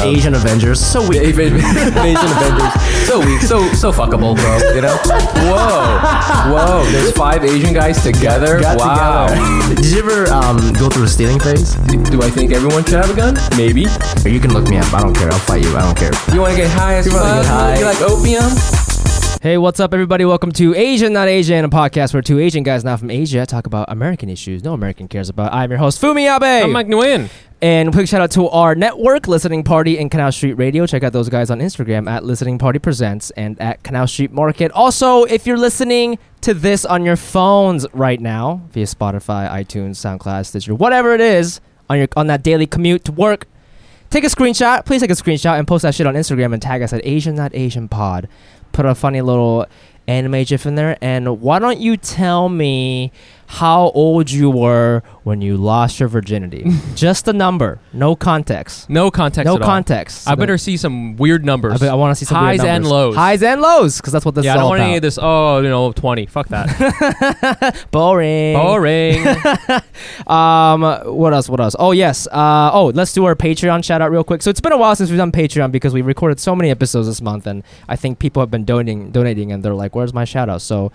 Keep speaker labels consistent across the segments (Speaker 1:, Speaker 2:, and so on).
Speaker 1: Asian Avengers. So weak.
Speaker 2: Asian Avengers. So weak. So so fuckable, bro. You know? Whoa. Whoa. There's five Asian guys together.
Speaker 1: Got
Speaker 2: wow.
Speaker 1: together. Did you ever um, go through a stealing phase?
Speaker 2: Do I think everyone should have a gun? Maybe.
Speaker 1: Or you can look me up. I don't care. I'll fight you. I don't care.
Speaker 2: You want to get high as
Speaker 1: wanna
Speaker 2: fuck?
Speaker 1: get high.
Speaker 2: You like opium?
Speaker 3: Hey, what's up, everybody? Welcome to Asian Not Asian, a podcast where two Asian guys not from Asia talk about American issues no American cares about. I'm your host, Fumi Abe.
Speaker 4: I'm Mike Nguyen.
Speaker 3: And quick shout out to our network, Listening Party and Canal Street Radio. Check out those guys on Instagram at Listening Party Presents and at Canal Street Market. Also, if you're listening to this on your phones right now via Spotify, iTunes, SoundCloud, Stitcher, whatever it is on your on that daily commute to work, take a screenshot. Please take a screenshot and post that shit on Instagram and tag us at Asian Not Asian Pod. Put a funny little anime gif in there. And why don't you tell me how old you were when you lost your virginity? Just a number, no context.
Speaker 4: No context.
Speaker 3: No
Speaker 4: at all.
Speaker 3: context.
Speaker 4: I better see some weird
Speaker 3: I,
Speaker 4: numbers.
Speaker 3: bet- I want to see some weird
Speaker 4: Highs and
Speaker 3: numbers.
Speaker 4: lows.
Speaker 3: Highs and lows, because that's what this
Speaker 4: yeah, I
Speaker 3: is
Speaker 4: don't
Speaker 3: all
Speaker 4: want any
Speaker 3: about.
Speaker 4: of this. Oh, you know, twenty. Fuck that.
Speaker 3: Boring.
Speaker 4: Boring.
Speaker 3: Um, what else? What else? Oh yes. Uh, oh, let's do our Patreon shout out real quick. So it's been a while since we've done Patreon because we recorded so many episodes this month, and I think people have been donating, donating, and they're like, "Where's my shout out?" So,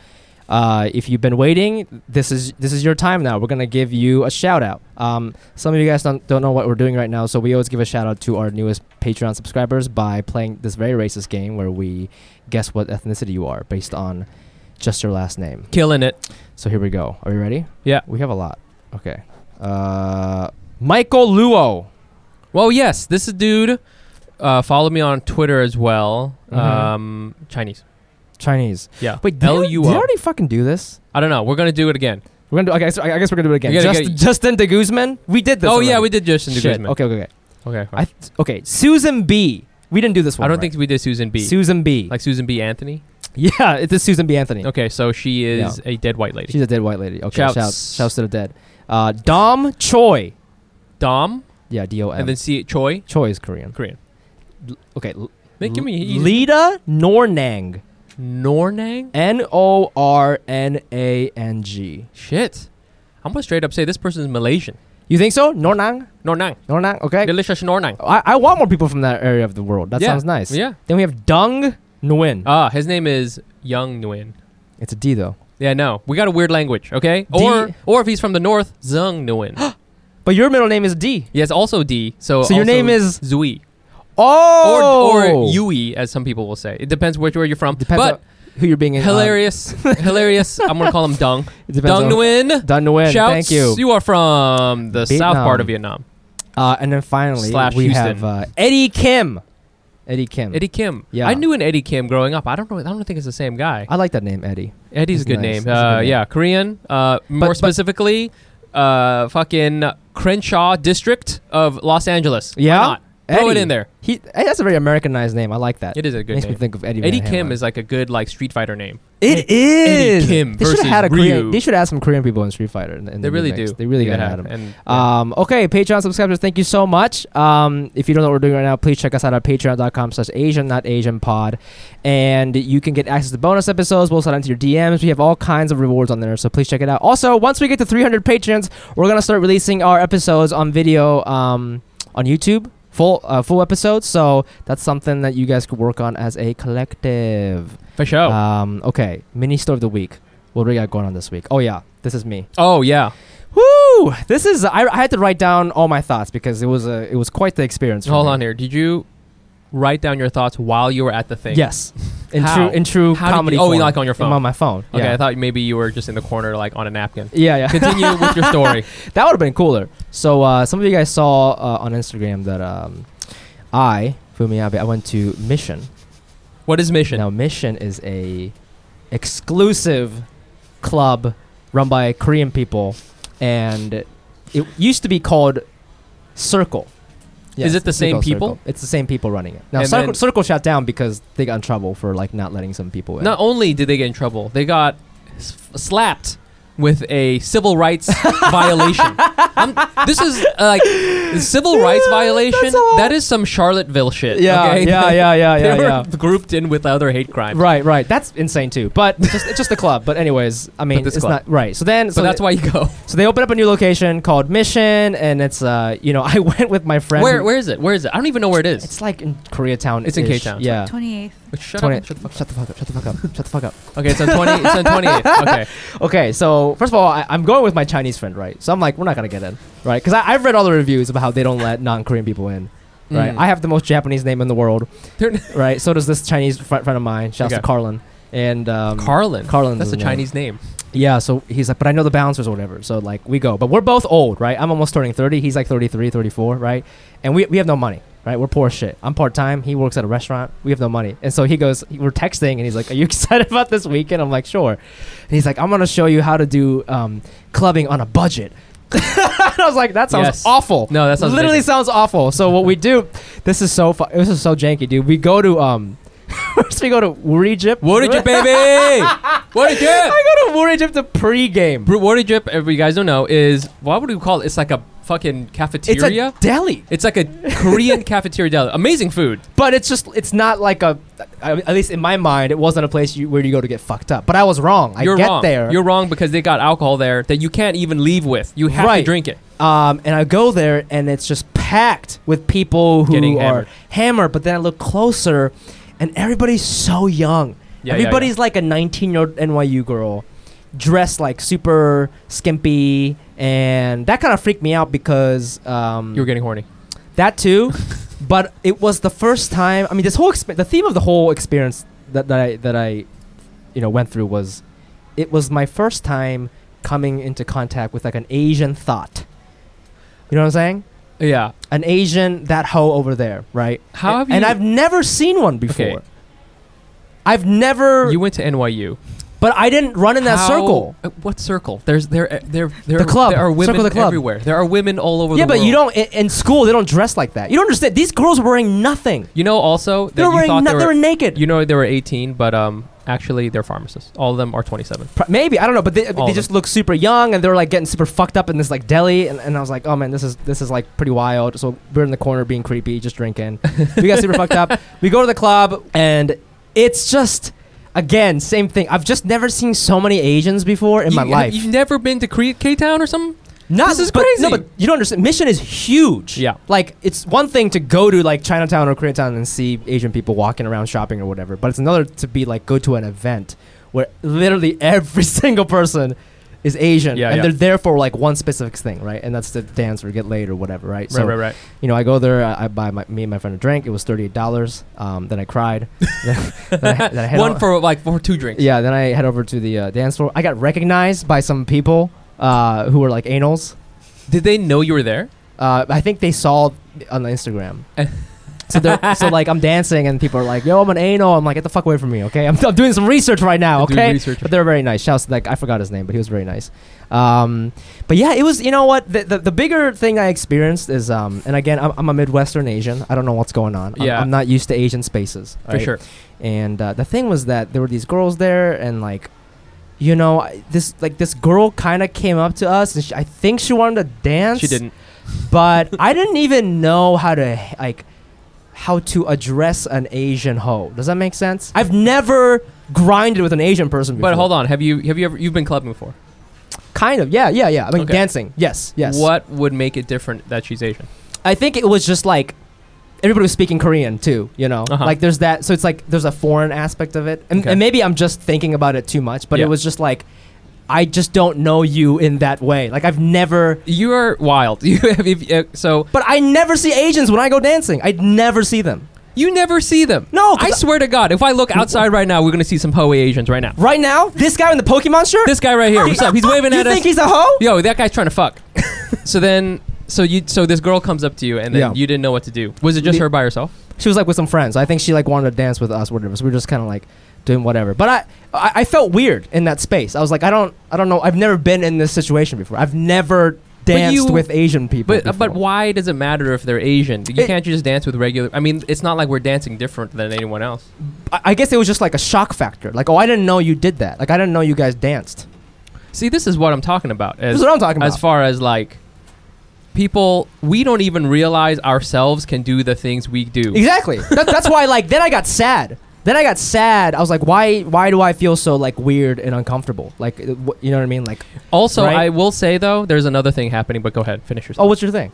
Speaker 3: uh, if you've been waiting, this is this is your time now. We're gonna give you a shout out. Um, some of you guys don't don't know what we're doing right now, so we always give a shout out to our newest Patreon subscribers by playing this very racist game where we guess what ethnicity you are based on just your last name.
Speaker 4: Killing it.
Speaker 3: So here we go. Are you ready?
Speaker 4: Yeah.
Speaker 3: We have a lot. Okay. Uh, Michael Luo.
Speaker 4: Well, yes, this is dude. Uh, follow me on Twitter as well.
Speaker 3: Mhm.
Speaker 4: Um, Chinese.
Speaker 3: Chinese.
Speaker 4: Yeah.
Speaker 3: Wait, did,
Speaker 4: L
Speaker 3: we-
Speaker 4: U
Speaker 3: did we
Speaker 4: O.
Speaker 3: already fucking do this?
Speaker 4: I don't know. We're gonna do it again.
Speaker 3: We're gonna do. I guess, I guess we're gonna do it again.
Speaker 4: You gotta
Speaker 3: Just,
Speaker 4: get-
Speaker 3: Justin de Guzman. We did this.
Speaker 4: oh yeah,
Speaker 3: already.
Speaker 4: we did Justin
Speaker 3: Shit.
Speaker 4: de Guzman.
Speaker 3: Okay, okay, okay.
Speaker 4: Okay. fine.
Speaker 3: I th- okay. Susan B. We didn't do this one.
Speaker 4: I don't
Speaker 3: right?
Speaker 4: think we did Susan B.
Speaker 3: Susan B.
Speaker 4: like Susan B. Anthony.
Speaker 3: yeah, it's this Susan B. Anthony.
Speaker 4: Okay, so she is a dead white lady.
Speaker 3: She's a dead white lady. Okay,
Speaker 4: Shouts.
Speaker 3: shouts, shouts to the dead. Uh, Dom Choi.
Speaker 4: Dom,
Speaker 3: Yeah, D O M.
Speaker 4: and then C. Choi,
Speaker 3: Choi is Korean.
Speaker 4: Korean.
Speaker 3: L- okay. L-
Speaker 4: Make give me Lee
Speaker 3: Lita Nornang.
Speaker 4: Nornang.
Speaker 3: N O R N A N G.
Speaker 4: Shit. I'm gonna straight up say this person is Malaysian.
Speaker 3: You think so? Nornang?
Speaker 4: Nornang.
Speaker 3: Nornang? Okay.
Speaker 4: Delicious Nornang.
Speaker 3: I, I want more people from that area of the world. That
Speaker 4: Yeah.
Speaker 3: sounds nice.
Speaker 4: Yeah.
Speaker 3: Then we have Dung Nguyen.
Speaker 4: Ah, his name is Young Nguyen.
Speaker 3: it's a D though.
Speaker 4: Yeah, no. We got a weird language, okay?
Speaker 3: D-
Speaker 4: Or or if he's from the north, Zung Nguyen.
Speaker 3: But your middle name is D.
Speaker 4: yes, also D. So
Speaker 3: So your
Speaker 4: Oh, also
Speaker 3: name is-
Speaker 4: Zui. Or
Speaker 3: Oh.
Speaker 4: or Yui, as some people will say. It depends which where you're from.
Speaker 3: Depends
Speaker 4: but
Speaker 3: on who you're being. um,
Speaker 4: hilarious hilarious I'm gonna call him Dung.
Speaker 3: it depends
Speaker 4: Dung
Speaker 3: on-
Speaker 4: Nguyen.
Speaker 3: Dung Nguyen.
Speaker 4: Shouts,
Speaker 3: Thank you.
Speaker 4: are from the
Speaker 3: Vietnam.
Speaker 4: south part of Vietnam.
Speaker 3: Uh, and then finally
Speaker 4: Slash
Speaker 3: we
Speaker 4: Houston.
Speaker 3: have uh, Eddie Kim. Eddie Kim.
Speaker 4: Eddie Kim.
Speaker 3: Mm. Yeah.
Speaker 4: I knew an Eddie Kim growing up. I don't know I don't think it's the same guy.
Speaker 3: I like that name, Eddie.
Speaker 4: Eddie's
Speaker 3: He's
Speaker 4: a good
Speaker 3: nice.
Speaker 4: name.
Speaker 3: He's a good
Speaker 4: Uh,
Speaker 3: name.
Speaker 4: yeah, Korean. Uh, more
Speaker 3: but-
Speaker 4: specifically, uh, fucking Crenshaw District of Los Angeles.
Speaker 3: Yeah?
Speaker 4: Why not? Throw it
Speaker 3: Eddie.
Speaker 4: in there.
Speaker 3: He hey, that's a very Americanized name. I like that.
Speaker 4: It is a good
Speaker 3: Makes me
Speaker 4: name.
Speaker 3: think of Eddie. Van
Speaker 4: Eddie Kim
Speaker 3: Halen.
Speaker 4: is like a good like Street Fighter name.
Speaker 3: It is.
Speaker 4: Kim
Speaker 3: they should have
Speaker 4: versus
Speaker 3: had a Korean.
Speaker 4: Ryu.
Speaker 3: They should add some Korean people in Street Fighter. In, in
Speaker 4: They
Speaker 3: the
Speaker 4: really
Speaker 3: remix.
Speaker 4: do.
Speaker 3: They really
Speaker 4: They
Speaker 3: gotta
Speaker 4: have,
Speaker 3: add them.
Speaker 4: And,
Speaker 3: Um, okay, Patreon subscribers, thank you so much. Um, if you don't know what we're doing right now, please check us out at patreon.com slash Asian, not Asian pod. And you can get access to bonus episodes. We'll send it to your DMs. We have all kinds of rewards on there, so please check it out. Also, once we get to 300 patrons, we're going to start releasing our episodes on video um, on YouTube. Full uh, full episodes, so that's something that you guys could work on as a collective.
Speaker 4: for sure.
Speaker 3: Um, okay, mini store of the week. What do we got going on this week? Oh yeah, this is me.
Speaker 4: oh yeah.
Speaker 3: Woo! This is I, I had to write down all my thoughts because it was a it was quite the experience. for
Speaker 4: Hold
Speaker 3: me.
Speaker 4: on here. Did you write down your thoughts while you were at the thing?
Speaker 3: Yes, in
Speaker 4: How?
Speaker 3: true in true
Speaker 4: How did
Speaker 3: comedy.
Speaker 4: you- oh, you
Speaker 3: form.
Speaker 4: like on your phone?
Speaker 3: on my phone.
Speaker 4: Okay,
Speaker 3: yeah.
Speaker 4: I thought maybe you were just in the corner like on a napkin.
Speaker 3: yeah, yeah.
Speaker 4: Continue with your story.
Speaker 3: that would have been cooler. So uh, some of you guys saw uh, on Instagram that um, I Fumiabe I went to Mission.
Speaker 4: What is mission?
Speaker 3: Now Mission is a exclusive club run by Korean people, and it used to be called Circle.
Speaker 4: Is it the
Speaker 3: it's still
Speaker 4: same
Speaker 3: called
Speaker 4: people?
Speaker 3: Circle. It's the same people running it. Now
Speaker 4: And
Speaker 3: Circle,
Speaker 4: then-
Speaker 3: Circle shut down because they got in trouble for like not letting some people in.
Speaker 4: Not only did they get in trouble, they got s- slapped with a civil rights violation. I'm, this is uh, like civil rights violation.
Speaker 3: that's a lot.
Speaker 4: That is some Charlottesville shit.
Speaker 3: Yeah,
Speaker 4: okay?
Speaker 3: yeah, yeah, yeah,
Speaker 4: they
Speaker 3: yeah,
Speaker 4: were
Speaker 3: yeah.
Speaker 4: grouped in with other hate crimes.
Speaker 3: Right, right. That's insane too. But just it's just the club. But anyways, I mean,
Speaker 4: this
Speaker 3: it's
Speaker 4: club.
Speaker 3: not right. So then,
Speaker 4: So
Speaker 3: so
Speaker 4: that's
Speaker 3: they,
Speaker 4: why you go.
Speaker 3: So they open up a new location called Mission, and it's uh, you know, I went with my friend.
Speaker 4: Where
Speaker 3: who-
Speaker 4: where is it? Where is it? I don't even know where it is.
Speaker 3: It's like in Koreatown.
Speaker 4: It's in
Speaker 3: K
Speaker 4: K-town.
Speaker 3: Yeah.
Speaker 5: Twenty eighth.
Speaker 4: Shut
Speaker 3: 20
Speaker 4: up. Shut the fuck
Speaker 3: Shut the fuck up. Shut the fuck up. Shut the fuck up.
Speaker 4: up. Okay, it's on twenty. It's on twenty eighth. Okay.
Speaker 3: Okay, so first of all, I, I'm going with my Chinese friend, right? So I'm like, we're not gonna get in, right? Because I've read all the reviews about how they don't let non-Korean people in, right?
Speaker 4: Mm.
Speaker 3: I have the most Japanese name in the world,
Speaker 4: They're-
Speaker 3: right? So does this Chinese fr- friend of mine. Shouts
Speaker 4: Okay.
Speaker 3: to Carlin. And um,
Speaker 4: Carlin.
Speaker 3: Carlin's
Speaker 4: That's a
Speaker 3: his name.
Speaker 4: Chinese name.
Speaker 3: Yeah, so he's like, but I know the bouncers or whatever. So like we go, but we're both old, right? I'm almost turning 30. He's like 33, 34, right? And we, we have no money, right? We're poor as shit. I'm part time. He works at a restaurant. We have no money. And so he goes, we're texting, and he's like, "Are you excited about this weekend?" I'm like, "Sure." And he's like, "I'm gonna show you how to do um, clubbing on a budget." and I was like, "That sounds
Speaker 4: Yes.
Speaker 3: awful."
Speaker 4: No, that sounds
Speaker 3: literally
Speaker 4: amazing.
Speaker 3: sounds awful. So what we do, this is so fu- this is so janky, dude. We go to um, first we go to Wuri Jip.
Speaker 4: What did you, baby? What did you?
Speaker 3: I go to Wuri Jip to pregame.
Speaker 4: Bru- Water Drip, if you guys don't know, is what would we call it? It's like a fucking
Speaker 3: It's
Speaker 4: cafeteria.
Speaker 3: a
Speaker 4: It's,
Speaker 3: deli,
Speaker 4: like a Korean cafeteria. deli. Amazing food.
Speaker 3: but it's just it's not like a. I- At least in my mind, it wasn't a place you, where you go to get fucked up. But I was wrong. I
Speaker 4: You're
Speaker 3: get
Speaker 4: wrong.
Speaker 3: there,
Speaker 4: You're wrong because they got alcohol there that you can't even leave with. You have to
Speaker 3: Right.
Speaker 4: drink it.
Speaker 3: um, and I go there, and it's just packed with people who
Speaker 4: Getting
Speaker 3: are
Speaker 4: hammered.
Speaker 3: hammered. But then I look closer, and everybody's so young.
Speaker 4: Yeah, yeah, yeah.
Speaker 3: Everybody's like a 19 year old NYU girl, dressed like super skimpy, and that kind of freaked me out because um,
Speaker 4: You were getting horny.
Speaker 3: That too, but it was the first time. I mean, this whole exp- the theme of the whole experience that, that I that I, you know, went through was, it was my first time coming into contact with like an Asian thought. You know what I'm saying?
Speaker 4: Yeah.
Speaker 3: An Asian that hoe over there, right?
Speaker 4: How have you?
Speaker 3: And I've never seen one before.
Speaker 4: Okay.
Speaker 3: I've never,
Speaker 4: you went to NYU.
Speaker 3: but I didn't run in that
Speaker 4: How-
Speaker 3: circle.
Speaker 4: uh, What circle? There's there uh, there there
Speaker 3: The club.
Speaker 4: There are women
Speaker 3: Circle the club.
Speaker 4: everywhere. There are women all over
Speaker 3: Yeah,
Speaker 4: the
Speaker 3: but
Speaker 4: world.
Speaker 3: you don't in, in school. They don't dress like that. You don't understand. These girls were wearing nothing.
Speaker 4: You know also that
Speaker 3: They were
Speaker 4: you
Speaker 3: wearing
Speaker 4: thought
Speaker 3: no-
Speaker 4: they
Speaker 3: they were
Speaker 4: were.
Speaker 3: naked.
Speaker 4: You know they were 18, but um actually they're pharmacists. All of them are 27.
Speaker 3: Pro- Maybe I don't know, but they,
Speaker 4: All
Speaker 3: they
Speaker 4: of
Speaker 3: just look super young, and they were like getting super fucked up in this like deli, and, and I was like, oh man, this is this is like pretty wild. So we're in the corner being creepy, just drinking. we got super fucked up. We go to the club, and it's just again same thing. I've just never seen so many Asians before in
Speaker 4: You-
Speaker 3: my
Speaker 4: have-
Speaker 3: life.
Speaker 4: You've never been to K Town or something?
Speaker 3: Not,
Speaker 4: this is
Speaker 3: but-
Speaker 4: crazy.
Speaker 3: No, but you don't understand. Mission is huge.
Speaker 4: Yeah.
Speaker 3: like it's one thing to go to like Chinatown or Koreatown and see Asian people walking around shopping or whatever, but it's another to be like go to an event where literally every single person is Asian,
Speaker 4: Yeah,
Speaker 3: and
Speaker 4: yeah.
Speaker 3: they're there for like one specific thing, right? And that's to dance or get laid or whatever, right?
Speaker 4: right, right, right.
Speaker 3: you know, I go there, I, I buy my, me and my friend a drink. It was thirty eight dollars. Um, then I cried. then I, then I head
Speaker 4: One
Speaker 3: on-
Speaker 4: for like for two drinks.
Speaker 3: yeah, then I head over to the uh, dance floor. I got recognized by some people uh, who were like anals.
Speaker 4: Did they know you were there?
Speaker 3: Uh, I think they saw on the Instagram.
Speaker 4: Eh.
Speaker 3: so they're, so like I'm dancing and people are like, "Yo, I'm an anal." I'm like, "Get the fuck away from me, okay?" I'm, I'm doing some research right now,
Speaker 4: Doing
Speaker 3: okay?
Speaker 4: research.
Speaker 3: But they're very nice. Shouts to like I forgot his name, but he was very nice. Um, but yeah, it was. You know what? The, the, the bigger thing I experienced is, um, and again, I'm, I'm a Midwestern Asian. I don't know what's going on. I'm-
Speaker 4: Yeah.
Speaker 3: I'm, not used to Asian spaces.
Speaker 4: For
Speaker 3: right?
Speaker 4: sure.
Speaker 3: And uh, the thing was that there were these girls there, and like, you know, I- this like this girl kind of came up to us, and she, I think she wanted to dance.
Speaker 4: She didn't.
Speaker 3: but I didn't even know how to like how to address an Asian hoe. Does that make sense? I've never grinded with an Asian person before.
Speaker 4: But hold on, have you have you ever you've been clubbing before?
Speaker 3: kind of, yeah, yeah, yeah. I mean,
Speaker 4: Okay.
Speaker 3: dancing, yes, yes.
Speaker 4: What would make it different that she's Asian?
Speaker 3: I think it was just like everybody was speaking Korean too, you know.
Speaker 4: Uh-huh.
Speaker 3: Like there's that, so it's like there's a foreign aspect of it, and,
Speaker 4: Okay.
Speaker 3: and maybe I'm just thinking about it too much, but
Speaker 4: Yeah.
Speaker 3: it was just like I just don't know you in that way. Like I've never.
Speaker 4: You are wild. You have if, uh, so
Speaker 3: But I never see Asians when I go dancing. I'd never see them.
Speaker 4: you never see them.
Speaker 3: No, 'cause
Speaker 4: I
Speaker 3: I-
Speaker 4: swear to God, if I look outside right now, we're gonna see some Hoey Asians right now.
Speaker 3: Right now, this guy in the Pokemon shirt.
Speaker 4: This guy right here, what's up? He's waving
Speaker 3: you
Speaker 4: at
Speaker 3: think
Speaker 4: us.
Speaker 3: he's a hoe?
Speaker 4: Yo, that guy's trying to fuck. so then, so you so this girl comes up to you, and then
Speaker 3: Yeah.
Speaker 4: you didn't know what to do. Was it just
Speaker 3: Le-
Speaker 4: her by herself?
Speaker 3: She was like with some friends. I think she like wanted to dance with us, whatever. So we were just kind of like doing whatever. But I, I, I felt weird in that space. I was like, I don't, I don't know. I've never been in this situation before. I've never danced
Speaker 4: you-
Speaker 3: with Asian people.
Speaker 4: But but
Speaker 3: before.
Speaker 4: why does it matter if they're Asian? You
Speaker 3: It-
Speaker 4: can't you just dance with regular. I mean, it's not like we're dancing different than anyone else.
Speaker 3: I I guess it was just like a shock factor. Like, oh, I didn't know you did that. Like, I didn't know you guys danced.
Speaker 4: See, this is what I'm talking about. As,
Speaker 3: That's what I'm talking
Speaker 4: As
Speaker 3: about.
Speaker 4: far as like people, we don't even realize ourselves can do the things we do.
Speaker 3: Exactly. That, that's why like then I got sad. Then I got sad. I was like, why? Why do I feel so like weird and uncomfortable? Like, uh, wh- you know what I mean? Like,
Speaker 4: Also,
Speaker 3: Right.
Speaker 4: I will say though, there's another thing happening. But go ahead, finish
Speaker 3: oh,
Speaker 4: yourself.
Speaker 3: what's your thing?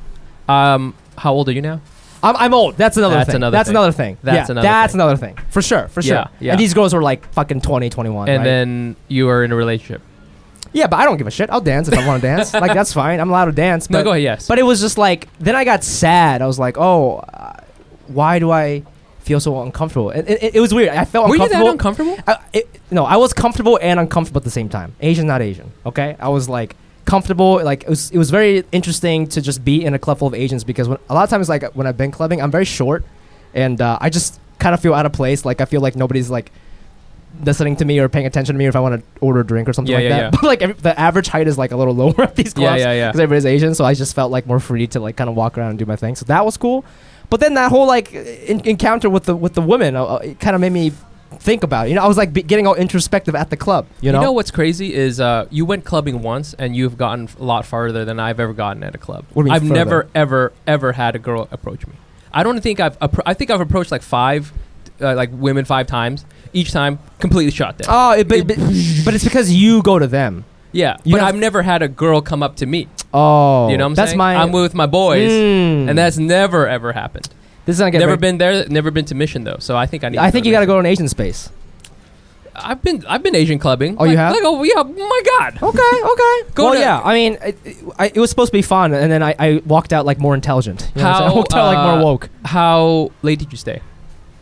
Speaker 4: um, how old are you now?
Speaker 3: I'm, I'm old. That's another.
Speaker 4: That's
Speaker 3: thing.
Speaker 4: another
Speaker 3: That's
Speaker 4: thing.
Speaker 3: another thing.
Speaker 4: That's
Speaker 3: yeah,
Speaker 4: another
Speaker 3: That's
Speaker 4: thing.
Speaker 3: another thing. For sure. For sure.
Speaker 4: Yeah, yeah.
Speaker 3: And these girls were like fucking 20, 21.
Speaker 4: And
Speaker 3: right?
Speaker 4: then you are in a relationship.
Speaker 3: yeah, but I don't give a shit. I'll dance if I want to dance. Like that's fine. I'm allowed to dance. But
Speaker 4: no, go ahead. Yes.
Speaker 3: But it was just like then I got sad. I was like, oh, uh, why do I feel so uncomfortable? It, it, it was weird. I felt
Speaker 4: were you
Speaker 3: uncomfortable.
Speaker 4: that uncomfortable?
Speaker 3: I, it, no, I was comfortable and uncomfortable at the same time. Asian, not Asian. Okay, I was like comfortable. Like it was, it was very interesting to just be in a club full of Asians because when, a lot of times, like when I've been clubbing, I'm very short, and uh, I just kind of feel out of place. Like I feel like nobody's like listening to me or paying attention to me or if I want to order a drink or something
Speaker 4: Yeah,
Speaker 3: like
Speaker 4: yeah,
Speaker 3: that.
Speaker 4: yeah.
Speaker 3: But like every, the average height is like a little lower at these
Speaker 4: Yeah,
Speaker 3: clubs
Speaker 4: yeah, yeah.
Speaker 3: because everybody's Asian. So I just felt like more free to like kind of walk around and do my thing. So that was cool. But then that whole like in- encounter with the with the woman, uh, uh, it kind of made me think about it. You know, I was like be- getting all introspective at the club. You know,
Speaker 4: what's crazy is uh, you went clubbing once and you've gotten f- a lot farther than I've ever gotten at a club.
Speaker 3: What do you mean
Speaker 4: I've
Speaker 3: further?
Speaker 4: never ever ever had a girl approach me. I don't think I've appro- I think I've approached like five uh, like women five times. Each time completely shot down.
Speaker 3: oh, it, but, but, but it's because you go to them.
Speaker 4: yeah,
Speaker 3: you
Speaker 4: but
Speaker 3: have-
Speaker 4: I've never had a girl come up to me.
Speaker 3: Oh,
Speaker 4: you know what I'm
Speaker 3: that's
Speaker 4: saying?
Speaker 3: my.
Speaker 4: I'm with my boys
Speaker 3: Mm.
Speaker 4: and that's never ever happened.
Speaker 3: this is not gonna
Speaker 4: Never
Speaker 3: very-
Speaker 4: been there, never been to Mission though. So I think I need
Speaker 3: I think you got to
Speaker 4: to
Speaker 3: go to an Asian space.
Speaker 4: Mission. I've been I've been Asian clubbing.
Speaker 3: Oh, you
Speaker 4: Like-
Speaker 3: have?
Speaker 4: Like, oh yeah, my god.
Speaker 3: Okay, okay.
Speaker 4: Go
Speaker 3: well,
Speaker 4: to-
Speaker 3: yeah. I mean, it, it- I, it was supposed to be fun, and then I, I walked out like more intelligent. You know what I'm saying?
Speaker 4: How,
Speaker 3: I walked out like more
Speaker 4: uh,
Speaker 3: woke.
Speaker 4: How late did you stay?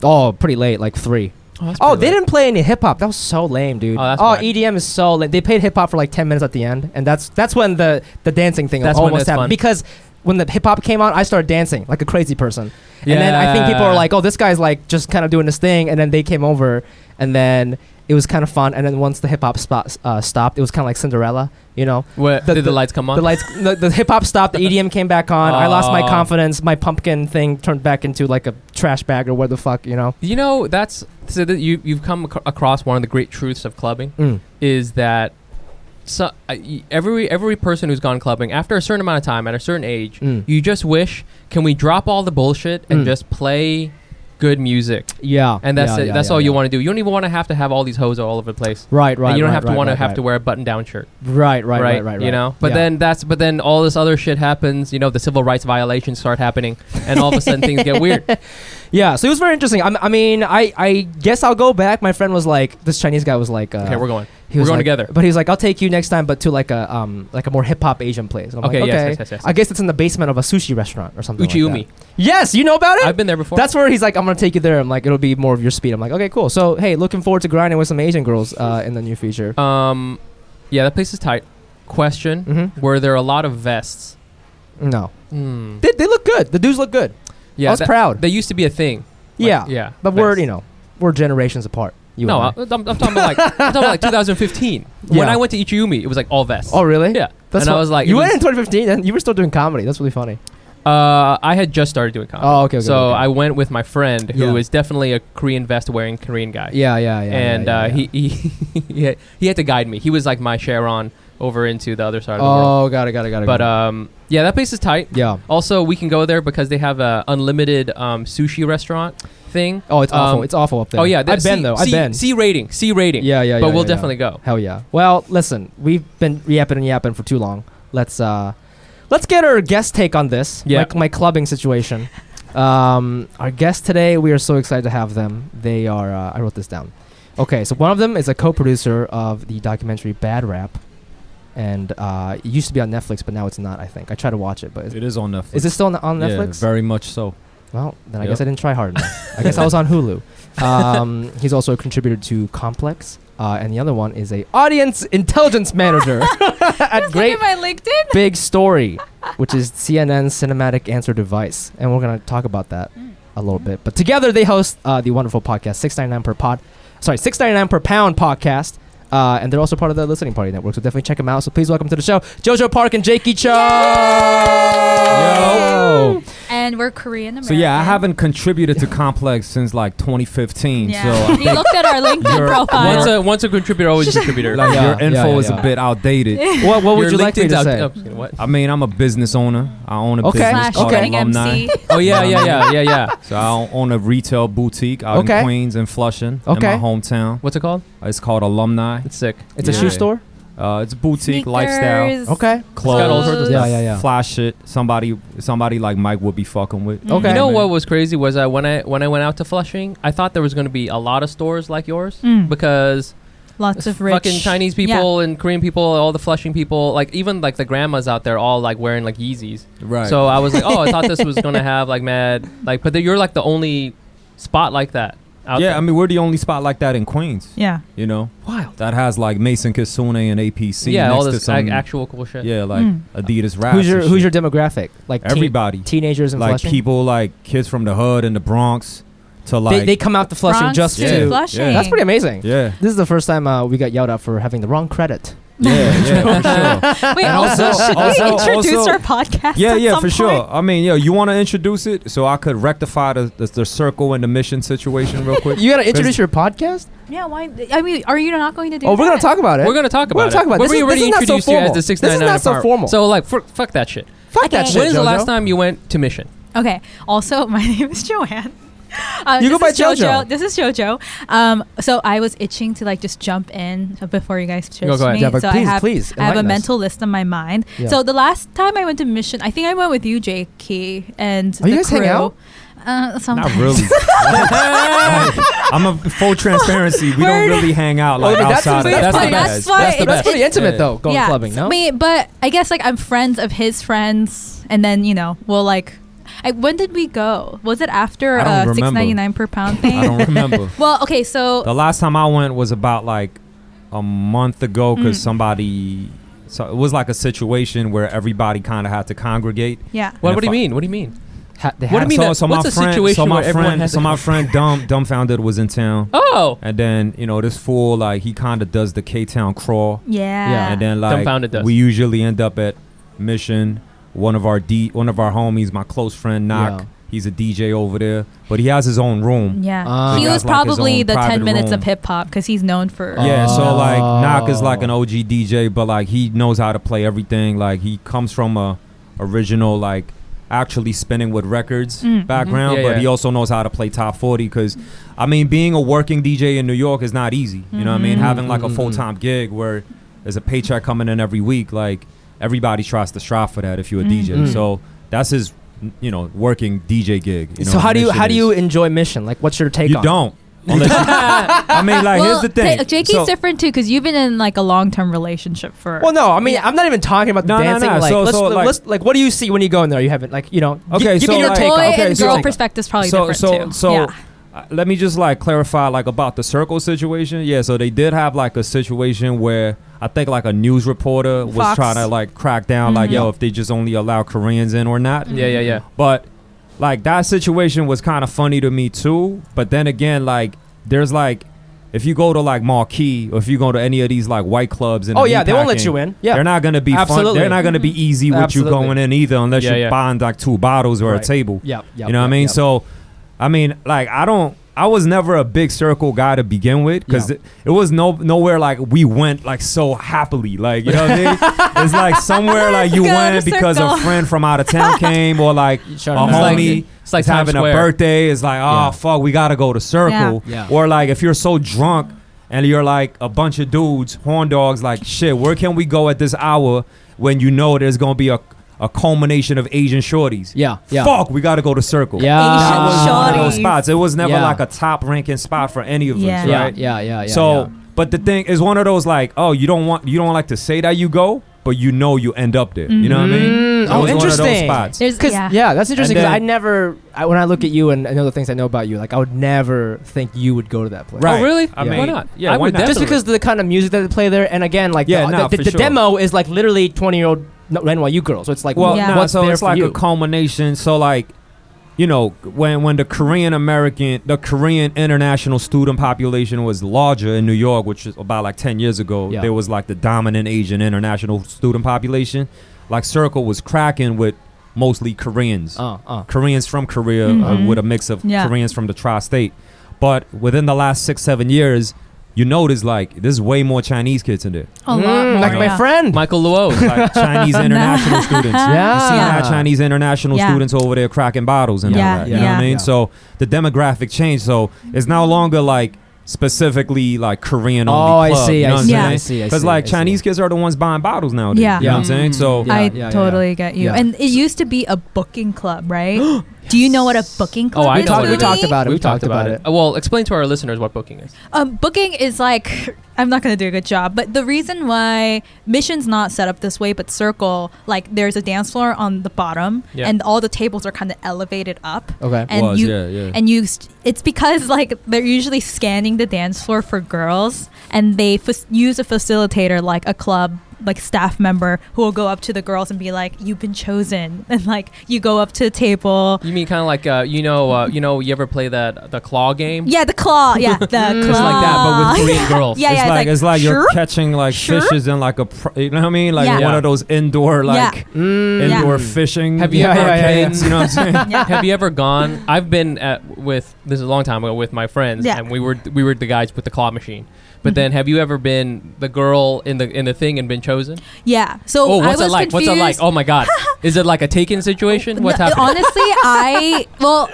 Speaker 3: Oh, pretty late, like three. Oh, they didn't play any hip hop. That was so lame, dude.
Speaker 4: Oh, that's whack.
Speaker 3: EDM is so lame. They played hip hop for like ten minutes at the end, and that's that's when the the dancing thing
Speaker 4: That's when
Speaker 3: almost
Speaker 4: it's
Speaker 3: happened
Speaker 4: fun.
Speaker 3: because when the hip hop came out, I started dancing like a crazy person, and then I think people
Speaker 4: Yeah.
Speaker 3: are like, "Oh, this guy's like just kind of doing his thing," and then they came over, and then it was kind of fun, and then once the hip hop spot uh, stopped, it was kind of like Cinderella, you know.
Speaker 4: What,
Speaker 3: The-
Speaker 4: did the,
Speaker 3: the-
Speaker 4: lights come on?
Speaker 3: The lights, the, the hip hop stopped. The EDM came back on. I lost my
Speaker 4: Aw.
Speaker 3: confidence. My pumpkin thing turned back into like a trash bag or what the fuck, you know.
Speaker 4: you know, that's so that you you've come ac- across one of the great truths of clubbing
Speaker 3: Mm.
Speaker 4: is that so, uh, y- every every person who's gone clubbing after a certain amount of time at a certain age,
Speaker 3: Mm.
Speaker 4: you just wish can we drop all the bullshit and
Speaker 3: Mm.
Speaker 4: just play good music.
Speaker 3: Yeah,
Speaker 4: And that's
Speaker 3: yeah,
Speaker 4: it.
Speaker 3: yeah,
Speaker 4: that's
Speaker 3: yeah,
Speaker 4: all you
Speaker 3: yeah.
Speaker 4: want to do. You don't even want to have to have all these hoes all over the place.
Speaker 3: Right, right.
Speaker 4: and you don't
Speaker 3: right,
Speaker 4: have to
Speaker 3: right,
Speaker 4: want to
Speaker 3: right,
Speaker 4: have
Speaker 3: right.
Speaker 4: to wear a button-down shirt,
Speaker 3: Right, right, right, right, right.
Speaker 4: You know, but
Speaker 3: Yeah.
Speaker 4: then that's but then all this other shit happens. You know, the civil rights violations start happening, and all of a sudden things get weird.
Speaker 3: yeah. So it was very interesting. I'm, I mean, I, I guess I'll go back. My friend was like, this Chinese guy was like, uh,
Speaker 4: Okay, we're going.
Speaker 3: he
Speaker 4: we're
Speaker 3: was
Speaker 4: going
Speaker 3: like-
Speaker 4: together.
Speaker 3: But he was like, I'll take you next time, but to like a, um, like a more hip hop Asian place. And I'm
Speaker 4: Okay,
Speaker 3: like,
Speaker 4: yes,
Speaker 3: okay.
Speaker 4: yes, yes, yes.
Speaker 3: I guess it's in the basement of a sushi restaurant or something. like
Speaker 4: Uchiumi.
Speaker 3: that. Yes, you know about it.
Speaker 4: I've been there before.
Speaker 3: That's where he's like, I'm gonna take you there. I'm like, it'll be more of your speed. I'm like, okay, cool. So hey, looking forward to grinding with some Asian girls uh, in the near future.
Speaker 4: um, yeah, that place is tight. Question:
Speaker 3: Mm-hmm.
Speaker 4: Were there a lot of vests?
Speaker 3: No,
Speaker 4: Hmm.
Speaker 3: they, they look good. The dudes look good.
Speaker 4: Yeah,
Speaker 3: I was
Speaker 4: that,
Speaker 3: proud.
Speaker 4: that used to be a thing. Like,
Speaker 3: yeah,
Speaker 4: yeah.
Speaker 3: But we're
Speaker 4: vests.
Speaker 3: you know we're generations apart. You
Speaker 4: no, I,
Speaker 3: and I.
Speaker 4: I'm, I'm talking about like I'm talking about like 2015. When
Speaker 3: Yeah.
Speaker 4: I went to Ichiumi, it was like all vests.
Speaker 3: oh really?
Speaker 4: yeah.
Speaker 3: That's
Speaker 4: and I
Speaker 3: fu-
Speaker 4: was like, it
Speaker 3: you
Speaker 4: was-
Speaker 3: went in 2015 and you were still doing comedy. That's really funny.
Speaker 4: Uh, I had just started doing comedy.
Speaker 3: Oh, okay, okay,
Speaker 4: so
Speaker 3: okay.
Speaker 4: I went with my friend, who is
Speaker 3: Yeah.
Speaker 4: definitely a Korean vest wearing Korean guy.
Speaker 3: Yeah, yeah, yeah.
Speaker 4: and
Speaker 3: yeah,
Speaker 4: uh,
Speaker 3: yeah, yeah.
Speaker 4: he he he had, he had to guide me. He was like my Sharon over into the other side of the world.
Speaker 3: Oh, got it, got it, got it.
Speaker 4: But
Speaker 3: got
Speaker 4: um, yeah, that place is tight.
Speaker 3: it. yeah.
Speaker 4: Also, we can go there because they have a unlimited um, sushi restaurant thing.
Speaker 3: Oh, it's awful.
Speaker 4: um,
Speaker 3: it's awful up there.
Speaker 4: Oh yeah,
Speaker 3: I've been
Speaker 4: C-
Speaker 3: though. I've
Speaker 4: C-
Speaker 3: been.
Speaker 4: C rating, C rating.
Speaker 3: yeah, yeah, yeah.
Speaker 4: but
Speaker 3: yeah,
Speaker 4: we'll
Speaker 3: yeah.
Speaker 4: definitely go.
Speaker 3: Hell yeah. Well, listen, we've been yapping and yapping for too long. Let's uh, let's get our guest take on this.
Speaker 4: Yeah.
Speaker 3: My, my clubbing situation. Um, our guest today, we are so excited to have them. They are. Uh, I wrote this down. Okay, so one of them is a co-producer of the documentary Bad Rap, and uh, it used to be on Netflix, but now it's not. I think I tried to watch it, but is,
Speaker 5: It is on Netflix.
Speaker 3: is it still on, on
Speaker 5: Yeah,
Speaker 3: Netflix?
Speaker 5: very much so.
Speaker 3: Well, then I
Speaker 5: Yep.
Speaker 3: guess I didn't try hard enough. I guess I was on Hulu. Um, he's also a contributor to Complex, uh, and the other one is a audience intelligence manager at Great
Speaker 6: Look at my LinkedIn.
Speaker 3: Big Story, which is CNN's cinematic answer device, and we're gonna talk about that
Speaker 4: Mm.
Speaker 3: a little bit. But together they host uh, the wonderful podcast Six Ninety Nine per pod, sorry Six Ninety Nine per pound podcast. Uh, and they're also part of the listening party network, so definitely check them out. So please welcome to the show, Jojo Park and Jakey Cho.
Speaker 5: Oh,
Speaker 6: Yay!
Speaker 3: Yo.
Speaker 5: and we're Korean American.
Speaker 6: So yeah, I haven't contributed to Complex since like 2015.
Speaker 5: Yeah.
Speaker 6: So I
Speaker 5: he
Speaker 6: think
Speaker 5: looked at our LinkedIn
Speaker 6: You're-
Speaker 5: profile.
Speaker 4: Once a once a contributor, always a contributor.
Speaker 6: like
Speaker 3: Yeah,
Speaker 6: uh, your
Speaker 3: yeah,
Speaker 6: info
Speaker 3: yeah,
Speaker 6: is
Speaker 3: yeah.
Speaker 6: a bit outdated.
Speaker 3: What, what would
Speaker 4: Your
Speaker 3: you like me
Speaker 4: LinkedIn's
Speaker 3: to
Speaker 4: out-
Speaker 3: say?
Speaker 4: oh, I'm just kidding, what?
Speaker 6: I mean, I'm a business owner. I own a
Speaker 3: Okay.
Speaker 6: business
Speaker 5: slash
Speaker 6: called
Speaker 5: cutting
Speaker 6: Alumni.
Speaker 5: MC.
Speaker 4: Oh yeah, yeah, yeah, yeah, yeah.
Speaker 6: So I own a retail boutique out
Speaker 3: Okay.
Speaker 6: in Queens and Flushing
Speaker 3: Okay.
Speaker 6: in my hometown.
Speaker 4: What's it called?
Speaker 6: It's called Alumni.
Speaker 4: It's sick.
Speaker 3: It's a
Speaker 6: Yeah.
Speaker 3: shoe store.
Speaker 6: Uh, it's a boutique lifestyle.
Speaker 5: Sneakers.
Speaker 3: Okay.
Speaker 6: Clothes.
Speaker 4: all sorts of
Speaker 3: Yeah, stuff. yeah, yeah.
Speaker 6: Fly shit. Somebody, somebody like Mike would be fucking with.
Speaker 3: Okay.
Speaker 4: Mm-hmm. You know
Speaker 6: Man.
Speaker 4: what was crazy was uh, when I when I went out to Flushing, I thought there was going to be a lot of stores like yours
Speaker 5: Mm.
Speaker 4: because
Speaker 5: Lots of rich
Speaker 4: fucking Chinese people and Korean people, all the Flushing people, like even like the grandmas out there, all like wearing like Yeezys.
Speaker 6: Right.
Speaker 4: So I was like, oh, I thought this was gonna have like mad like, but then you're like the only spot like that. Out
Speaker 6: yeah,
Speaker 4: there.
Speaker 6: I mean, we're the only spot like that in Queens.
Speaker 5: Yeah.
Speaker 6: You know,
Speaker 4: wild.
Speaker 6: that has like Mason Kasune and APC.
Speaker 4: yeah,
Speaker 6: next
Speaker 4: all
Speaker 6: to
Speaker 4: this
Speaker 6: some-
Speaker 4: like, actual cool shit.
Speaker 6: Yeah, like
Speaker 5: Mm.
Speaker 6: Adidas rap.
Speaker 3: Who's your Who's your demographic? Like teen-
Speaker 6: everybody?
Speaker 3: teenagers in
Speaker 6: like
Speaker 3: Flushing.
Speaker 6: people like kids from the hood and the Bronx to like
Speaker 3: they, they come out to Flushing
Speaker 5: Bronx
Speaker 3: just
Speaker 6: Yeah.
Speaker 3: to.
Speaker 5: Flushing.
Speaker 6: Yeah.
Speaker 3: That's pretty amazing.
Speaker 6: yeah
Speaker 3: This is the first time uh, we got yelled at for having the wrong credit.
Speaker 6: yeah yeah for sure
Speaker 5: Wait,
Speaker 6: And
Speaker 5: also,
Speaker 6: also-
Speaker 5: should
Speaker 6: also-
Speaker 5: we introduce
Speaker 6: also-
Speaker 5: our podcast?
Speaker 6: yeah
Speaker 5: at
Speaker 6: yeah
Speaker 5: some
Speaker 6: for
Speaker 5: point?
Speaker 6: sure. I mean, yo, you want to introduce it so I could rectify the, the the circle and the mission situation real quick.
Speaker 3: You gotta introduce your podcast.
Speaker 5: Yeah, why? I mean, are you not going to do
Speaker 3: Oh, we're gonna
Speaker 5: that?
Speaker 3: talk about it.
Speaker 4: We're gonna talk about
Speaker 3: We're gonna
Speaker 4: it.
Speaker 3: talk about it.
Speaker 4: But
Speaker 3: This
Speaker 4: we
Speaker 3: is-
Speaker 4: already
Speaker 3: this is not so
Speaker 4: introduced you as
Speaker 3: formal.
Speaker 4: the
Speaker 3: This is
Speaker 4: 699
Speaker 3: not so
Speaker 4: apartment.
Speaker 3: formal.
Speaker 4: So like, fuck- fuck that shit.
Speaker 3: Fuck that
Speaker 5: Okay.
Speaker 3: shit.
Speaker 4: When's the last
Speaker 3: Jojo.
Speaker 4: time you went to Mission?
Speaker 5: Okay. Also, my name is Joanne. Uh,
Speaker 3: You go
Speaker 5: this
Speaker 3: by
Speaker 5: is
Speaker 3: JoJo.
Speaker 5: This is JoJo. Um, so I was itching to like just jump in before you guys
Speaker 4: go
Speaker 5: chose
Speaker 4: ahead.
Speaker 5: me.
Speaker 3: Yeah, but
Speaker 5: so
Speaker 3: please,
Speaker 5: I have,
Speaker 3: please,
Speaker 5: I have a
Speaker 3: enlighten us.
Speaker 5: mental list on my mind.
Speaker 3: Yeah.
Speaker 5: So the last time I went to Mission, I think I went with you, Jakey, and
Speaker 3: Oh, you
Speaker 5: the
Speaker 3: guys hang
Speaker 5: crew.
Speaker 3: out?
Speaker 5: Uh,
Speaker 6: Not
Speaker 5: sometimes.
Speaker 6: really. Like, I'm a full transparency. We
Speaker 5: Word.
Speaker 6: don't really hang out like
Speaker 3: Oh, that's
Speaker 6: outside.
Speaker 3: insane.
Speaker 6: of
Speaker 3: That's
Speaker 6: the
Speaker 3: the
Speaker 5: best.
Speaker 4: That's
Speaker 5: That's
Speaker 6: podcast.
Speaker 4: the
Speaker 5: It's-
Speaker 3: That's
Speaker 4: best.
Speaker 3: pretty intimate
Speaker 4: Yeah.
Speaker 3: though. Going clubbing, no?
Speaker 5: I mean, but I guess like I'm friends of his friends, and then you know we'll like. I, when did we go? Was it after
Speaker 6: I don't
Speaker 5: uh,
Speaker 6: remember.
Speaker 5: six ninety nine per pound thing?
Speaker 6: I don't remember.
Speaker 5: well, okay, so
Speaker 6: The last time I went was about like a month ago
Speaker 4: Mm.
Speaker 6: because somebody. So it was like a situation where everybody kind of had to congregate.
Speaker 5: yeah,
Speaker 4: What, what
Speaker 6: And
Speaker 4: do
Speaker 6: if
Speaker 4: you
Speaker 6: I-
Speaker 4: mean? What do you mean?
Speaker 3: Ha- they
Speaker 4: What do
Speaker 3: have-
Speaker 4: you mean
Speaker 6: so,
Speaker 4: that-
Speaker 6: so my
Speaker 4: what's a
Speaker 6: friend,
Speaker 4: situation
Speaker 6: so my
Speaker 4: where everyone
Speaker 6: friend,
Speaker 4: has
Speaker 6: so
Speaker 4: to
Speaker 6: my
Speaker 4: come?
Speaker 6: friend Dumb Dumbfounded was in town,
Speaker 4: Oh,
Speaker 6: and then you know this fool like he kind of does the K Town crawl,
Speaker 5: yeah,
Speaker 3: Yeah,
Speaker 6: and then like
Speaker 4: Dumbfounded does.
Speaker 6: we usually end up at Mission. One of our D, one of our homies, my close friend Knock,
Speaker 3: Yeah.
Speaker 6: he's a DJ over there, but he has his own room.
Speaker 5: Yeah.
Speaker 3: Ah.
Speaker 5: he
Speaker 6: He
Speaker 5: was
Speaker 6: has, like, his
Speaker 5: probably
Speaker 6: own
Speaker 5: the 10
Speaker 6: private
Speaker 5: minutes
Speaker 6: room.
Speaker 5: of hip hop because he's known for.
Speaker 6: Yeah, so like
Speaker 3: Oh.
Speaker 6: Knock is like an OG DJ, but like he knows how to play everything. Like he comes from a original like actually spinning with records
Speaker 5: Mm.
Speaker 6: background,
Speaker 4: Mhm. Yeah,
Speaker 6: but
Speaker 4: yeah.
Speaker 6: he also knows how to play top forty. Because I mean, being a working DJ in New York is not easy. You know what I mean?
Speaker 5: Mhm.
Speaker 6: Having like a
Speaker 3: Mm-hmm.
Speaker 2: Mhm.
Speaker 6: full time gig where there's a paycheck coming in every week, like everybody tries to strive for that if you're a DJ.
Speaker 5: Mm-hmm.
Speaker 3: Mhm.
Speaker 6: So that's his, you know, working DJ gig. You know,
Speaker 3: so how do you
Speaker 6: mission
Speaker 3: how do
Speaker 6: is-
Speaker 3: you enjoy mission? Like, what's your take
Speaker 6: you
Speaker 3: on? it?
Speaker 6: don't. Unless you- I mean, like
Speaker 5: well,
Speaker 6: here's the thing.
Speaker 5: Ta- Jakey's
Speaker 6: So-
Speaker 5: different too because you've been in like a long term relationship for.
Speaker 3: Well, no. I mean, I'm not even talking about the
Speaker 6: No, no,
Speaker 3: dancing.
Speaker 6: no.
Speaker 3: Like,
Speaker 6: So-
Speaker 3: let's,
Speaker 6: so, like-
Speaker 3: let's like, what do you see when you go in there? You haven't like, you know. gi-
Speaker 6: Okay,
Speaker 3: give
Speaker 6: so,
Speaker 3: me your
Speaker 5: the
Speaker 6: like-
Speaker 3: take.
Speaker 5: boy
Speaker 3: on it.
Speaker 6: okay,
Speaker 5: and
Speaker 6: so-
Speaker 5: girl perspective's probably
Speaker 6: so
Speaker 5: Oh, different
Speaker 6: so
Speaker 5: too.
Speaker 6: so
Speaker 5: yeah.
Speaker 6: uh, let me just like clarify like about the circle situation yeah so they did have like a situation where i think like a news reporter was
Speaker 5: Fox. Mm-hmm.
Speaker 6: trying to like crack down like yo if they just only allow koreans in or not
Speaker 4: yeah, yeah, yeah.
Speaker 6: but like that situation was kind of funny to me too but then again like there's like if you go to like Marquee or if you go to any of these like white clubs and
Speaker 3: Oh, yeah, they won't let you in. Yeah.
Speaker 6: they're not gonna be fun.
Speaker 3: Absolutely.
Speaker 6: They're not gonna be easy with
Speaker 3: Absolutely.
Speaker 6: you going in either unless
Speaker 4: Yeah,
Speaker 6: you
Speaker 4: yeah.
Speaker 6: bond like two bottles or
Speaker 3: Right.
Speaker 6: a table
Speaker 3: Yep. yep,
Speaker 6: you know what I
Speaker 3: yep,
Speaker 6: mean?
Speaker 3: yep.
Speaker 6: So, I mean, like, I don't. I was never a big circle guy to begin with because
Speaker 3: Yeah.
Speaker 6: it, it was no nowhere like we went like so happily. Like you know what I mean? It's like somewhere like you
Speaker 5: Go to
Speaker 6: went because
Speaker 5: circle.
Speaker 6: a friend from out of town came or like a
Speaker 3: Sure
Speaker 6: homie
Speaker 3: enough.
Speaker 4: like-
Speaker 6: is
Speaker 4: it's like Times
Speaker 6: having
Speaker 4: Square.
Speaker 6: a birthday. It's like oh
Speaker 3: Yeah.
Speaker 6: fuck, we gotta go to circle.
Speaker 3: Yeah. Yeah.
Speaker 6: Or like if you're so drunk and you're like a bunch of dudes, horn dogs, like shit, where can we go at this hour when you know there's gonna be a a culmination of Asian shorties?
Speaker 3: Yeah. Yeah.
Speaker 6: fuck, we got to go to Circle.
Speaker 3: Yeah.
Speaker 6: That was one of those
Speaker 5: Shawnees.
Speaker 6: spots. It was never
Speaker 3: Yeah.
Speaker 6: like a top ranking spot for any of
Speaker 5: Yeah.
Speaker 6: us,
Speaker 3: Yeah.
Speaker 6: right?
Speaker 3: Yeah. Yeah. yeah,
Speaker 6: so,
Speaker 3: yeah.
Speaker 6: but the thing is, one of those like, oh, you don't want, you don't like to say that you go, but you know you end up there. You know what I mean?
Speaker 3: Mm,
Speaker 6: It
Speaker 3: oh,
Speaker 6: was One of
Speaker 3: interesting.
Speaker 6: those spots.
Speaker 5: There's,
Speaker 3: Cause,
Speaker 5: yeah.
Speaker 3: yeah. that's interesting. Because
Speaker 6: And
Speaker 3: I
Speaker 6: then-
Speaker 3: never, I, when I look at you and, and know the things I know about you, like I would never think you would go to that place.
Speaker 6: Right.
Speaker 4: Oh, really?
Speaker 6: I
Speaker 3: Yeah.
Speaker 6: mean,
Speaker 4: why not?
Speaker 6: yeah,
Speaker 4: I
Speaker 6: why
Speaker 4: would
Speaker 6: not?
Speaker 3: Just
Speaker 4: definitely-
Speaker 3: because of the kind of music that they play there, and again, like
Speaker 6: Yeah,
Speaker 3: the,
Speaker 6: nah,
Speaker 3: the,
Speaker 6: for
Speaker 3: the
Speaker 6: sure.
Speaker 3: demo is like literally twenty-year-old NYU girls. So it's like, oh,
Speaker 6: Well,
Speaker 5: Yeah.
Speaker 6: nah,
Speaker 3: what's
Speaker 6: so
Speaker 3: there
Speaker 6: it's
Speaker 3: for
Speaker 6: like
Speaker 3: you?
Speaker 6: a culmination. So like, you know, when when the Korean American, the Korean international student population was larger in New York, which is about like ten years ago,
Speaker 3: Yeah.
Speaker 6: there was like the dominant Asian international student population. Like Circle was cracking with mostly Koreans.
Speaker 3: Uh, uh.
Speaker 6: Koreans from Korea uh,
Speaker 5: Mhm.
Speaker 6: with a mix of
Speaker 5: Yeah.
Speaker 6: Koreans from the tri-state. But within the last six, seven years, you notice like there's way more Chinese kids in there.
Speaker 5: A lot more.
Speaker 3: Mm, like my
Speaker 5: yeah.
Speaker 3: friend.
Speaker 4: Michael Luo.
Speaker 6: Like Chinese international students. You see
Speaker 3: Yeah.
Speaker 6: how Chinese international
Speaker 5: Ah. Yeah.
Speaker 6: students over there cracking bottles and all
Speaker 5: Yeah,
Speaker 6: that. You know what
Speaker 5: yeah.
Speaker 6: I mean?
Speaker 1: Yeah.
Speaker 6: So the demographic changed. So it's no longer like specifically like Korean only.
Speaker 3: Oh, I
Speaker 6: club,
Speaker 3: see,
Speaker 6: You
Speaker 3: I
Speaker 6: know what I'm
Speaker 5: see,
Speaker 6: saying?
Speaker 3: I see, I
Speaker 6: Because
Speaker 3: see,
Speaker 6: like
Speaker 3: I see. Mm-hmm.
Speaker 6: Chinese kids are the ones buying bottles nowadays.
Speaker 5: Yeah.
Speaker 6: You know what I'm saying? So
Speaker 3: Yeah,
Speaker 5: I
Speaker 3: yeah, yeah,
Speaker 5: totally get you.
Speaker 3: Yeah.
Speaker 5: And it used to be a booking club, right? Do you know what a booking club
Speaker 4: Oh, I
Speaker 5: is?
Speaker 3: we, talked, we
Speaker 5: Moody?
Speaker 3: talked about it.
Speaker 4: We've talked about it. Uh, Well, explain to our listeners what booking is.
Speaker 5: Um, booking is like I'm not gonna do a good job, but the reason why Mission's not set up this way, but Circle, like there's a dance floor on the bottom,
Speaker 4: Yeah.
Speaker 5: and all the tables are kind of elevated up,
Speaker 3: Okay.
Speaker 5: and
Speaker 6: was,
Speaker 5: you
Speaker 6: yeah, yeah.
Speaker 5: and you. St- it's because like they're usually scanning the dance floor for girls, and they f- use a facilitator like a club like staff member who will go up to the girls and be like, "You've been chosen," and like you go up to the table.
Speaker 4: You mean kind of like uh, you know uh, you know you ever play that the claw game?
Speaker 5: Yeah, the claw. Yeah, the claw.
Speaker 4: Just like that, but with Korean girls.
Speaker 5: yeah,
Speaker 6: it's,
Speaker 5: yeah,
Speaker 6: like, it's like you're
Speaker 5: sure.
Speaker 6: catching like
Speaker 5: Sure.
Speaker 6: fishes in like a pr- you know what I mean like
Speaker 5: Yeah. Mm-hmm.
Speaker 6: one of those indoor like
Speaker 3: Mm.
Speaker 5: Yeah.
Speaker 6: indoor fishing
Speaker 4: Have you
Speaker 3: Yeah,
Speaker 4: ever
Speaker 3: yeah, yeah,
Speaker 4: been-
Speaker 6: arcades you know what I'm saying
Speaker 5: Yeah.
Speaker 4: Have you ever gone? I've been at with this is a long time ago with my friends,
Speaker 5: Yeah.
Speaker 4: and we were we were the guys with the claw machine. But then, have you ever been the girl in the in the thing and been chosen?
Speaker 5: Yeah. So
Speaker 4: Oh,
Speaker 5: I
Speaker 4: what's
Speaker 5: was
Speaker 4: it like?
Speaker 5: confused.
Speaker 4: What's it like? Oh my god, is it like a taken situation? What's
Speaker 5: No,
Speaker 4: happening?
Speaker 5: Honestly, I well,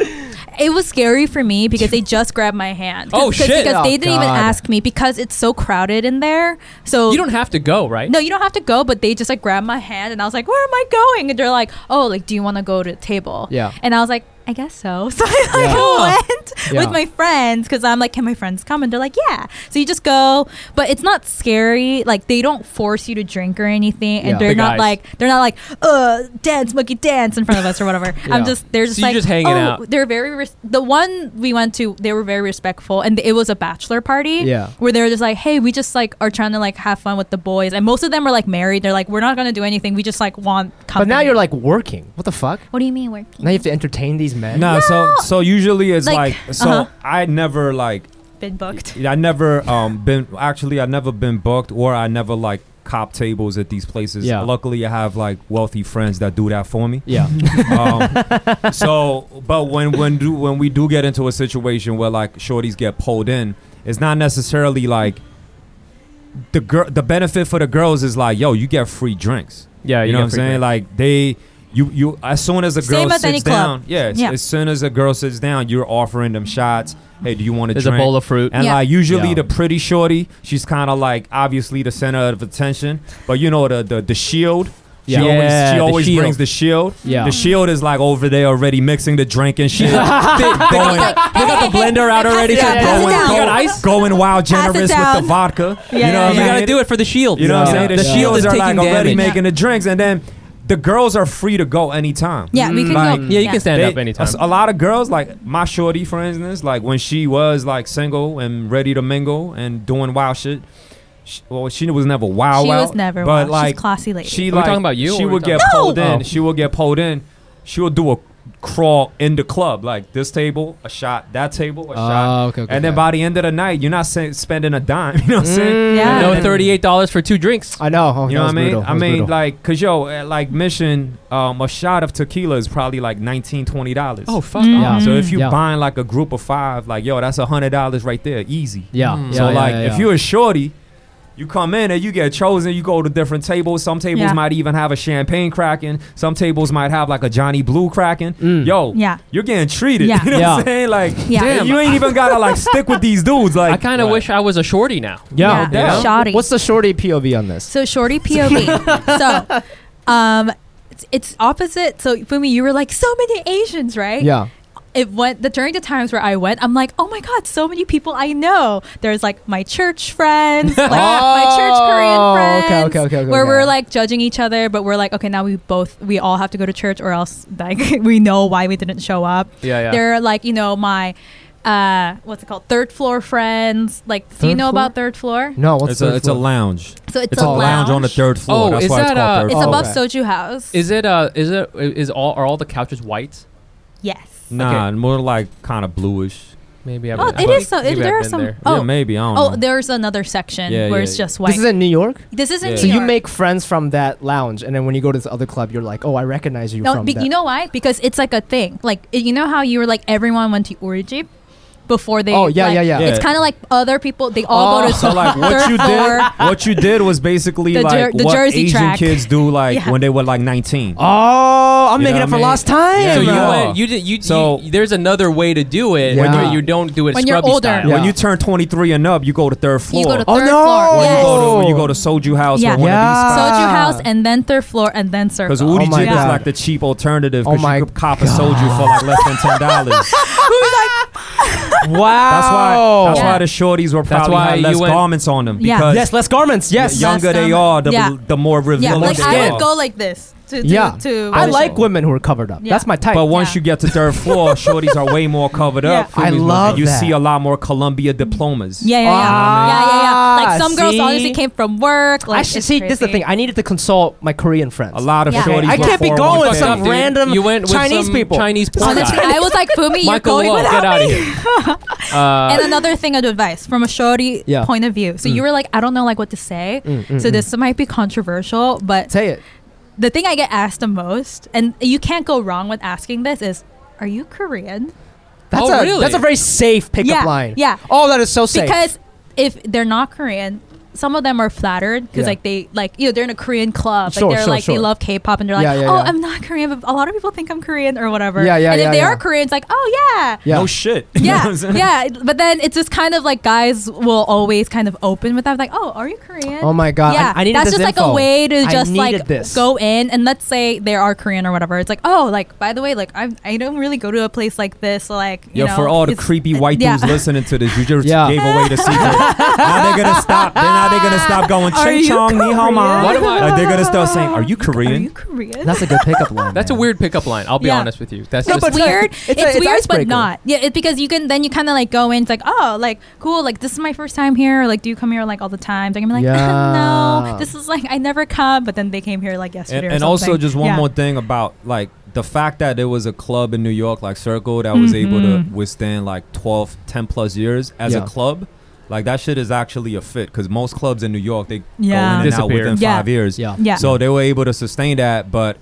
Speaker 5: it was scary for me because they just grabbed my hand. 'Cause-
Speaker 4: Oh,
Speaker 5: 'cause-
Speaker 4: shit.
Speaker 5: Because
Speaker 3: Oh,
Speaker 5: they didn't even
Speaker 3: God.
Speaker 5: ask me because it's so crowded in there. So
Speaker 4: you don't have to go, right?
Speaker 5: No, you don't have to go, but they just like grabbed my hand and I was like, "Where am I going?" And they're like, "Oh, like, do you want to go to the table?"
Speaker 3: Yeah.
Speaker 5: And I was like, "I guess so." So I
Speaker 3: Yeah.
Speaker 5: like, went
Speaker 3: Yeah.
Speaker 5: with my friends because I'm like, "Can my friends come?" And they're like, "Yeah." So you just go, but it's not scary. Like they don't force you to drink or anything, and
Speaker 3: Yeah.
Speaker 5: they're
Speaker 4: The
Speaker 5: not
Speaker 4: guys.
Speaker 5: like they're not like, "Uh, dance monkey dance" in front of us or whatever.
Speaker 3: Yeah.
Speaker 5: I'm just they're just
Speaker 4: So you're
Speaker 5: like
Speaker 4: just hanging
Speaker 5: oh,
Speaker 4: out.
Speaker 5: They're very res- the one we went to. They were very respectful, and it was a bachelor party
Speaker 3: Yeah.
Speaker 5: where they're just like, hey, we just like are trying to like have fun with the boys, and most of them are like married. They're like, we're not gonna do anything. We just like want.
Speaker 3: But
Speaker 5: Company.
Speaker 3: now you're like working. What the fuck?
Speaker 5: what do you mean working?
Speaker 3: Now you have to entertain these men.
Speaker 6: no so so usually it's like,
Speaker 5: Like,
Speaker 6: so
Speaker 5: uh-huh.
Speaker 6: I never like
Speaker 5: Been booked.
Speaker 6: I never um been actually I never been booked or I never like cop tables at these places
Speaker 3: Yeah.
Speaker 6: luckily I have like wealthy friends that do that for me
Speaker 3: Yeah.
Speaker 6: um, so but when when do when we do get into a situation where like shorties get pulled in it's not necessarily like the girl the benefit for the girls is like yo you get free drinks
Speaker 4: Yeah,
Speaker 6: you, know what i'm saying like they you you as soon as a girl
Speaker 5: Same as
Speaker 6: sits
Speaker 5: any club.
Speaker 6: down yeah, as-
Speaker 5: Yeah.
Speaker 6: as soon as a girl sits down you're offering them shots hey do you want to
Speaker 4: There's
Speaker 6: drink
Speaker 4: a bowl of fruit.
Speaker 6: and
Speaker 5: Yeah.
Speaker 6: like usually
Speaker 3: Yeah.
Speaker 6: the pretty shorty, she's kind of like obviously the center of attention. But you know the the, the shield. She
Speaker 3: Yeah.
Speaker 6: always,
Speaker 4: Yeah,
Speaker 6: she
Speaker 4: the
Speaker 6: always
Speaker 4: shield.
Speaker 6: brings the shield.
Speaker 3: Yeah.
Speaker 6: The shield is like over there already mixing the drink and shit.
Speaker 5: It's
Speaker 6: going,
Speaker 5: like,
Speaker 6: they got the blender out
Speaker 5: pass it
Speaker 6: already.
Speaker 5: down, pass it
Speaker 6: going,
Speaker 5: down.
Speaker 6: going-
Speaker 5: You got
Speaker 4: ice?
Speaker 6: going wild
Speaker 5: Pass it
Speaker 6: generous with the
Speaker 5: down.
Speaker 6: vodka.
Speaker 5: Yeah,
Speaker 4: you
Speaker 5: yeah,
Speaker 6: you know what
Speaker 5: yeah.
Speaker 6: I mean?
Speaker 4: gotta do it for the shield.
Speaker 6: You know what I'm saying? The,
Speaker 4: The
Speaker 3: Yeah.
Speaker 4: shield
Speaker 6: shields
Speaker 4: is
Speaker 6: are
Speaker 4: taking
Speaker 6: like already
Speaker 4: damage.
Speaker 6: making the drinks, and then the girls are free to go anytime.
Speaker 5: Yeah, we can
Speaker 6: Like-
Speaker 5: go.
Speaker 4: Yeah, you can stand
Speaker 6: They-
Speaker 4: up anytime.
Speaker 6: A, a lot of girls, like my shorty, for instance, like when she was like single and ready to mingle and doing wild shit. She, well, she was never wild.
Speaker 5: She
Speaker 6: wild,
Speaker 5: was never wild.
Speaker 6: But
Speaker 5: She's
Speaker 6: like,
Speaker 5: classy lady.
Speaker 6: She
Speaker 4: Are we
Speaker 6: like,
Speaker 4: talking about you
Speaker 6: She
Speaker 4: or are we
Speaker 6: will get
Speaker 4: talking-
Speaker 6: pulled
Speaker 4: No!
Speaker 6: in.
Speaker 4: Oh.
Speaker 6: She will get pulled in. She will do a crawl in the club, like this table, a shot, that table, a shot.
Speaker 3: Oh, okay, okay,
Speaker 6: and then
Speaker 3: okay.
Speaker 6: by the end of the night, you're not sa- spending a dime. You know what I'm
Speaker 4: Mm.
Speaker 6: saying?
Speaker 5: Yeah.
Speaker 4: No, thirty-eight dollars for two drinks.
Speaker 3: I know. Oh,
Speaker 6: You
Speaker 3: that
Speaker 6: know what I
Speaker 3: was
Speaker 6: mean?
Speaker 3: brutal. That
Speaker 6: I
Speaker 3: was
Speaker 6: mean,
Speaker 3: brutal.
Speaker 6: like, cause yo, at, like mission, um, a shot of tequila is probably like 19 dollars.
Speaker 4: Oh fuck!
Speaker 5: Mm.
Speaker 3: Yeah.
Speaker 5: Yeah.
Speaker 6: So if you
Speaker 3: Yeah.
Speaker 6: buying like a group of five, like yo, that's a hundred dollars right there, easy.
Speaker 3: yeah.
Speaker 4: Mm.
Speaker 3: yeah,
Speaker 6: so
Speaker 3: yeah,
Speaker 6: like,
Speaker 3: yeah, yeah.
Speaker 6: if you're a shorty, you come in and you get chosen. You go to different tables. Some tables
Speaker 5: Yeah.
Speaker 6: might even have a champagne cracking. Some tables might have like a Johnny Blue cracking.
Speaker 3: Mm.
Speaker 6: Yo,
Speaker 5: Yeah.
Speaker 6: you're getting treated.
Speaker 5: Yeah.
Speaker 6: You know what
Speaker 3: Yeah.
Speaker 6: I'm saying? Like,
Speaker 5: Yeah.
Speaker 6: damn,
Speaker 5: Damn.
Speaker 6: you ain't even gotta like stick with these dudes. Like,
Speaker 4: I kind of wish I was a shorty now.
Speaker 3: yeah,
Speaker 6: Yeah.
Speaker 3: yeah.
Speaker 5: Shoddy.
Speaker 3: What's the shorty POV on this?
Speaker 5: So shorty POV. so, um, it's, it's opposite. So Fumi, you were like so many Asians, right?
Speaker 3: Yeah.
Speaker 5: it went the during the times where I went, I'm like, oh my god, so many people I know. There's like my church friends, like my church
Speaker 3: Oh,
Speaker 5: Korean
Speaker 3: okay,
Speaker 5: friends,
Speaker 3: okay, okay, okay,
Speaker 5: where
Speaker 3: okay.
Speaker 5: we're like judging each other, but we're like, okay, now we both we all have to go to church, or else like we know why we didn't show up.
Speaker 4: Yeah, yeah.
Speaker 5: They're like, you know, my uh, what's it called, third floor friends. Like, do you
Speaker 3: Third
Speaker 5: know
Speaker 3: floor?
Speaker 5: about third floor?
Speaker 3: No, what's
Speaker 6: it's
Speaker 3: the
Speaker 6: a it's a lounge.
Speaker 5: So it's,
Speaker 6: It's a lounge on the third floor.
Speaker 4: Oh,
Speaker 6: That's
Speaker 4: is
Speaker 6: why it's
Speaker 4: that,
Speaker 6: called
Speaker 4: uh,
Speaker 6: third
Speaker 5: It's
Speaker 6: floor.
Speaker 5: above
Speaker 3: okay.
Speaker 5: Soju House.
Speaker 4: Is it? Uh, is it? Is all? Are all the couches white?
Speaker 5: yes.
Speaker 6: Nah, more like kind of bluish.
Speaker 4: Maybe I've
Speaker 5: Oh,
Speaker 4: been- I
Speaker 5: it
Speaker 4: think
Speaker 5: is so. It,
Speaker 4: maybe I've
Speaker 5: there are
Speaker 4: been
Speaker 5: some.
Speaker 4: there.
Speaker 5: Oh,
Speaker 6: yeah, maybe I don't
Speaker 5: oh,
Speaker 6: know.
Speaker 5: there's another section
Speaker 6: Yeah,
Speaker 5: where
Speaker 6: yeah,
Speaker 5: it's
Speaker 6: yeah.
Speaker 5: just white.
Speaker 3: This is in New York.
Speaker 5: This isn't
Speaker 6: Yeah.
Speaker 3: So
Speaker 5: New
Speaker 3: you
Speaker 5: York.
Speaker 3: make friends from that lounge, and then when you go to this other club, you're like, "Oh, I recognize you
Speaker 5: No,
Speaker 3: from
Speaker 5: be,
Speaker 3: that."
Speaker 5: you know why? Because it's like a thing. Like it- you know how you were like everyone went to Uriji before they.
Speaker 3: Oh, yeah,
Speaker 5: like-
Speaker 3: yeah, yeah.
Speaker 5: It's
Speaker 6: Yeah.
Speaker 5: kind of like other people. They all
Speaker 6: Oh,
Speaker 5: go to
Speaker 6: so like
Speaker 5: third
Speaker 6: what you did,
Speaker 5: floor.
Speaker 6: what you did was basically
Speaker 5: The jer-
Speaker 6: like
Speaker 5: the
Speaker 6: what
Speaker 5: Jersey
Speaker 6: Asian
Speaker 5: track.
Speaker 6: kids do, like
Speaker 5: Yeah.
Speaker 6: when they were like 19.
Speaker 3: oh, I'm
Speaker 6: You
Speaker 3: making
Speaker 6: know
Speaker 3: up
Speaker 6: what
Speaker 3: for
Speaker 6: I mean?
Speaker 3: lost time.
Speaker 6: Yeah,
Speaker 4: So you
Speaker 6: Yeah.
Speaker 4: went, you did you,
Speaker 6: So-
Speaker 4: you there's another way to do it
Speaker 3: Yeah.
Speaker 4: where you don't do it
Speaker 5: When you're
Speaker 4: scrubby
Speaker 5: older.
Speaker 4: style.
Speaker 3: Yeah.
Speaker 6: When you turn 23 and up, you go to third floor.
Speaker 5: You go to
Speaker 3: Oh,
Speaker 5: third
Speaker 3: no.
Speaker 5: floor.
Speaker 6: or
Speaker 5: yes.
Speaker 6: you go to you go to Soju House
Speaker 5: Yeah.
Speaker 6: or one
Speaker 3: Yeah.
Speaker 6: of these spots.
Speaker 5: Soju
Speaker 3: Ah.
Speaker 5: house and then third floor and then circle.
Speaker 6: Because
Speaker 5: Who's
Speaker 6: Udi
Speaker 3: Oh my
Speaker 6: Jig is
Speaker 3: God.
Speaker 6: like the cheap alternative
Speaker 3: Oh
Speaker 6: because
Speaker 3: my
Speaker 6: you could cop a Soju for like less than ten dollars.
Speaker 5: like
Speaker 3: Wow.
Speaker 6: That's why.
Speaker 3: Oh.
Speaker 6: uh, That's
Speaker 5: Yeah.
Speaker 6: why the shorties were
Speaker 4: That's
Speaker 6: probably
Speaker 4: why
Speaker 6: had less
Speaker 4: you went-
Speaker 6: garments on them
Speaker 5: Yeah.
Speaker 6: because
Speaker 3: yes, less garments. Yes.
Speaker 6: the younger
Speaker 5: Less
Speaker 6: they
Speaker 5: garment.
Speaker 6: are, the,
Speaker 5: Yeah.
Speaker 6: the more
Speaker 3: Oh.
Speaker 6: revealing
Speaker 5: yeah, like
Speaker 6: they
Speaker 5: I
Speaker 6: are.
Speaker 5: would go like this to to,
Speaker 3: yeah.
Speaker 5: to
Speaker 3: I
Speaker 5: to-
Speaker 3: like women who are covered up.
Speaker 5: Yeah.
Speaker 3: That's my type.
Speaker 6: But once
Speaker 5: Yeah.
Speaker 6: you get to third floor, shorties are way more covered up.
Speaker 5: Yeah.
Speaker 6: Feel
Speaker 3: I
Speaker 6: me?
Speaker 3: love
Speaker 6: You
Speaker 3: that.
Speaker 6: see a lot more Columbia diplomas.
Speaker 5: Yeah, yeah, yeah,
Speaker 3: Ah,
Speaker 5: yeah, yeah, yeah. Like some girls
Speaker 3: see?
Speaker 5: honestly came from work. Like
Speaker 3: I should
Speaker 5: it's
Speaker 3: see. This is the
Speaker 5: crazy.
Speaker 3: thing. I needed to consult my Korean friends.
Speaker 6: A lot of
Speaker 5: Yeah.
Speaker 6: shorties.
Speaker 3: I
Speaker 6: were
Speaker 3: can't be
Speaker 6: 401k.
Speaker 3: going
Speaker 4: Fucked
Speaker 3: with some
Speaker 4: dude.
Speaker 3: random
Speaker 4: you went with
Speaker 3: Chinese
Speaker 4: some
Speaker 3: people.
Speaker 4: Chinese porn
Speaker 5: Honestly,
Speaker 4: guy.
Speaker 5: I was like, Fumi, you're
Speaker 4: Michael
Speaker 5: going
Speaker 4: Wall,
Speaker 5: without
Speaker 4: get out
Speaker 5: me.
Speaker 4: of here. Uh,
Speaker 5: and another thing of advice from a shorty
Speaker 3: Yeah. Mm.
Speaker 5: point of view. So you were like, I don't know like what to say. so this might be controversial, but
Speaker 3: Say it.
Speaker 5: the thing I get asked the most, and you can't go wrong with asking this, is, "Are you Korean?"
Speaker 3: That's
Speaker 4: Oh,
Speaker 3: a
Speaker 4: really?
Speaker 3: that's a very safe pickup
Speaker 5: Yeah,
Speaker 3: line.
Speaker 5: yeah.
Speaker 3: Oh, that is so safe.
Speaker 5: Because if they're not Korean. Some of them are flattered because
Speaker 3: Yeah.
Speaker 5: like they like you know they're in a Korean club
Speaker 3: Sure,
Speaker 5: like they're
Speaker 3: sure,
Speaker 5: like
Speaker 3: sure.
Speaker 5: they love K-pop and they're like
Speaker 3: Yeah, yeah,
Speaker 5: oh
Speaker 3: yeah.
Speaker 5: I'm not Korean but a lot of people think I'm Korean or whatever
Speaker 3: Yeah, yeah,
Speaker 5: and if
Speaker 3: yeah,
Speaker 5: they
Speaker 3: yeah.
Speaker 5: are Korean it's like oh yeah
Speaker 3: yeah.
Speaker 6: No shit. You know what
Speaker 5: yeah,
Speaker 6: I'm saying?
Speaker 5: yeah. But then it's just kind of like guys will always kind of open with that, like, "Oh, are you Korean?"
Speaker 3: Oh my God, I-
Speaker 5: Yeah,
Speaker 3: I needed
Speaker 5: that's
Speaker 3: this
Speaker 5: just like
Speaker 3: info.
Speaker 5: a way to
Speaker 3: I
Speaker 5: just
Speaker 3: needed
Speaker 5: like
Speaker 3: this.
Speaker 5: go in and let's say they are Korean or whatever. It's like, oh, like by the way, like I I don't really go to a place like this, so, like you
Speaker 6: Yo,
Speaker 5: know,
Speaker 6: for all the
Speaker 5: it's-
Speaker 6: creepy white
Speaker 5: yeah.
Speaker 6: dudes listening to this, you just
Speaker 3: Yeah.
Speaker 6: gave away the secret. now they're gonna stop. Then now they're gonna stop going
Speaker 5: Are
Speaker 6: ching
Speaker 5: you
Speaker 6: chong ni hao ma.
Speaker 4: What am I-
Speaker 6: Like they're gonna start saying, "Are you
Speaker 5: Are you
Speaker 6: Korean?"
Speaker 5: Korean?
Speaker 3: that's a good pickup line.
Speaker 4: that's a
Speaker 3: man.
Speaker 4: weird pickup line. I'll be
Speaker 5: Yeah.
Speaker 4: honest with you. That's
Speaker 5: No,
Speaker 4: just
Speaker 5: but weird. It's,
Speaker 3: it's a- it's
Speaker 5: weird,
Speaker 3: icebreaker.
Speaker 5: but not. Yeah, it's because you can then you kind of like go in. It's like, oh, like cool. Like this is my first time here. Or, like, do you come here like all the time? They're gonna be like,
Speaker 3: Yeah.
Speaker 5: no, this is like I never come. But then they came here like yesterday.
Speaker 6: And,
Speaker 5: or
Speaker 6: and also,
Speaker 5: something.
Speaker 6: just one
Speaker 5: Yeah.
Speaker 6: more thing about like the fact that there was a club in New York, like Circle, that was
Speaker 5: Mm-hmm.
Speaker 6: able to withstand like 12, 10 plus years as
Speaker 3: Yeah.
Speaker 6: a club. Like that shit is actually a fit because most clubs in New York they
Speaker 5: Yeah.
Speaker 6: go in and out
Speaker 4: Disappear.
Speaker 6: within
Speaker 5: Yeah.
Speaker 6: five years.
Speaker 3: Yeah.
Speaker 5: Yeah.
Speaker 6: So they were able to sustain that, but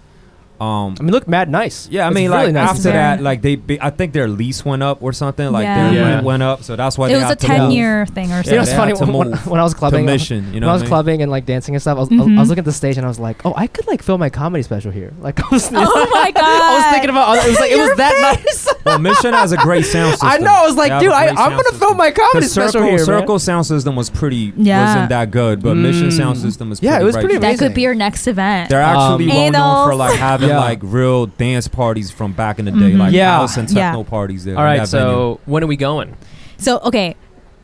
Speaker 6: um,
Speaker 3: I mean, look, mad nice.
Speaker 6: Yeah, I
Speaker 3: It's
Speaker 6: mean,
Speaker 3: really
Speaker 6: like
Speaker 3: nice.
Speaker 6: after
Speaker 5: Very
Speaker 6: that,
Speaker 5: nice.
Speaker 6: like they, be, I think their lease went up or something. Like
Speaker 5: Yeah.
Speaker 6: their
Speaker 4: Yeah.
Speaker 6: rent went up, so that's why
Speaker 5: it
Speaker 6: they
Speaker 5: was a
Speaker 6: had to
Speaker 5: ten
Speaker 6: move
Speaker 5: year thing
Speaker 3: you know,
Speaker 5: or
Speaker 6: Yeah,
Speaker 5: something.
Speaker 3: it's
Speaker 6: they
Speaker 3: funny
Speaker 6: had to
Speaker 3: when, when,
Speaker 6: move
Speaker 3: when I was
Speaker 6: to
Speaker 3: clubbing. uh,
Speaker 6: mission. You know,
Speaker 3: when I was
Speaker 6: what mean?
Speaker 3: clubbing and like dancing and stuff, I was, I
Speaker 5: Mhm.
Speaker 3: was looking at the stage and I was like, oh, I could like film my comedy special here. Like, I was,
Speaker 5: Oh my god!
Speaker 3: I was thinking about it was like it was that nice.
Speaker 6: Well, Mission has a great sound system.
Speaker 3: I know. I was
Speaker 6: They
Speaker 3: like,
Speaker 6: have
Speaker 3: dude,
Speaker 6: a
Speaker 3: I,
Speaker 6: great
Speaker 3: I'm
Speaker 6: sound
Speaker 3: gonna
Speaker 6: system.
Speaker 3: film my comedy
Speaker 6: 'Cause
Speaker 3: special
Speaker 6: Circle,
Speaker 3: here. man.
Speaker 6: Circle sound system was pretty.
Speaker 5: Yeah.
Speaker 6: wasn't that good, but Mission sound
Speaker 3: Mm.
Speaker 6: system was.
Speaker 3: Yeah, it
Speaker 6: pretty
Speaker 3: was pretty
Speaker 6: great.
Speaker 5: that
Speaker 3: amazing.
Speaker 5: could be your next event.
Speaker 6: They're actually
Speaker 3: Um,
Speaker 6: well known for
Speaker 5: Anals.
Speaker 6: like having
Speaker 3: Yeah. Mm-hmm.
Speaker 6: like real dance parties from back in the day, like
Speaker 3: Yeah.
Speaker 6: house and
Speaker 5: Yeah.
Speaker 6: techno parties. There.
Speaker 4: all
Speaker 6: in
Speaker 4: right.
Speaker 6: that venue.
Speaker 4: So when are we going?
Speaker 5: So okay,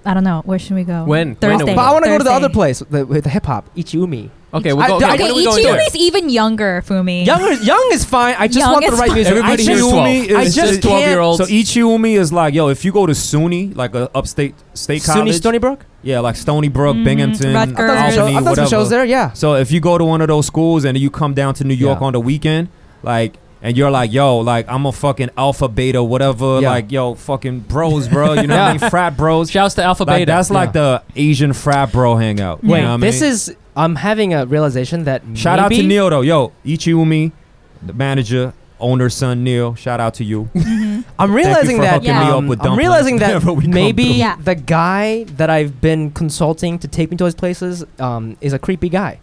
Speaker 5: I don't know. Where should we go?
Speaker 4: When? When are we
Speaker 5: Thursday.
Speaker 4: going?
Speaker 3: But I want to go to the other
Speaker 5: Thursday.
Speaker 3: place the, with the hip hop Ichiumi.
Speaker 4: Okay,
Speaker 3: I-
Speaker 4: we'll go.
Speaker 3: I-
Speaker 4: okay,
Speaker 3: When
Speaker 4: when
Speaker 3: are
Speaker 4: are we going
Speaker 5: Okay,
Speaker 4: there?
Speaker 5: Ichigo is even younger, Fumi.
Speaker 3: Young, is- young is fine. I just
Speaker 5: Young
Speaker 3: want the
Speaker 5: is
Speaker 3: right
Speaker 5: fine.
Speaker 3: music.
Speaker 4: Everybody
Speaker 3: I
Speaker 4: here's
Speaker 3: just,
Speaker 4: 12.
Speaker 6: Ichiumi is
Speaker 3: I
Speaker 4: It's
Speaker 3: just
Speaker 4: just 12 year
Speaker 3: can't-
Speaker 4: olds.
Speaker 6: So Ichiumi is like, yo, if you go to SUNY, like a upstate state
Speaker 3: SUNY
Speaker 6: college,
Speaker 3: Stony Brook.
Speaker 6: Yeah, like Stony Brook,
Speaker 5: Mhm.
Speaker 3: Mm-hmm.
Speaker 6: Binghamton,
Speaker 5: Rutgers.
Speaker 3: I've done some
Speaker 5: Albany,
Speaker 3: shows-
Speaker 6: Albany,
Speaker 3: I've done some
Speaker 6: whatever.
Speaker 3: shows there. Yeah.
Speaker 6: So if you go to one of those schools and you come down to New York
Speaker 3: Yeah.
Speaker 6: on the weekend, like, and you're like, yo, like I'm a fucking alpha beta, whatever,
Speaker 3: Yeah.
Speaker 6: like yo, fucking bros, bro, you know what I mean, frat bros.
Speaker 4: Shouts to Alpha
Speaker 6: Like
Speaker 4: Beta.
Speaker 6: that's like the Asian frat bro hangout. you
Speaker 3: Wait,
Speaker 6: know what I
Speaker 3: this
Speaker 6: mean?
Speaker 3: is. I'm having a realization that
Speaker 6: shout out to
Speaker 3: maybe-
Speaker 6: Neil though, yo, Ichiumi, the manager, owner, son Neil. Shout out to you.
Speaker 5: Mm-hmm.
Speaker 3: I'm
Speaker 6: Thank you
Speaker 3: realizing
Speaker 6: for
Speaker 3: that um,
Speaker 6: hooking me
Speaker 5: Yeah.
Speaker 6: up with
Speaker 3: I'm
Speaker 6: dumplings
Speaker 3: realizing that
Speaker 6: whenever we come
Speaker 3: maybe
Speaker 6: through.
Speaker 5: Yeah.
Speaker 3: the guy that I've been consulting to take me to his places um, is a creepy guy.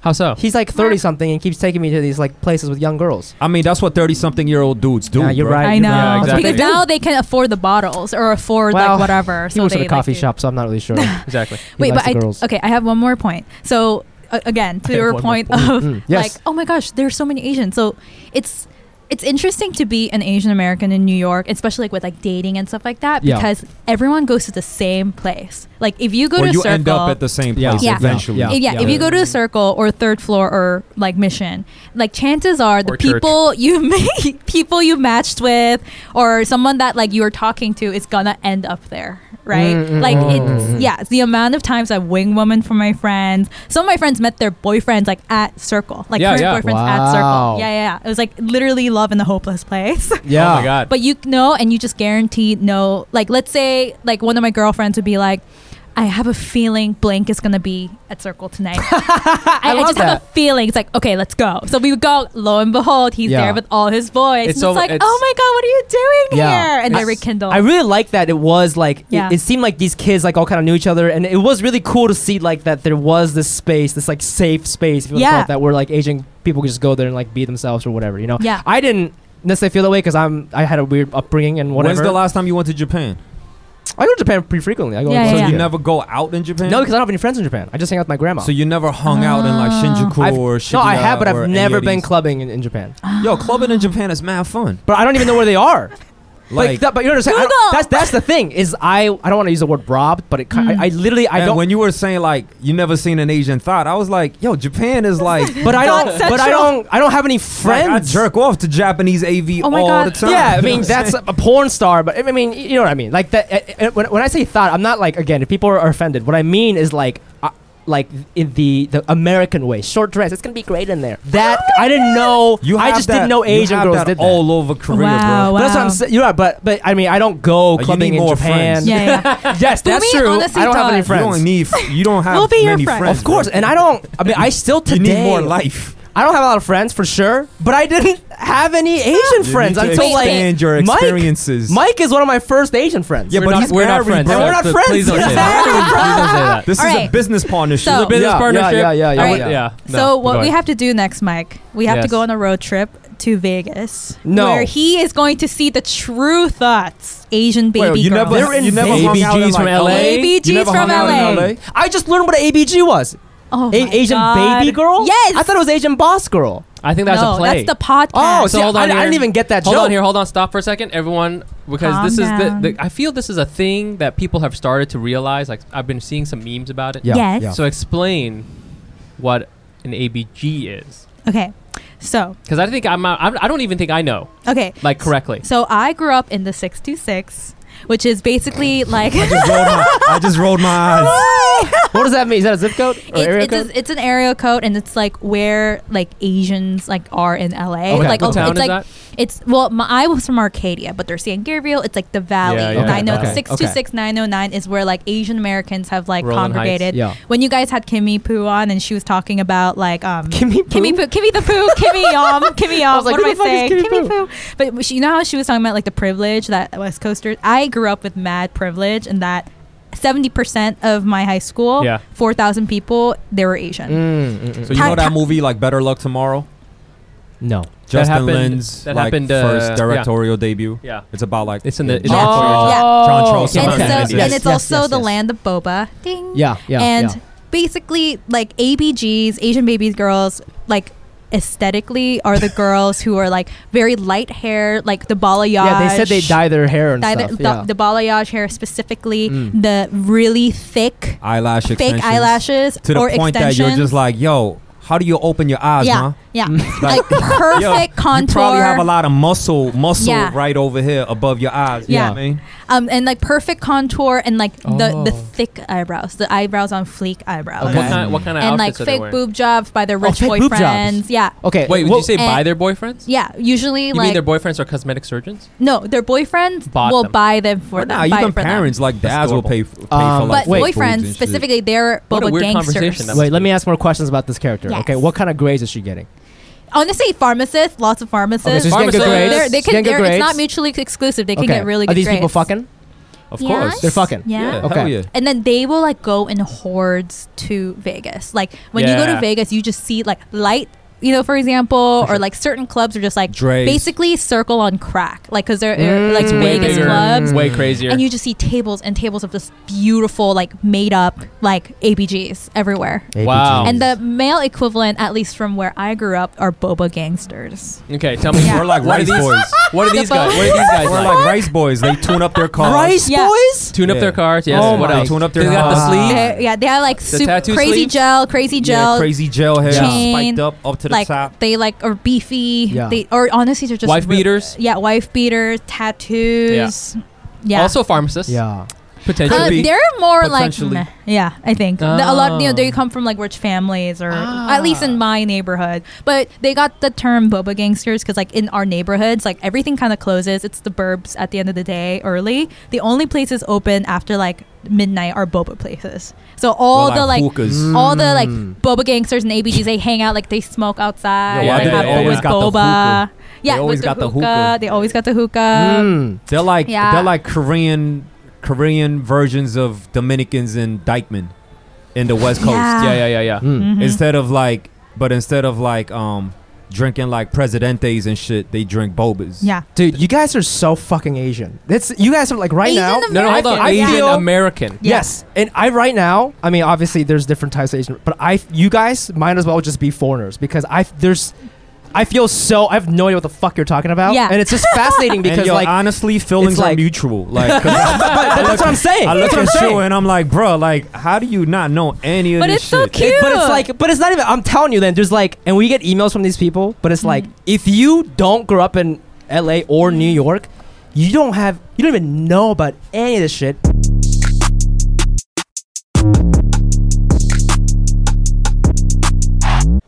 Speaker 4: how so?
Speaker 3: He's like 30 something and keeps taking me to these like places with young girls.
Speaker 6: I mean, that's what thirty-something-year-old dudes do.
Speaker 3: Yeah, you're
Speaker 6: bro.
Speaker 3: right.
Speaker 5: I
Speaker 3: you're
Speaker 5: know.
Speaker 3: right.
Speaker 4: Yeah, exactly.
Speaker 5: Because now they can afford the bottles or afford
Speaker 3: Well,
Speaker 5: like whatever.
Speaker 3: He
Speaker 5: so
Speaker 3: works
Speaker 5: they
Speaker 3: at a coffee
Speaker 5: like, do-
Speaker 3: shop, so I'm not really sure. He
Speaker 4: Exactly.
Speaker 5: Wait,
Speaker 3: likes
Speaker 5: but
Speaker 3: the
Speaker 5: I
Speaker 3: girls.
Speaker 5: okay. I have one more point. So uh, again,
Speaker 4: I
Speaker 5: to
Speaker 4: have
Speaker 5: your
Speaker 4: one more
Speaker 5: point
Speaker 4: point.
Speaker 5: of
Speaker 3: Mm, yes.
Speaker 5: like, oh my gosh, there's so many Asians. So it's it's interesting to be an Asian American in New York, especially like with like dating and stuff like that,
Speaker 3: Yeah.
Speaker 5: because everyone goes to the same place. Like if you go
Speaker 6: Or
Speaker 5: to
Speaker 6: you
Speaker 5: Circle,
Speaker 6: end up at the same
Speaker 3: Yeah.
Speaker 6: place
Speaker 5: Yeah.
Speaker 6: eventually.
Speaker 3: Yeah.
Speaker 5: if- yeah, if you go to the circle or third floor or like mission, like chances are the
Speaker 4: Or church.
Speaker 5: people you meet, people you matched with, or someone that like you were talking to is gonna end up there. right?
Speaker 2: Mm, mm,
Speaker 5: like
Speaker 2: mm, mm,
Speaker 5: it's yeah, it's the amount of times I wing woman for my friends. Some of my friends met their boyfriends like at Circle, like
Speaker 4: Yeah,
Speaker 5: current
Speaker 4: yeah.
Speaker 5: boyfriends at
Speaker 3: Wow.
Speaker 5: Circle. Yeah, yeah, yeah. It was like literally love in the hopeless place.
Speaker 3: Yeah.
Speaker 4: Oh my god.
Speaker 5: But you know, and you just guarantee no. Like, let's say, like one of my girlfriends would be like, "I have a feeling blank is gonna be at Circle tonight." I, I
Speaker 3: love
Speaker 5: just have a feeling. It's like, okay, let's go. So we would go. Lo and behold, he's
Speaker 3: Yeah.
Speaker 5: there with all his boys.
Speaker 4: It's
Speaker 5: It's, and it's
Speaker 4: over-
Speaker 5: like,
Speaker 4: it's-
Speaker 5: oh my god, what are you doing
Speaker 3: Yeah.
Speaker 5: here? And
Speaker 3: I-
Speaker 5: they rekindle.
Speaker 3: I really like that it was like it-
Speaker 5: Yeah.
Speaker 3: it, seemed like these kids like all kind of knew each other and it was really cool to see like that there was this space this like safe space if you wanna call
Speaker 5: Yeah.
Speaker 3: it that where like Asian people could just go there and like be themselves or whatever you know
Speaker 5: Yeah.
Speaker 3: I didn't necessarily feel that way because I'm I had a weird upbringing and whatever
Speaker 6: When's the last time you went to Japan?
Speaker 3: I go to Japan pretty frequently I go
Speaker 5: Yeah,
Speaker 3: once
Speaker 6: so
Speaker 3: a
Speaker 5: yeah,
Speaker 6: you
Speaker 3: year.
Speaker 6: never go out in Japan?
Speaker 3: no because I don't have any friends in Japan I just hang out with my grandma
Speaker 6: So you never hung out in like
Speaker 5: Ah.
Speaker 6: Shinjuku
Speaker 3: I've-
Speaker 6: or
Speaker 3: no
Speaker 6: Shibuya
Speaker 3: I have but
Speaker 6: or
Speaker 3: I've
Speaker 6: any
Speaker 3: never
Speaker 6: of
Speaker 3: been
Speaker 6: these-
Speaker 3: clubbing in, in Japan
Speaker 6: Yo, clubbing in Japan is mad fun.
Speaker 3: but I don't even know where they are but,
Speaker 6: Like,
Speaker 3: that, but you understand I don't-
Speaker 5: Google.
Speaker 3: that's that's the thing is I I don't want to use the word robbed but it ki-
Speaker 5: Hmm.
Speaker 3: I, I literally I
Speaker 6: and
Speaker 3: don't
Speaker 6: when you were saying like you never seen an Asian thought, I was like, yo, Japan is like.
Speaker 3: But I
Speaker 5: God
Speaker 3: don't. But I
Speaker 5: central.
Speaker 3: don't. I don't have any
Speaker 6: Like, I
Speaker 3: friends.
Speaker 6: jerk off to Japanese AV
Speaker 5: Oh my
Speaker 6: all
Speaker 5: God.
Speaker 6: the time.
Speaker 3: Yeah, I
Speaker 6: You know
Speaker 3: mean
Speaker 6: what I'm
Speaker 3: that's
Speaker 6: saying?
Speaker 3: a porn star, but I mean you know what I mean. Like that. uh, uh, When, when I say thought, I'm not like again. If people are offended, what I mean is like. Uh, like in the the American way, short dress. It's gonna be great in there. That I didn't know.
Speaker 6: Oh you
Speaker 3: I
Speaker 6: have
Speaker 3: just
Speaker 6: that-
Speaker 3: didn't know
Speaker 6: you
Speaker 3: Asian
Speaker 6: have
Speaker 3: girls
Speaker 6: that
Speaker 3: did that.
Speaker 6: all over Korea,
Speaker 5: Wow.
Speaker 6: bro.
Speaker 3: But that's what I'm saying. You're right, but but I mean I don't go
Speaker 6: Uh, you
Speaker 3: clubbing
Speaker 6: need
Speaker 3: in
Speaker 6: more
Speaker 3: Japan.
Speaker 6: friends.
Speaker 5: yeah, yeah.
Speaker 3: yes, that's
Speaker 5: Bumi
Speaker 3: true.
Speaker 5: honestly
Speaker 3: I don't have any
Speaker 5: does.
Speaker 6: You
Speaker 3: friends.
Speaker 6: don't need. You don't have
Speaker 5: We'll be your
Speaker 6: many
Speaker 5: friend.
Speaker 6: friends.
Speaker 3: of course,
Speaker 6: bro.
Speaker 3: and I don't. I mean I still
Speaker 6: you
Speaker 3: today
Speaker 6: need more life.
Speaker 3: I don't have a lot of friends for sure, but I didn't have any Asian friends
Speaker 6: you need to
Speaker 3: until like
Speaker 6: expand your
Speaker 3: Mike-
Speaker 6: experiences.
Speaker 3: Mike is one of my first Asian friends.
Speaker 6: Yeah,
Speaker 4: we're
Speaker 6: but
Speaker 4: not,
Speaker 6: he's
Speaker 4: we're not
Speaker 6: married,
Speaker 4: friends.
Speaker 6: bro.
Speaker 3: We're not
Speaker 4: Please
Speaker 3: friends.
Speaker 4: don't say that. Please don't say that.
Speaker 6: this
Speaker 5: All
Speaker 6: is a
Speaker 5: right.
Speaker 6: business partnership.
Speaker 5: So-
Speaker 4: The business
Speaker 3: Yeah,
Speaker 4: partnership.
Speaker 3: yeah, yeah, yeah,
Speaker 4: I
Speaker 5: yeah,
Speaker 4: would-
Speaker 5: yeah.
Speaker 4: no,
Speaker 5: so
Speaker 4: go
Speaker 5: what we
Speaker 4: ahead.
Speaker 5: have to do next, Mike, we have
Speaker 4: Yes.
Speaker 5: to go on a road trip to Vegas.
Speaker 3: No.
Speaker 5: Where he is going to see the true thoughts Asian baby
Speaker 6: Wait, you
Speaker 5: girls.
Speaker 6: never, you never hung out in
Speaker 4: ABGs from
Speaker 6: like,
Speaker 4: LA.
Speaker 5: ABGs
Speaker 6: You never
Speaker 5: from
Speaker 6: hung out in
Speaker 5: LA.
Speaker 3: I just learned what an ABG was.
Speaker 5: Oh
Speaker 3: A-
Speaker 5: my
Speaker 3: Asian
Speaker 5: God.
Speaker 3: baby girl?
Speaker 5: Yes.
Speaker 3: I thought it was Asian boss girl.
Speaker 4: I think that's
Speaker 5: no,
Speaker 4: a play.
Speaker 5: that's the podcast.
Speaker 3: Oh,
Speaker 4: so
Speaker 3: see,
Speaker 4: hold on
Speaker 3: I, I
Speaker 4: here.
Speaker 3: didn't even get that
Speaker 4: Hold
Speaker 3: joke.
Speaker 4: on here, hold on, stop for a second, everyone, because
Speaker 5: Calm
Speaker 4: this
Speaker 5: down.
Speaker 4: is the, the. I feel this is a thing that people have started to realize. Like I've been seeing some memes about it.
Speaker 3: Yeah,
Speaker 5: Yes.
Speaker 3: yeah.
Speaker 4: So explain what an ABG is,
Speaker 5: Okay. So,
Speaker 4: because I think I'm, I'm. I don't even think I know
Speaker 5: okay.
Speaker 4: like correctly.
Speaker 5: So I grew up in the 626, which is basically like
Speaker 6: LA. I just rolled my eyes.
Speaker 3: What does that mean? Is that a zip code or area
Speaker 5: it's, it's,
Speaker 3: code?
Speaker 5: a, it's an area code and it's like where like Asians like are in LA.
Speaker 4: Okay,
Speaker 5: Like
Speaker 4: what
Speaker 5: also-
Speaker 4: town
Speaker 5: it's
Speaker 4: is
Speaker 5: like
Speaker 4: that?
Speaker 5: it's well my, I was from Arcadia, but there's San Gabriel, it's like the valley.
Speaker 4: Yeah, yeah,
Speaker 5: and I know
Speaker 3: okay,
Speaker 5: six two six nine oh nine is where like Asian Americans have like
Speaker 4: Roland
Speaker 5: congregated.
Speaker 3: Heights,
Speaker 5: When you guys had Kimmy Poo on and she was talking about like um
Speaker 3: Kimmy Poo?
Speaker 5: Kimmy Poo Kimmy the Poo, Kimmy Yum, Kimmy Yum.
Speaker 3: was like,
Speaker 5: what
Speaker 3: who
Speaker 5: am
Speaker 3: the fuck is
Speaker 5: I saying?
Speaker 3: Kimmy Poo?
Speaker 5: Kimmy Poo. But she, you know how she was talking about like the privilege that West Coasters. I grew up with mad privilege, and that seventy percent of my high school,
Speaker 4: Yeah.
Speaker 5: four thousand people, they were Asian.
Speaker 3: Mm, mm, mm.
Speaker 6: So you
Speaker 5: Ta-
Speaker 6: know that
Speaker 5: ta-
Speaker 6: movie like Better Luck Tomorrow?
Speaker 3: No.
Speaker 6: Justin
Speaker 4: happened-
Speaker 6: Lin's
Speaker 4: that
Speaker 6: like
Speaker 4: happened, uh,
Speaker 6: first
Speaker 4: yeah.
Speaker 6: directorial debut.
Speaker 4: yeah,
Speaker 6: It's about like
Speaker 4: It's in the- it's
Speaker 6: John
Speaker 5: in the-
Speaker 6: Travolta.
Speaker 5: Yeah.
Speaker 6: John Travolta.
Speaker 5: Oh. And,
Speaker 6: Okay.
Speaker 5: so,
Speaker 6: Yes,
Speaker 5: and it's
Speaker 3: yes,
Speaker 5: also
Speaker 3: yes,
Speaker 5: the
Speaker 3: yes.
Speaker 5: land of boba. Ding.
Speaker 3: Yeah, yeah,
Speaker 5: And
Speaker 3: yeah.
Speaker 5: basically, like ABGs, Asian baby girls, like aesthetically are the girls who are like very light hair, like the balayage.
Speaker 3: Yeah, they said they dye their hair and
Speaker 5: dye the,
Speaker 3: stuff.
Speaker 5: the,
Speaker 3: yeah.
Speaker 5: the balayage hair specifically,
Speaker 3: Mm.
Speaker 5: the really thick
Speaker 6: Eyelash
Speaker 5: fake
Speaker 6: extensions.
Speaker 5: eyelashes
Speaker 6: To the
Speaker 5: or
Speaker 6: point that
Speaker 5: extensions.
Speaker 6: you're just like, yo, how do you open your eyes,
Speaker 5: yeah,
Speaker 6: huh?
Speaker 5: yeah,
Speaker 6: Like,
Speaker 5: like perfect
Speaker 6: Yo, You
Speaker 5: contour.
Speaker 6: probably have a lot of muscle, muscle
Speaker 5: Yeah.
Speaker 6: right over here above your eyes. You
Speaker 5: Yeah.
Speaker 6: know what I mean?
Speaker 5: um, and like perfect contour and like the the
Speaker 4: Oh.
Speaker 5: thick eyebrows, the eyebrows on fleek eyebrows,
Speaker 4: What kind? What kind of
Speaker 5: and like
Speaker 4: outfits are they
Speaker 5: fake
Speaker 4: wearing?
Speaker 5: boob jobs by
Speaker 6: Oh,
Speaker 5: their rich
Speaker 3: fake boob
Speaker 5: boyfriends.
Speaker 3: jobs.
Speaker 5: Yeah,
Speaker 3: okay.
Speaker 4: Wait, would
Speaker 3: well,
Speaker 4: you say buy
Speaker 5: and-
Speaker 4: their boyfriends?
Speaker 5: yeah. Usually,
Speaker 4: You mean
Speaker 5: like
Speaker 4: their boyfriends are cosmetic surgeons?
Speaker 5: no, their boyfriends
Speaker 4: Bought
Speaker 5: will
Speaker 4: them.
Speaker 5: buy them for
Speaker 6: But
Speaker 5: them.
Speaker 6: nah,
Speaker 5: buy
Speaker 6: even
Speaker 5: it for them.
Speaker 6: parents like dads will
Speaker 4: adorable.
Speaker 6: pay, f- pay for
Speaker 3: Um,
Speaker 6: like
Speaker 3: wait,
Speaker 5: but
Speaker 6: fake boobs and
Speaker 5: boyfriends
Speaker 6: shit.
Speaker 5: specifically, they're
Speaker 4: What a
Speaker 5: boba
Speaker 4: weird
Speaker 5: gangsters.
Speaker 4: conversation that was.
Speaker 3: Wait, let me ask more questions about this character.
Speaker 5: Yes.
Speaker 3: Okay, what kind of grades is she getting?
Speaker 5: Honestly, pharmacists, lots of
Speaker 3: Okay, so
Speaker 5: pharmacists.
Speaker 3: she's getting good
Speaker 4: Pharmacist.
Speaker 3: grades.
Speaker 5: They're- they
Speaker 3: She's getting
Speaker 5: can.
Speaker 3: good
Speaker 5: They're, it's not
Speaker 3: grades?
Speaker 5: mutually exclusive. They can
Speaker 3: okay.
Speaker 5: get really
Speaker 3: Are
Speaker 5: good
Speaker 3: these people
Speaker 5: grades.
Speaker 3: fucking?
Speaker 6: Of
Speaker 5: Yes.
Speaker 6: course.
Speaker 3: They're fucking.
Speaker 5: Yeah.
Speaker 6: Yeah,
Speaker 3: Okay.
Speaker 6: hell yeah.
Speaker 5: And then they will like go in hordes to Vegas. Like when you go
Speaker 4: Yeah.
Speaker 5: to Vegas, you just see like light, you know, for example, or like certain clubs are just like
Speaker 6: Dre's.
Speaker 5: basically circle on crack. Like because they're, they're, like
Speaker 3: Mm,
Speaker 4: Way
Speaker 5: Vegas
Speaker 4: bigger,
Speaker 5: clubs.
Speaker 4: way crazier.
Speaker 5: And you just see tables and tables of this beautiful, like made up, like ABGs everywhere.
Speaker 4: Wow.
Speaker 5: And the male equivalent, at least from where I grew up, are boba gangsters.
Speaker 4: okay, tell me.
Speaker 5: Yeah.
Speaker 6: We're like
Speaker 4: What are
Speaker 6: rice
Speaker 4: these-
Speaker 6: boys.
Speaker 4: What are
Speaker 5: The
Speaker 4: these guys?
Speaker 5: bo-
Speaker 4: What are these guys
Speaker 6: We're
Speaker 4: like?
Speaker 6: like rice boys. They tune up their cars.
Speaker 3: Rice
Speaker 5: Yeah.
Speaker 3: boys?
Speaker 4: Tune up
Speaker 6: Yeah.
Speaker 4: their cars. Yes.
Speaker 3: Oh
Speaker 4: what
Speaker 3: my
Speaker 4: else?
Speaker 6: Tune up
Speaker 4: they
Speaker 6: their
Speaker 4: got the
Speaker 6: cars.
Speaker 4: sleeve.
Speaker 5: They're- yeah, they have like super,
Speaker 4: tattoo
Speaker 5: crazy
Speaker 4: sleeve?
Speaker 5: gel, crazy gel.
Speaker 6: Yeah, crazy gel hair,
Speaker 5: Chain,
Speaker 6: spiked up up to the
Speaker 5: like
Speaker 6: top.
Speaker 5: they like are beefy.
Speaker 3: Yeah.
Speaker 5: They or honestly they're just
Speaker 4: Wife
Speaker 5: real-
Speaker 4: beaters?
Speaker 5: Yeah, wife beaters, tattoos. Yeah.
Speaker 4: Also pharmacists.
Speaker 3: Yeah.
Speaker 4: potentially.
Speaker 5: Uh,
Speaker 6: be.
Speaker 5: they're more like
Speaker 6: Potentially. Ah.
Speaker 5: meh. yeah, I think The- a lot. You
Speaker 4: Oh.
Speaker 5: know, they come from like rich families, or at least in my neighborhood. But they got the term boba gangsters because like in our neighborhoods, like everything kind of closes. It's the burbs at the end of the day early. The only places open after like midnight are boba places. So all
Speaker 6: Well,
Speaker 5: the like. Mm.
Speaker 6: hookahs.
Speaker 5: All the like boba gangsters and ABGs, they hang out like they smoke outside.
Speaker 4: Yeah, why
Speaker 5: they
Speaker 4: do they
Speaker 5: have
Speaker 4: always
Speaker 5: boba-
Speaker 6: got the
Speaker 5: boba.
Speaker 6: hookah?
Speaker 5: Yeah,
Speaker 6: They always
Speaker 5: with the
Speaker 6: got the
Speaker 5: hookah.
Speaker 6: hookah.
Speaker 5: They always got the hookah.
Speaker 3: Mm.
Speaker 6: They're like
Speaker 5: Yeah.
Speaker 6: they're like Korean Korean versions of Dominicans and Dykemen in the West Coast.
Speaker 5: Yeah.
Speaker 4: yeah, yeah, yeah, yeah.
Speaker 3: Mm.
Speaker 5: Mhm.
Speaker 6: Instead of like, but instead of like um drinking like presidentes and shit, they drink bobas.
Speaker 5: Yeah.
Speaker 3: Dude, you guys are so fucking Asian. That's you guys are like right
Speaker 5: Asian
Speaker 3: now.
Speaker 5: American.
Speaker 4: No, no, hold on.
Speaker 5: I
Speaker 4: Asian
Speaker 5: feel-
Speaker 4: American.
Speaker 5: Yeah.
Speaker 3: Yes, and I right now. I mean, obviously, there's different types of Asian, but I, you guys, might as well just be foreigners because I there's, I feel so I have no idea what the fuck you're talking about.
Speaker 5: Yeah.
Speaker 3: and it's just fascinating
Speaker 6: Because
Speaker 3: because
Speaker 6: and yo,
Speaker 3: like,
Speaker 6: honestly, feelings
Speaker 3: it's like-
Speaker 6: are mutual. Like, 'cause
Speaker 3: but that's what I'm saying.
Speaker 6: I
Speaker 3: That's
Speaker 6: look
Speaker 3: what I'm
Speaker 6: at you
Speaker 3: saying.
Speaker 6: and I'm like, bro, like, how do you not know any of
Speaker 5: But
Speaker 6: this
Speaker 5: it's so
Speaker 6: shit?
Speaker 5: cute.
Speaker 3: It- but it's like, but it's not even. I'm telling you, then there's like, and we get emails from these people, but it's
Speaker 4: Hmm.
Speaker 3: like, if you don't grow up in L.A. or New
Speaker 4: Hmm.
Speaker 3: York, you don't have, you don't even know about any of this shit.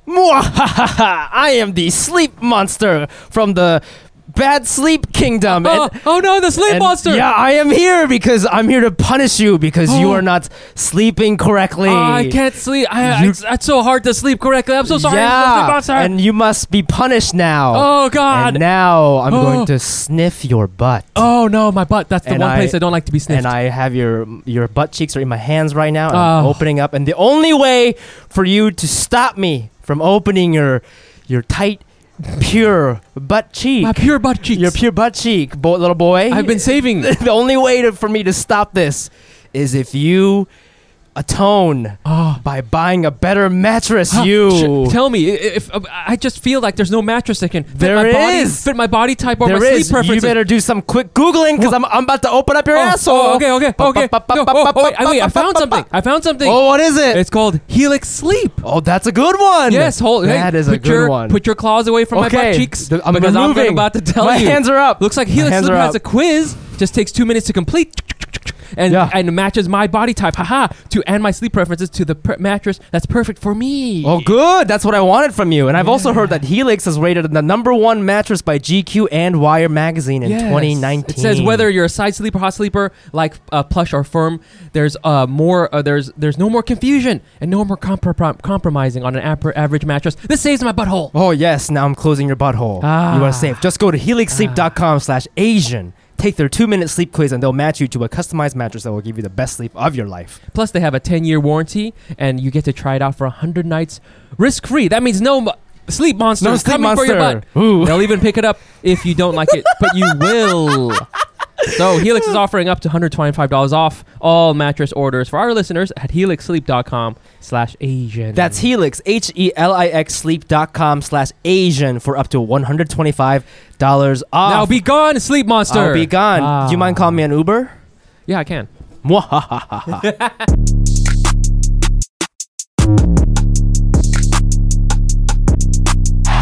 Speaker 3: Mwahaha! I am the sleep monster from the bad sleep kingdom. and-
Speaker 4: Oh, oh no, the sleep
Speaker 3: and-
Speaker 4: monster.
Speaker 3: Yeah, I am here because I'm here to punish you because you are not sleeping correctly.
Speaker 4: Oh, I can't sleep. I,
Speaker 3: You-
Speaker 4: it's, it's so hard to sleep correctly. I'm so sorry.
Speaker 3: Yeah,
Speaker 4: Sleep monster.
Speaker 3: and you must be punished now.
Speaker 4: oh
Speaker 3: and
Speaker 4: God.
Speaker 3: now I'm
Speaker 4: Oh.
Speaker 3: going to sniff your butt.
Speaker 4: Oh no, my butt. That's the
Speaker 3: And
Speaker 4: one
Speaker 3: I-
Speaker 4: place I don't like to be sniffed.
Speaker 3: And I have your your butt cheeks are in my hands right now. And I'm
Speaker 4: Oh.
Speaker 3: opening up, and the only way for you to stop me from opening your your tight, pure butt cheek,
Speaker 4: my pure butt cheeks.
Speaker 3: your pure butt cheek, bo- little boy.
Speaker 4: I've been saving.
Speaker 3: the only way to, for me to stop this is if you atone
Speaker 4: Oh.
Speaker 3: by buying a better mattress.
Speaker 4: Huh,
Speaker 3: you
Speaker 4: sh- tell me i- if, if I just feel like there's no mattress that can fit
Speaker 3: There
Speaker 4: my body,
Speaker 3: is.
Speaker 4: fit my body type or
Speaker 3: There
Speaker 4: my sleep
Speaker 3: is.
Speaker 4: preferences.
Speaker 3: You better do some quick googling because I'm, I'm about to open up your
Speaker 4: oh,
Speaker 3: asshole.
Speaker 4: oh, okay, okay, okay. No, oh, oh, wait, I- wait, I found something. I found something.
Speaker 3: Oh, what is it?
Speaker 4: It's called Helix Sleep.
Speaker 3: oh, that's a good one.
Speaker 4: Yes, hold. hey,
Speaker 3: That is
Speaker 4: put
Speaker 3: a good
Speaker 4: your,
Speaker 3: one.
Speaker 4: Put your claws away from my
Speaker 3: Okay,
Speaker 4: butt cheeks
Speaker 3: th- I'm
Speaker 4: because I'm
Speaker 3: removing.
Speaker 4: about to tell
Speaker 3: My
Speaker 4: you.
Speaker 3: hands are up.
Speaker 4: Looks like
Speaker 3: My
Speaker 4: Helix
Speaker 3: hands
Speaker 4: Sleep
Speaker 3: are
Speaker 4: has
Speaker 3: up.
Speaker 4: a quiz. Just takes two minutes to complete, and
Speaker 3: Yeah.
Speaker 4: and matches my body type, haha, to and my sleep preferences to the per- mattress that's perfect for me.
Speaker 3: Oh, good. That's what I wanted from you. And I've also heard that Helix is rated the number one mattress by GQ and Wire magazine in
Speaker 4: Yes.
Speaker 3: 2019.
Speaker 4: It says whether you're a side sleeper, hot sleeper, like uh, plush or firm. There's uh, more. Uh, there's there's no more confusion and no more comprom- compromising on an ap- average mattress. This saves my butthole.
Speaker 3: Oh yes, now I'm closing your butthole.
Speaker 4: Ah.
Speaker 3: You are safe. Just go to helixsleep.com/asian. Take their two-minute sleep quiz, and they'll match you to a customized mattress that will give you the best sleep of your life.
Speaker 4: Plus, they have a 10 year warranty, and you get to try it out for 100 nights risk free. That means no mo- sleep monster
Speaker 3: No
Speaker 4: is
Speaker 3: sleep
Speaker 4: coming for your
Speaker 3: monster.
Speaker 4: butt. They'll even pick it up if you don't like it, but you will. So, Helix is offering up to $125 off all mattress orders for our listeners at helixsleep.com slash Asian.
Speaker 3: That's Helix, H E L I X sleep.com slash Asian for up to $125 off.
Speaker 4: Now be gone, sleep monster.
Speaker 3: I'll be gone.
Speaker 4: Ah.
Speaker 3: Do you mind calling me an Uber?
Speaker 4: Yeah, I can.
Speaker 3: Mwahahaha.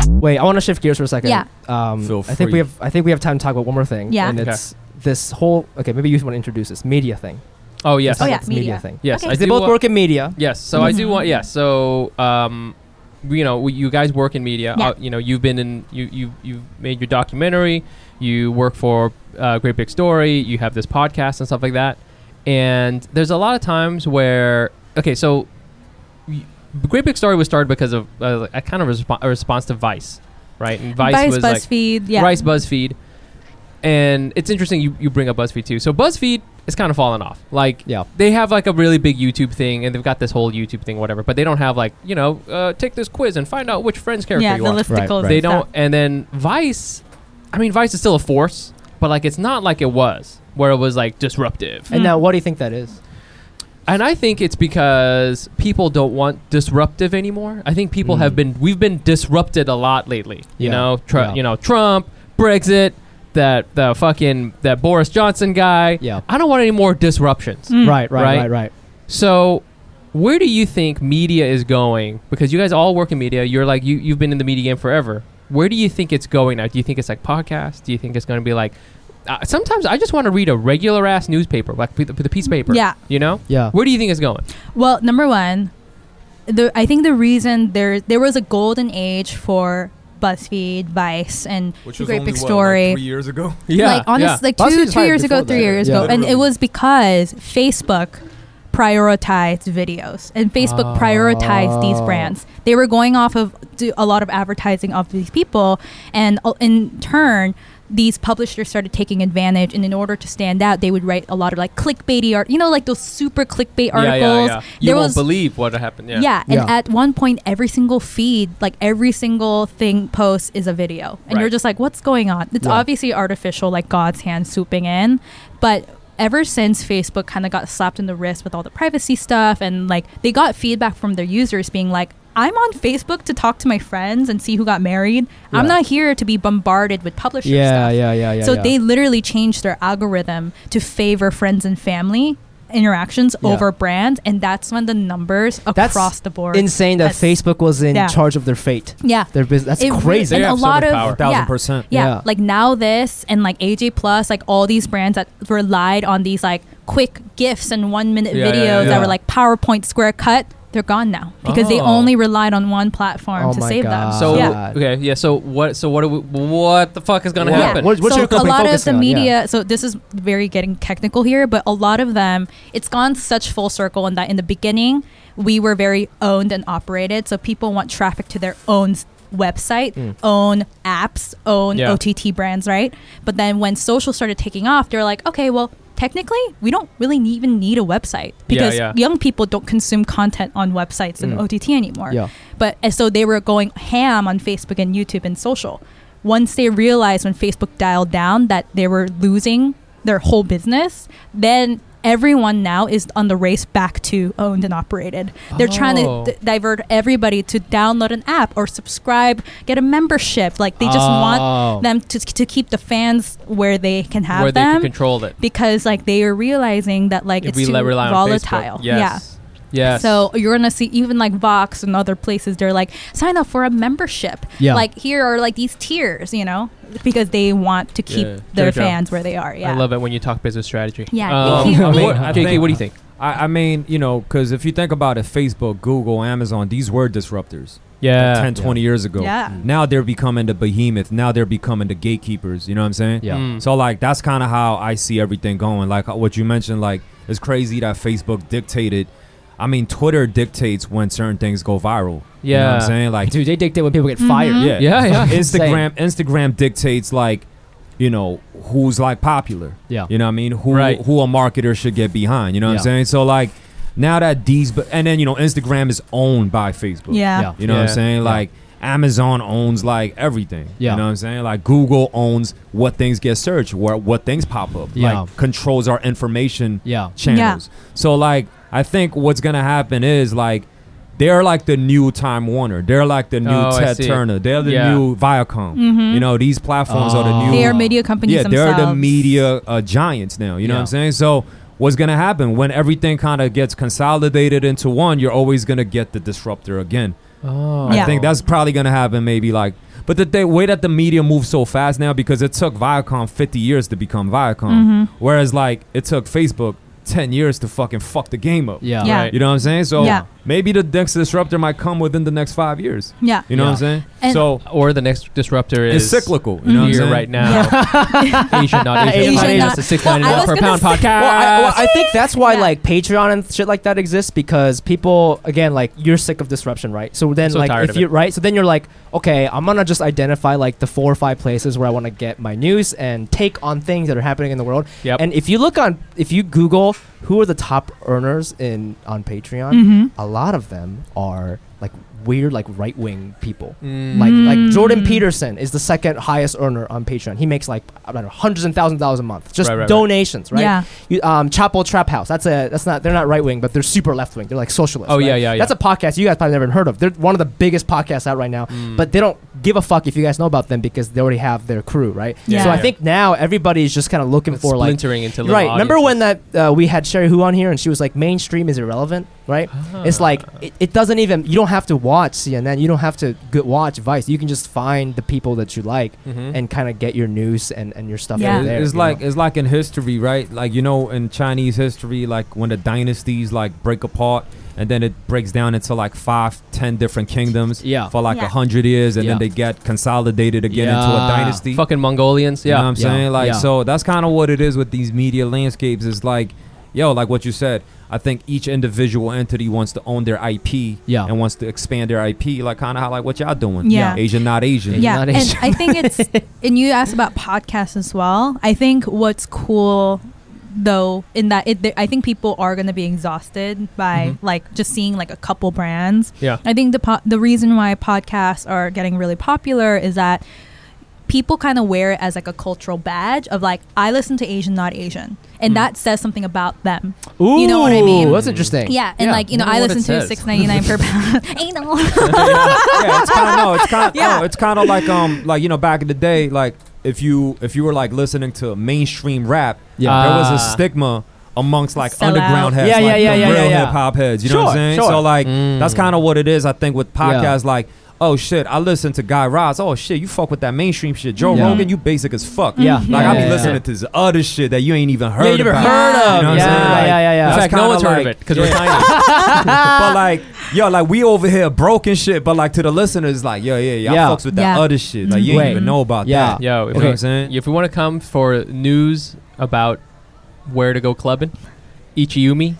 Speaker 3: Wait, I want to shift gears for a second.
Speaker 5: Yeah.
Speaker 3: Um,
Speaker 6: Feel
Speaker 3: I think
Speaker 6: free.
Speaker 3: we have I think we have time to talk about one more thing.
Speaker 5: Yeah.
Speaker 3: And
Speaker 4: Okay.
Speaker 3: it's this whole okay, maybe you want to introduce this media thing.
Speaker 4: Oh, yes.
Speaker 5: Oh, yeah,
Speaker 3: This media.
Speaker 5: media.
Speaker 3: thing.
Speaker 4: Yes,
Speaker 5: Okay. Mm-hmm.
Speaker 4: I
Speaker 3: They
Speaker 4: do
Speaker 3: both
Speaker 4: wa-
Speaker 3: work in media.
Speaker 4: Yes. So I do want. Yes. So um, you know, we, you guys work in media.
Speaker 5: Yeah.
Speaker 4: Uh, you know, you've been in. You you you've made your documentary. You work for uh, Great Big Story. You have this podcast and stuff like that. And there's a lot of times where okay, so y- Great Big Story was started because of uh, a kind of respo- a response to Vice, right? And Vice,
Speaker 5: Vice,
Speaker 4: was like
Speaker 5: BuzzFeed, yeah.
Speaker 4: Rice BuzzFeed. And it's interesting you, you bring up BuzzFeed too. So BuzzFeed is kind of fallen off. Like
Speaker 3: Yeah.
Speaker 4: they have like a really big YouTube thing and they've got this whole YouTube thing, whatever, but they don't have like, you know, uh, take this quiz and find out which friend's character
Speaker 5: yeah,
Speaker 4: you
Speaker 5: the
Speaker 4: are.
Speaker 5: listicles.
Speaker 3: right.
Speaker 5: and
Speaker 4: They
Speaker 5: stuff.
Speaker 4: don't and then Vice I mean Vice is still a force, but like it's not like it was, where it was like disruptive.
Speaker 3: And
Speaker 5: Mm.
Speaker 3: now what do you think that is?
Speaker 4: And I think it's because people don't want disruptive anymore. I think people
Speaker 3: Mm.
Speaker 4: have been we've been disrupted a lot lately. You
Speaker 3: Yeah.
Speaker 4: know, Tru-
Speaker 3: Yeah.
Speaker 4: you know Trump, Brexit, that the fucking that Boris Johnson guy.
Speaker 3: Yeah.
Speaker 4: I don't want any more disruptions.
Speaker 5: Mm.
Speaker 3: Right, right, right,
Speaker 4: Right.
Speaker 3: right,
Speaker 4: So, where do you think media is going? Because you guys all work in media. You're like you you've been in the media game forever. Where do you think it's going now? Do you think it's like podcasts? Do you think it's going to be like uh, sometimes I just want to read a regular ass newspaper, like the, the piece of paper.
Speaker 5: Yeah.
Speaker 4: You know?
Speaker 3: Yeah.
Speaker 4: Where do you think it's going?
Speaker 5: Well, number one, the I think the reason there there was a golden age for BuzzFeed, Vice, and
Speaker 6: Which
Speaker 5: The
Speaker 6: was
Speaker 5: Great
Speaker 6: only,
Speaker 5: Big
Speaker 6: what,
Speaker 5: Story.
Speaker 6: like three years ago.
Speaker 5: like honest, like
Speaker 3: BuzzFeed
Speaker 5: two
Speaker 3: was
Speaker 5: two
Speaker 3: hyped
Speaker 5: years ago,
Speaker 3: before
Speaker 5: three
Speaker 3: that,
Speaker 5: years
Speaker 3: yeah.
Speaker 5: ago, and it
Speaker 6: Literally.
Speaker 5: was because Facebook prioritized videos and
Speaker 4: Ah.
Speaker 5: Facebook prioritized these
Speaker 3: Oh.
Speaker 5: brands. They were going off of do a lot of advertising of these people, and uh, in turn. These publishers started taking advantage, and in order to stand out, they would write a lot of like clickbaity art, you know, like those super clickbait articles.
Speaker 4: Yeah, yeah, yeah. You
Speaker 5: There
Speaker 4: won't
Speaker 5: was-
Speaker 4: believe what happened. Yeah.
Speaker 5: yeah. and
Speaker 3: Yeah.
Speaker 5: at one point, every single feed, like every single thing post is a video. And you're
Speaker 4: Right.
Speaker 5: just like, what's going on? It's
Speaker 3: Yeah.
Speaker 5: obviously artificial, like God's hand swooping in. But ever since Facebook kind of got slapped in the wrist with all the privacy stuff, and like they got feedback from their users being like, I'm on Facebook to talk to my friends and see who got married. I'm
Speaker 3: Yeah.
Speaker 5: not here to be bombarded with publisher
Speaker 3: yeah,
Speaker 5: stuff.
Speaker 3: yeah, yeah, yeah.
Speaker 5: So
Speaker 3: yeah.
Speaker 5: they literally changed their algorithm to favor friends and family interactions
Speaker 3: Yeah.
Speaker 5: over brand, and that's when the numbers
Speaker 3: That's
Speaker 5: across the board.
Speaker 3: insane that
Speaker 5: That's-
Speaker 3: Facebook was in
Speaker 5: Yeah.
Speaker 3: charge of their fate.
Speaker 5: Yeah.
Speaker 3: Their business. That's
Speaker 5: It really-
Speaker 3: crazy.
Speaker 4: They
Speaker 5: and a
Speaker 4: have so
Speaker 5: lot
Speaker 4: much
Speaker 5: of
Speaker 4: power.
Speaker 5: yeah.
Speaker 6: Thousand percent.
Speaker 5: Yeah.
Speaker 3: Yeah.
Speaker 5: like now this and like AJ Plus, like all these brands that relied on these like quick gifs and one minute
Speaker 4: Yeah, yeah,
Speaker 5: videos
Speaker 4: yeah.
Speaker 5: that were like PowerPoint square cut. They're gone now because they
Speaker 4: Oh.
Speaker 5: only relied on one platform
Speaker 3: Oh
Speaker 5: to
Speaker 3: my
Speaker 5: save
Speaker 3: God.
Speaker 5: them.
Speaker 4: So
Speaker 5: yeah.
Speaker 3: God.
Speaker 4: okay, yeah. So what? So what? Are we, what the fuck is gonna
Speaker 3: What-
Speaker 4: happen?
Speaker 3: what- what's
Speaker 5: so
Speaker 3: your company
Speaker 5: a lot of
Speaker 3: focusing
Speaker 5: the
Speaker 3: on? Yeah.
Speaker 5: media so this is very getting technical here but a lot of them it's gone such full circle in that in the beginning we were very owned and operated so people want traffic to their own s- website own apps own
Speaker 4: Mm. Yeah.
Speaker 5: ott brands right but then when social started taking off they're like okay well technically we don't really ne- even need a website because
Speaker 4: yeah. Mm.
Speaker 5: young people don't consume content on websites and ott anymore
Speaker 3: Yeah.
Speaker 5: but and so they were going ham on Facebook and YouTube and social. Once they realized when Facebook dialed down that they were losing their whole business, then everyone now is on the race back to owned and operated. They're trying
Speaker 4: Oh.
Speaker 5: to d- divert everybody to download an app or subscribe, get a membership. Like they just
Speaker 3: Oh.
Speaker 5: want them to, to keep the fans where they can have
Speaker 4: Where they
Speaker 5: them
Speaker 4: can control it?
Speaker 5: because like they are realizing that like
Speaker 4: If
Speaker 5: it's
Speaker 4: we
Speaker 5: too
Speaker 4: let rely on Facebook.
Speaker 5: volatile. Yeah.
Speaker 4: Yes. Yes.
Speaker 5: So you're gonna see even like Vox and other places, they're like, sign up for a membership.
Speaker 3: Yeah.
Speaker 5: Like here are like these tiers, you know, because they want to keep
Speaker 4: Yeah.
Speaker 5: their
Speaker 4: Sure, sure.
Speaker 5: fans where they are. Yeah.
Speaker 4: I love it when you talk business strategy.
Speaker 5: Yeah,
Speaker 4: Um,
Speaker 5: thank you.
Speaker 6: I mean,
Speaker 4: what,
Speaker 6: I
Speaker 4: JK,
Speaker 6: think-
Speaker 4: what do you think?
Speaker 6: I, I mean, you know, because if you think about it, Facebook, Google, Amazon, these were disruptors
Speaker 4: Yeah. Mm.
Speaker 6: 10, 20 years ago.
Speaker 5: Yeah.
Speaker 6: Now they're becoming the behemoth. Now they're becoming the gatekeepers. You know what I'm saying?
Speaker 3: Yeah.
Speaker 4: Mm.
Speaker 6: So like that's kind of how I see everything going. Like what you mentioned, like it's crazy that Facebook dictated. I mean, Twitter dictates when certain things go viral. You know what
Speaker 4: Yeah.
Speaker 6: I'm saying? Like
Speaker 3: Dude, they dictate when people get
Speaker 5: Mm-hmm.
Speaker 3: fired.
Speaker 6: yeah.
Speaker 4: Yeah, yeah.
Speaker 6: Instagram Instagram dictates like, you know, who's like popular.
Speaker 3: Yeah.
Speaker 6: You know what I mean? Who
Speaker 4: Right.
Speaker 6: who a marketer should get behind. You know what
Speaker 3: Yeah.
Speaker 6: I'm saying? So like now that these bu- and then you know Instagram is owned by Facebook.
Speaker 5: Yeah.
Speaker 3: Yeah.
Speaker 6: You know what
Speaker 4: Yeah.
Speaker 6: I'm saying? Like Amazon owns like everything.
Speaker 3: Yeah.
Speaker 6: You know what I'm saying? Like Google owns what things get searched, what what things pop up.
Speaker 3: Yeah.
Speaker 6: Like controls our information
Speaker 3: Yeah.
Speaker 6: channels. So like I think what's gonna happen is like they're like the new Time Warner. They're like the new
Speaker 4: Oh, I
Speaker 6: Ted
Speaker 4: see.
Speaker 6: Turner. They're the
Speaker 4: Yeah.
Speaker 6: new Viacom. You know, these platforms are the
Speaker 3: Oh.
Speaker 6: new
Speaker 5: They are Mm-hmm. media companies
Speaker 6: yeah,
Speaker 5: themselves.
Speaker 6: they're the media uh, giants now. You know
Speaker 3: Yeah.
Speaker 6: what I'm saying? So what's gonna happen when everything kind of gets consolidated into one? You're always gonna get the disruptor again.
Speaker 4: Oh.
Speaker 5: Yeah.
Speaker 6: I think that's probably gonna happen. Maybe like. But the thing, way that the media moves so fast now because it took Viacom 50 years to become Viacom, whereas like it took Facebook 10 years to fucking fuck the game up.
Speaker 3: Yeah.
Speaker 5: Yeah.
Speaker 4: Right.
Speaker 6: You know what I'm saying? So
Speaker 5: Yeah.
Speaker 6: maybe the next disruptor might come within the next five years.
Speaker 5: Yeah.
Speaker 6: You know
Speaker 3: Yeah.
Speaker 6: what I'm saying?
Speaker 5: And-
Speaker 6: so
Speaker 4: Or the next disruptor is
Speaker 6: it's cyclical. You know what I'm
Speaker 4: Here
Speaker 6: saying?
Speaker 4: right now. Asia, not Asia.
Speaker 3: Asian,
Speaker 4: not Asia.
Speaker 3: not-
Speaker 4: It's a six
Speaker 5: Well,
Speaker 4: ninety
Speaker 5: I
Speaker 4: nine
Speaker 5: was
Speaker 4: per
Speaker 5: gonna
Speaker 4: pound
Speaker 5: say-
Speaker 4: podcast.
Speaker 3: Well, I, well, I think that's why
Speaker 5: Yeah.
Speaker 3: like Patreon and shit like that exists because people again like you're sick of disruption, right? So then
Speaker 4: So
Speaker 3: like
Speaker 4: tired
Speaker 3: if
Speaker 4: of
Speaker 3: you
Speaker 4: it.
Speaker 3: right, so then you're like, okay, I'm gonna just identify like the four or five places where I want to get my news and take on things that are happening in the world.
Speaker 4: Yep.
Speaker 3: And if you look on, if you Google who are the top earners in on Patreon,
Speaker 5: Mm-hmm.
Speaker 3: a lot of them are like weird like right wing people.
Speaker 6: Mm-hmm.
Speaker 3: Like
Speaker 4: Mm.
Speaker 3: like
Speaker 5: Mm.
Speaker 3: Jordan Peterson is the second highest earner on Patreon. He makes like I don't know hundreds and thousands of dollars a month just
Speaker 4: Right, right, right.
Speaker 3: donations, right?
Speaker 5: Yeah.
Speaker 3: You, um, Chapel Trap House. That's a that's not they're not right wing, but they're super left wing. They're like socialist.
Speaker 4: Oh,
Speaker 3: right?
Speaker 4: yeah, yeah, yeah. Mm.
Speaker 3: That's a podcast you guys probably never heard of. They're one of the biggest podcasts out right now, but they don't give a fuck if you guys know about them because they already have their crew, right?
Speaker 5: Yeah.
Speaker 3: So I
Speaker 4: Yeah.
Speaker 3: think now everybody's just kind of looking for like
Speaker 4: splintering into little
Speaker 3: right. Remember when
Speaker 4: audiences.
Speaker 3: that uh, we had Sherry Who on here and she was like, mainstream is irrelevant, right? It's like it, it doesn't even you don't have to watch CNN, you don't have to go watch Vice. You can just find the people that you like
Speaker 4: Mm-hmm.
Speaker 6: Mhm.
Speaker 3: and kind of get your news and and your stuff.
Speaker 5: Yeah.
Speaker 3: from there,
Speaker 6: it's
Speaker 3: you
Speaker 6: like
Speaker 3: know?
Speaker 6: it's like in history, right? Like you know, in Chinese history, like when the dynasties like break apart, and then it breaks down into like five, ten different kingdoms
Speaker 3: yeah.
Speaker 6: for like a
Speaker 5: Yeah.
Speaker 6: hundred years, and
Speaker 3: Yeah.
Speaker 6: then they get consolidated again into
Speaker 3: Yeah.
Speaker 6: a dynasty.
Speaker 4: Ah, fucking Mongolians.
Speaker 6: You know what
Speaker 4: Yeah.
Speaker 6: I'm
Speaker 3: Yeah.
Speaker 6: saying? Like,
Speaker 3: Yeah.
Speaker 6: so that's kind of what it is with these media landscapes. It's like, yo, like what you said. I think each individual entity wants to own their IP
Speaker 3: Yeah.
Speaker 6: and wants to expand their IP, like kind of how like what y'all doing.
Speaker 5: Yeah.
Speaker 6: Asian, not Asian.
Speaker 5: yeah
Speaker 3: not
Speaker 5: and
Speaker 3: Asian.
Speaker 5: i think it's and you asked about podcasts as well i think what's cool though in that it i think people are going to be exhausted by like just seeing like a couple brands
Speaker 4: Mm-hmm. Yeah.
Speaker 5: i think the po- the reason why podcasts are getting really popular is that people kind of wear it as like a cultural badge of like i listen to asian not asian and
Speaker 4: Mm.
Speaker 5: that says something about them
Speaker 3: Ooh,
Speaker 5: you know what I mean?
Speaker 3: That's interesting.
Speaker 5: yeah and like you know
Speaker 4: wonder
Speaker 5: i
Speaker 4: what it
Speaker 5: listen to
Speaker 4: says.
Speaker 5: 6.99 per pound ain't no
Speaker 6: yeah, it's kind of no, it's kind of
Speaker 5: Yeah.
Speaker 6: no, it's kind of like um like you know back in the day like if you if you were like listening to mainstream rap,
Speaker 3: Yeah.
Speaker 6: there was a
Speaker 4: Ah.
Speaker 6: stigma amongst like
Speaker 5: Sellout.
Speaker 6: underground heads,
Speaker 3: Yeah, yeah,
Speaker 6: like
Speaker 3: yeah,
Speaker 6: the
Speaker 3: yeah,
Speaker 6: real
Speaker 3: yeah, yeah.
Speaker 6: hip hop heads. You know what I'm
Speaker 3: Sure,
Speaker 6: saying?
Speaker 3: sure.
Speaker 6: So like that's
Speaker 4: Mm.
Speaker 6: kind of what it is. I think with
Speaker 3: Yeah.
Speaker 6: podcasts like. Oh shit! I listen to Guy Raz. Oh shit! You fuck with that mainstream shit. Joe
Speaker 3: Yeah.
Speaker 6: Rogan, you basic as fuck.
Speaker 3: Yeah.
Speaker 6: like I be
Speaker 3: Yeah.
Speaker 6: listening to this other shit that you ain't even heard.
Speaker 3: Yeah, you never
Speaker 6: about.
Speaker 3: heard of.
Speaker 6: You know what I'm
Speaker 3: yeah,
Speaker 6: saying? Like,
Speaker 3: yeah, yeah, yeah.
Speaker 6: that's
Speaker 4: In fact, no
Speaker 6: kinda
Speaker 4: one's heard of
Speaker 6: like-
Speaker 4: it because we're tiny.
Speaker 6: but like, yo, like we over here broke and shit. But like to the listeners, like, yo, yeah, yeah,
Speaker 3: Yeah.
Speaker 6: I fucks with that
Speaker 5: Yeah.
Speaker 6: other shit. Like you ain't
Speaker 3: Wait.
Speaker 6: even know about
Speaker 3: Yeah.
Speaker 6: that. You
Speaker 4: Yo, if,
Speaker 6: know
Speaker 4: we,
Speaker 6: what I'm saying?
Speaker 4: if we want to come for news about where to go clubbing, Ichiumi,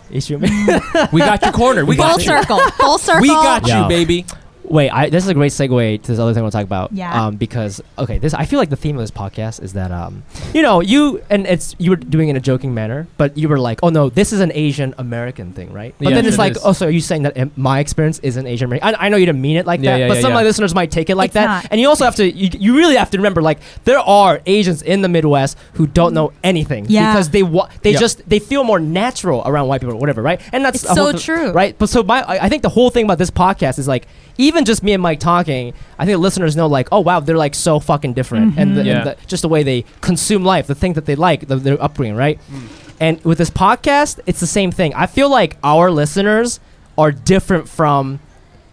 Speaker 4: we got you cornered. We
Speaker 5: full
Speaker 4: got you.
Speaker 5: circle full circle
Speaker 4: We got
Speaker 3: Yeah.
Speaker 4: you, baby.
Speaker 3: Wait, I, this is a great segue to this other thing we'll talk about.
Speaker 5: Yeah.
Speaker 3: Um, because okay, this I feel like the theme of this podcast is that um, you know, you and it's you were doing it in a joking manner, but you were like, oh no, this is an Asian American thing, right? But
Speaker 4: Yes,
Speaker 3: then it's
Speaker 4: it
Speaker 3: like,
Speaker 4: is.
Speaker 3: oh, so are you saying that um, my experience is an Asian American? I, I know you didn't mean it like
Speaker 4: Yeah,
Speaker 3: that,
Speaker 4: yeah,
Speaker 3: but
Speaker 4: yeah,
Speaker 3: some of my
Speaker 4: yeah.
Speaker 3: listeners might take it like
Speaker 5: It's
Speaker 3: that.
Speaker 5: not.
Speaker 3: And you also have to, you, you really have to remember, like there are Asians in the Midwest who don't know anything
Speaker 5: Yeah.
Speaker 3: because they wa- they
Speaker 4: Yeah.
Speaker 3: just they feel more natural around white people or whatever, right? And that's
Speaker 5: it's
Speaker 3: a whole
Speaker 5: so
Speaker 3: th-
Speaker 5: true
Speaker 3: right? But so my, I I think the whole thing about this podcast is like, even just me and Mike talking, I think listeners know like, oh wow, they're like so fucking different, and, the,
Speaker 4: Mhm. Yeah.
Speaker 3: and the, just the way they consume life, the thing that they like, the, their upbringing, right?
Speaker 4: Mm.
Speaker 3: And with this podcast, it's the same thing. I feel like our listeners are different from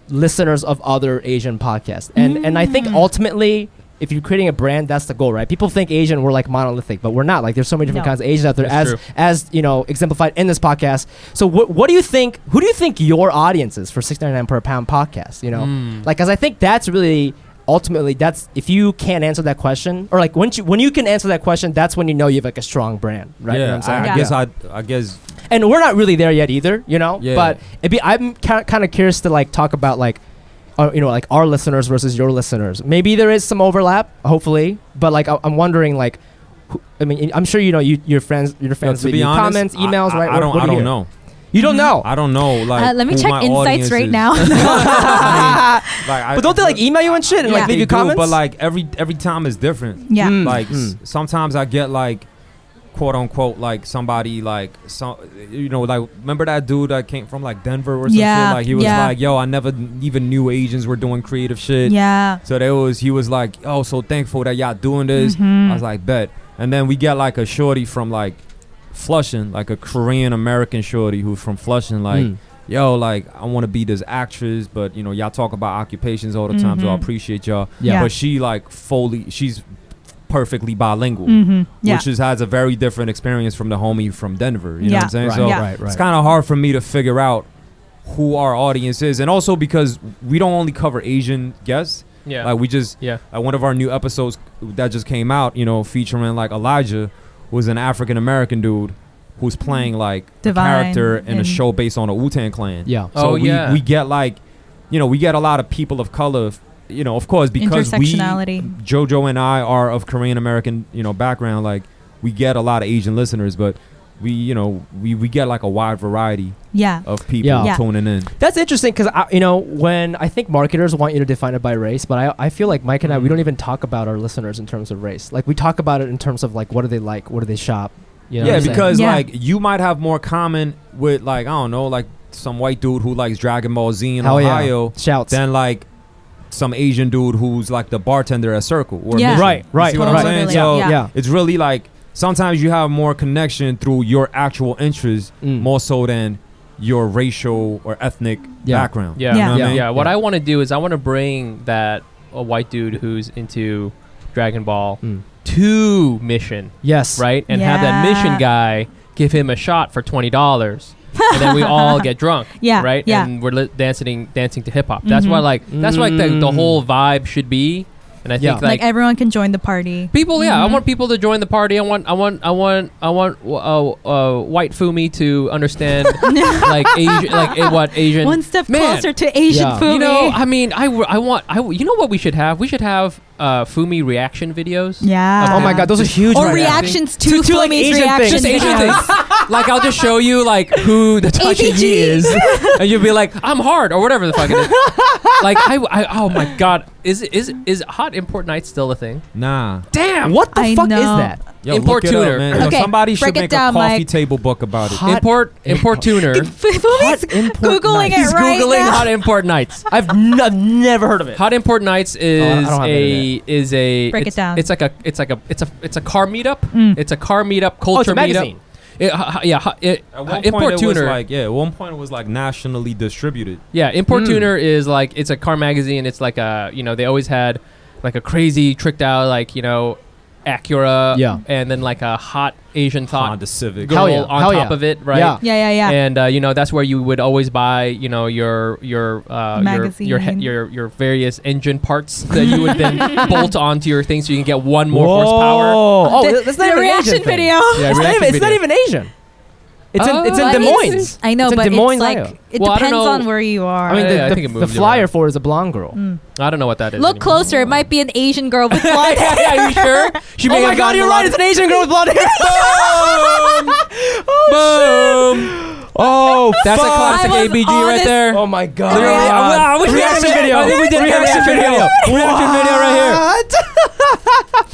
Speaker 3: listeners of other Asian podcasts, and and I
Speaker 4: Mm.
Speaker 3: think ultimately. If you're creating a brand, that's the goal, right? People think Asian, we're like monolithic, but we're not. Like, there's so many different
Speaker 5: No.
Speaker 3: kinds of Asians out there,
Speaker 4: That's
Speaker 3: as
Speaker 4: true.
Speaker 3: as you know, exemplified in this podcast. So, what what do you think? Who do you think your audience is for six ninety nine per pound podcast? You know,
Speaker 4: Mm.
Speaker 3: like, because I think that's really ultimately that's if you can't answer that question, or like when you when you can answer that question, that's when you know you have like a strong brand, right? You know
Speaker 6: Yeah,
Speaker 3: what I'm saying?
Speaker 6: I, I
Speaker 5: Yeah.
Speaker 6: guess I, I guess
Speaker 3: and we're not really there yet either, you know.
Speaker 6: Yeah.
Speaker 3: But it'd be, I'm kind of curious to like talk about like, uh, you know, like our listeners versus your listeners. Maybe there is some overlap, hopefully. But like, I, I'm wondering like, who, I mean, I'm sure you know you, your friends, your
Speaker 6: yo,
Speaker 3: fans,
Speaker 6: to
Speaker 3: leave
Speaker 6: be
Speaker 3: you
Speaker 6: honest,
Speaker 3: comments,
Speaker 6: I-
Speaker 3: emails,
Speaker 6: I,
Speaker 3: right?
Speaker 6: I,
Speaker 3: What-
Speaker 6: don't,
Speaker 3: what do
Speaker 6: I
Speaker 3: you
Speaker 6: don't
Speaker 3: hear?
Speaker 6: know. Mm-hmm.
Speaker 3: You don't know.
Speaker 6: I don't know. Like,
Speaker 5: uh, let me
Speaker 6: who
Speaker 5: check
Speaker 6: my
Speaker 5: insights
Speaker 6: audience
Speaker 5: right
Speaker 6: is.
Speaker 5: now
Speaker 6: I mean, like, I-
Speaker 3: but don't they like email you and shit and
Speaker 5: Yeah.
Speaker 3: like leave
Speaker 6: They
Speaker 3: you
Speaker 6: do,
Speaker 3: comments?
Speaker 6: But like every every time is different.
Speaker 5: yeah
Speaker 3: Mm.
Speaker 6: like s-
Speaker 3: Mm.
Speaker 6: sometimes I get like quote unquote like somebody like some you know like remember that dude that came from like Denver or something
Speaker 5: Yeah,
Speaker 6: like he was
Speaker 5: yeah.
Speaker 6: like yo I never n- even knew Asians were doing creative shit
Speaker 5: yeah
Speaker 6: so they was he was like oh so thankful that y'all doing this
Speaker 5: Mm-hmm.
Speaker 6: I was like bet and then we get like a shorty from like Flushing like a Korean American shorty who's from Flushing like
Speaker 3: Mm.
Speaker 6: yo like I want to be this actress but you know y'all talk about occupations all the time so I
Speaker 5: Mhm.
Speaker 6: appreciate y'all
Speaker 5: Yeah.
Speaker 6: but she like fully she's perfectly bilingual
Speaker 5: Mm-hmm. Yeah.
Speaker 6: which is has a very different experience from the homie from Denver. You know
Speaker 5: Yeah.
Speaker 6: what I'm saying?
Speaker 3: right,
Speaker 6: So
Speaker 5: Yeah.
Speaker 3: right,
Speaker 6: it's
Speaker 3: right.
Speaker 6: kind of hard for me to figure out who our audience is, and also because we don't only cover Asian guests.
Speaker 4: Yeah.
Speaker 6: Like we just
Speaker 4: yeah.
Speaker 6: like one of our new episodes that just came out, you know, featuring like Elijah, was an African American dude who's playing like
Speaker 5: Divine
Speaker 6: a character in a
Speaker 5: and-
Speaker 6: show based on a Wu Tang Clan.
Speaker 3: Yeah.
Speaker 6: So
Speaker 4: Oh,
Speaker 6: we,
Speaker 4: yeah.
Speaker 6: we get like, you know, we get a lot of people of color. f- You know, of course, because we
Speaker 5: Intersectionality.
Speaker 6: JoJo and I are of Korean American, you know, background. Like, we get a lot of Asian listeners, but we, you know, we we get like a wide variety
Speaker 5: yeah.
Speaker 6: of people
Speaker 3: Yeah.
Speaker 5: Yeah.
Speaker 6: tuning in.
Speaker 3: That's interesting because you know when I think marketers want you to define it by race, but I, I feel like Mike and I we don't even talk about our listeners in terms of race. Like we talk about it in terms of like what do they like, what do they shop. You know what
Speaker 6: yeah,
Speaker 3: I'm saying?
Speaker 6: because
Speaker 5: Yeah.
Speaker 6: like you might have more common with like I don't know, like some white dude who likes Dragon Ball Z in
Speaker 3: Hell yeah.
Speaker 6: Ohio
Speaker 3: shouts.
Speaker 6: than like some Asian dude who's like the bartender at Circle. Or
Speaker 5: Yeah.
Speaker 6: Mission.
Speaker 3: Right, right,
Speaker 6: You see what
Speaker 3: right.
Speaker 6: I'm saying?
Speaker 5: Totally,
Speaker 6: So
Speaker 5: yeah.
Speaker 3: yeah.
Speaker 6: it's really like sometimes you have more connection through your actual interests
Speaker 3: Mm.
Speaker 6: more so than your racial or ethnic
Speaker 3: Yeah.
Speaker 6: background.
Speaker 4: Yeah.
Speaker 5: Yeah.
Speaker 6: You know what
Speaker 4: yeah.
Speaker 6: I mean?
Speaker 4: What I want to do is I want to bring that a white dude who's into Dragon Ball
Speaker 3: Mm.
Speaker 4: to Mission,
Speaker 3: Yes.
Speaker 4: right? And have that
Speaker 5: Yeah.
Speaker 4: Mission guy give him a shot for twenty dollars, and then we all get drunk,
Speaker 5: Yeah,
Speaker 4: right?
Speaker 5: yeah.
Speaker 4: And we're li- dancing dancing to hip hop. That's
Speaker 5: Mhm.
Speaker 4: why like that's why the, the
Speaker 3: Mm.
Speaker 4: whole vibe should be. And I
Speaker 3: Yeah.
Speaker 4: think
Speaker 5: Like, eh,
Speaker 4: like.
Speaker 5: everyone can join the party.
Speaker 4: People, yeah,
Speaker 5: Mhm.
Speaker 4: I want people to join the party. I want, I want, I want, I want uh, uh, white Fumi to understand like Asian, like eh, what Asian
Speaker 5: One step
Speaker 4: Man.
Speaker 5: closer to Asian
Speaker 3: Yeah.
Speaker 5: food.
Speaker 4: you know, I mean, I, w- I want I w- you know what we should have? We should have uh, Fumi reaction videos.
Speaker 5: yeah.
Speaker 3: Oh my god, those are huge.
Speaker 5: Or
Speaker 3: right now.
Speaker 5: reactions to,
Speaker 3: To- to, like,
Speaker 5: Fumi's
Speaker 3: Asian things.
Speaker 5: reactions.
Speaker 4: Just Asian
Speaker 5: videos.
Speaker 4: things. Like I'll just show you like who the Tachi
Speaker 5: ABG.
Speaker 4: Yi is, and you'll be like, "I'm hard" or whatever the fuck it is. like I, I, oh my god, is is is hot import night still a thing?
Speaker 6: Nah.
Speaker 4: Damn,
Speaker 3: What the
Speaker 5: I
Speaker 3: fuck is
Speaker 5: know.
Speaker 3: that?
Speaker 6: Yo,
Speaker 4: Import
Speaker 6: look it up,
Speaker 4: tuner.
Speaker 6: man. Yo,
Speaker 5: Okay,
Speaker 6: somebody
Speaker 5: break
Speaker 6: should
Speaker 5: it
Speaker 6: make
Speaker 5: down,
Speaker 6: a coffee
Speaker 5: Mike.
Speaker 6: table book about it.
Speaker 3: Hot-
Speaker 4: import import tuner.
Speaker 5: Fumi's
Speaker 3: import
Speaker 5: googling
Speaker 3: night.
Speaker 5: it
Speaker 3: He's
Speaker 5: oh, right
Speaker 4: Googling
Speaker 5: now.
Speaker 4: hot import nights.
Speaker 3: I've, n- I've never heard of it.
Speaker 4: Hot import nights is
Speaker 3: Oh, don't have
Speaker 4: a
Speaker 3: internet.
Speaker 4: is a
Speaker 5: Break it
Speaker 4: it's-
Speaker 5: down. Mm.
Speaker 4: It's like a it's like a it's a it's a car meetup. It's a car meetup culture
Speaker 3: Oh, it's a
Speaker 4: meetup.
Speaker 3: magazine.
Speaker 4: It- ha- ha- yeah, ha- it-
Speaker 6: At
Speaker 4: ha-
Speaker 6: one point,
Speaker 4: import
Speaker 6: it was
Speaker 4: tuner.
Speaker 6: like yeah. At one point, it was like nationally distributed.
Speaker 4: yeah, import
Speaker 3: Mm.
Speaker 4: tuner is like it's a car magazine. It's like a you know they always had like a crazy tricked out like you know Acura.
Speaker 3: Yeah.
Speaker 4: and then like a hot Asian thought
Speaker 6: Honda Civic.
Speaker 4: girl
Speaker 3: Hell yeah,
Speaker 4: on
Speaker 3: hell
Speaker 4: top
Speaker 3: yeah.
Speaker 4: of it, right?
Speaker 3: Yeah.
Speaker 5: Yeah, yeah, yeah.
Speaker 4: And uh, you know that's where you would always buy you know your your uh, your, your he-
Speaker 5: Magazine.
Speaker 4: your your various engine parts that you would then bolt onto your thing so you can get one more horsepower.
Speaker 3: Whoa. Oh,
Speaker 5: The-
Speaker 3: th- that's not
Speaker 5: the
Speaker 3: even an
Speaker 5: reaction
Speaker 3: Asian thing.
Speaker 5: video. Yeah,
Speaker 3: it's, not
Speaker 4: reaction
Speaker 3: even, it's not
Speaker 4: video.
Speaker 3: even Asian. It's in,
Speaker 4: Oh,
Speaker 3: it's in
Speaker 4: I
Speaker 3: Des
Speaker 4: mean,
Speaker 3: Moines.
Speaker 4: it's-
Speaker 5: I know,
Speaker 3: it's in
Speaker 5: but
Speaker 3: Des Moines,
Speaker 5: it's like
Speaker 3: Iowa.
Speaker 5: it
Speaker 4: Well, I don't
Speaker 5: depends
Speaker 4: know-
Speaker 5: on where you are.
Speaker 3: I mean,
Speaker 4: yeah,
Speaker 3: the,
Speaker 4: I
Speaker 3: the,
Speaker 4: think it
Speaker 3: the
Speaker 4: moved
Speaker 3: flyer
Speaker 4: around.
Speaker 3: for it is a blonde girl.
Speaker 5: Mm.
Speaker 4: I don't know what that is.
Speaker 5: look
Speaker 4: anymore.
Speaker 5: closer. It might be an Asian girl with blonde
Speaker 4: yeah, yeah, you sure? She
Speaker 3: Oh my god, you're right. It's an Asian girl with blonde hair. oh, Shit. oh,
Speaker 4: That's a
Speaker 3: fuck.
Speaker 4: classic
Speaker 5: I was
Speaker 4: ABG
Speaker 5: all
Speaker 4: right
Speaker 5: this-
Speaker 4: there.
Speaker 3: Oh my god.
Speaker 4: Literally, I- I wish we had
Speaker 3: reaction
Speaker 4: a video.
Speaker 3: video.
Speaker 4: I think we did reaction video.
Speaker 3: Reaction video right here.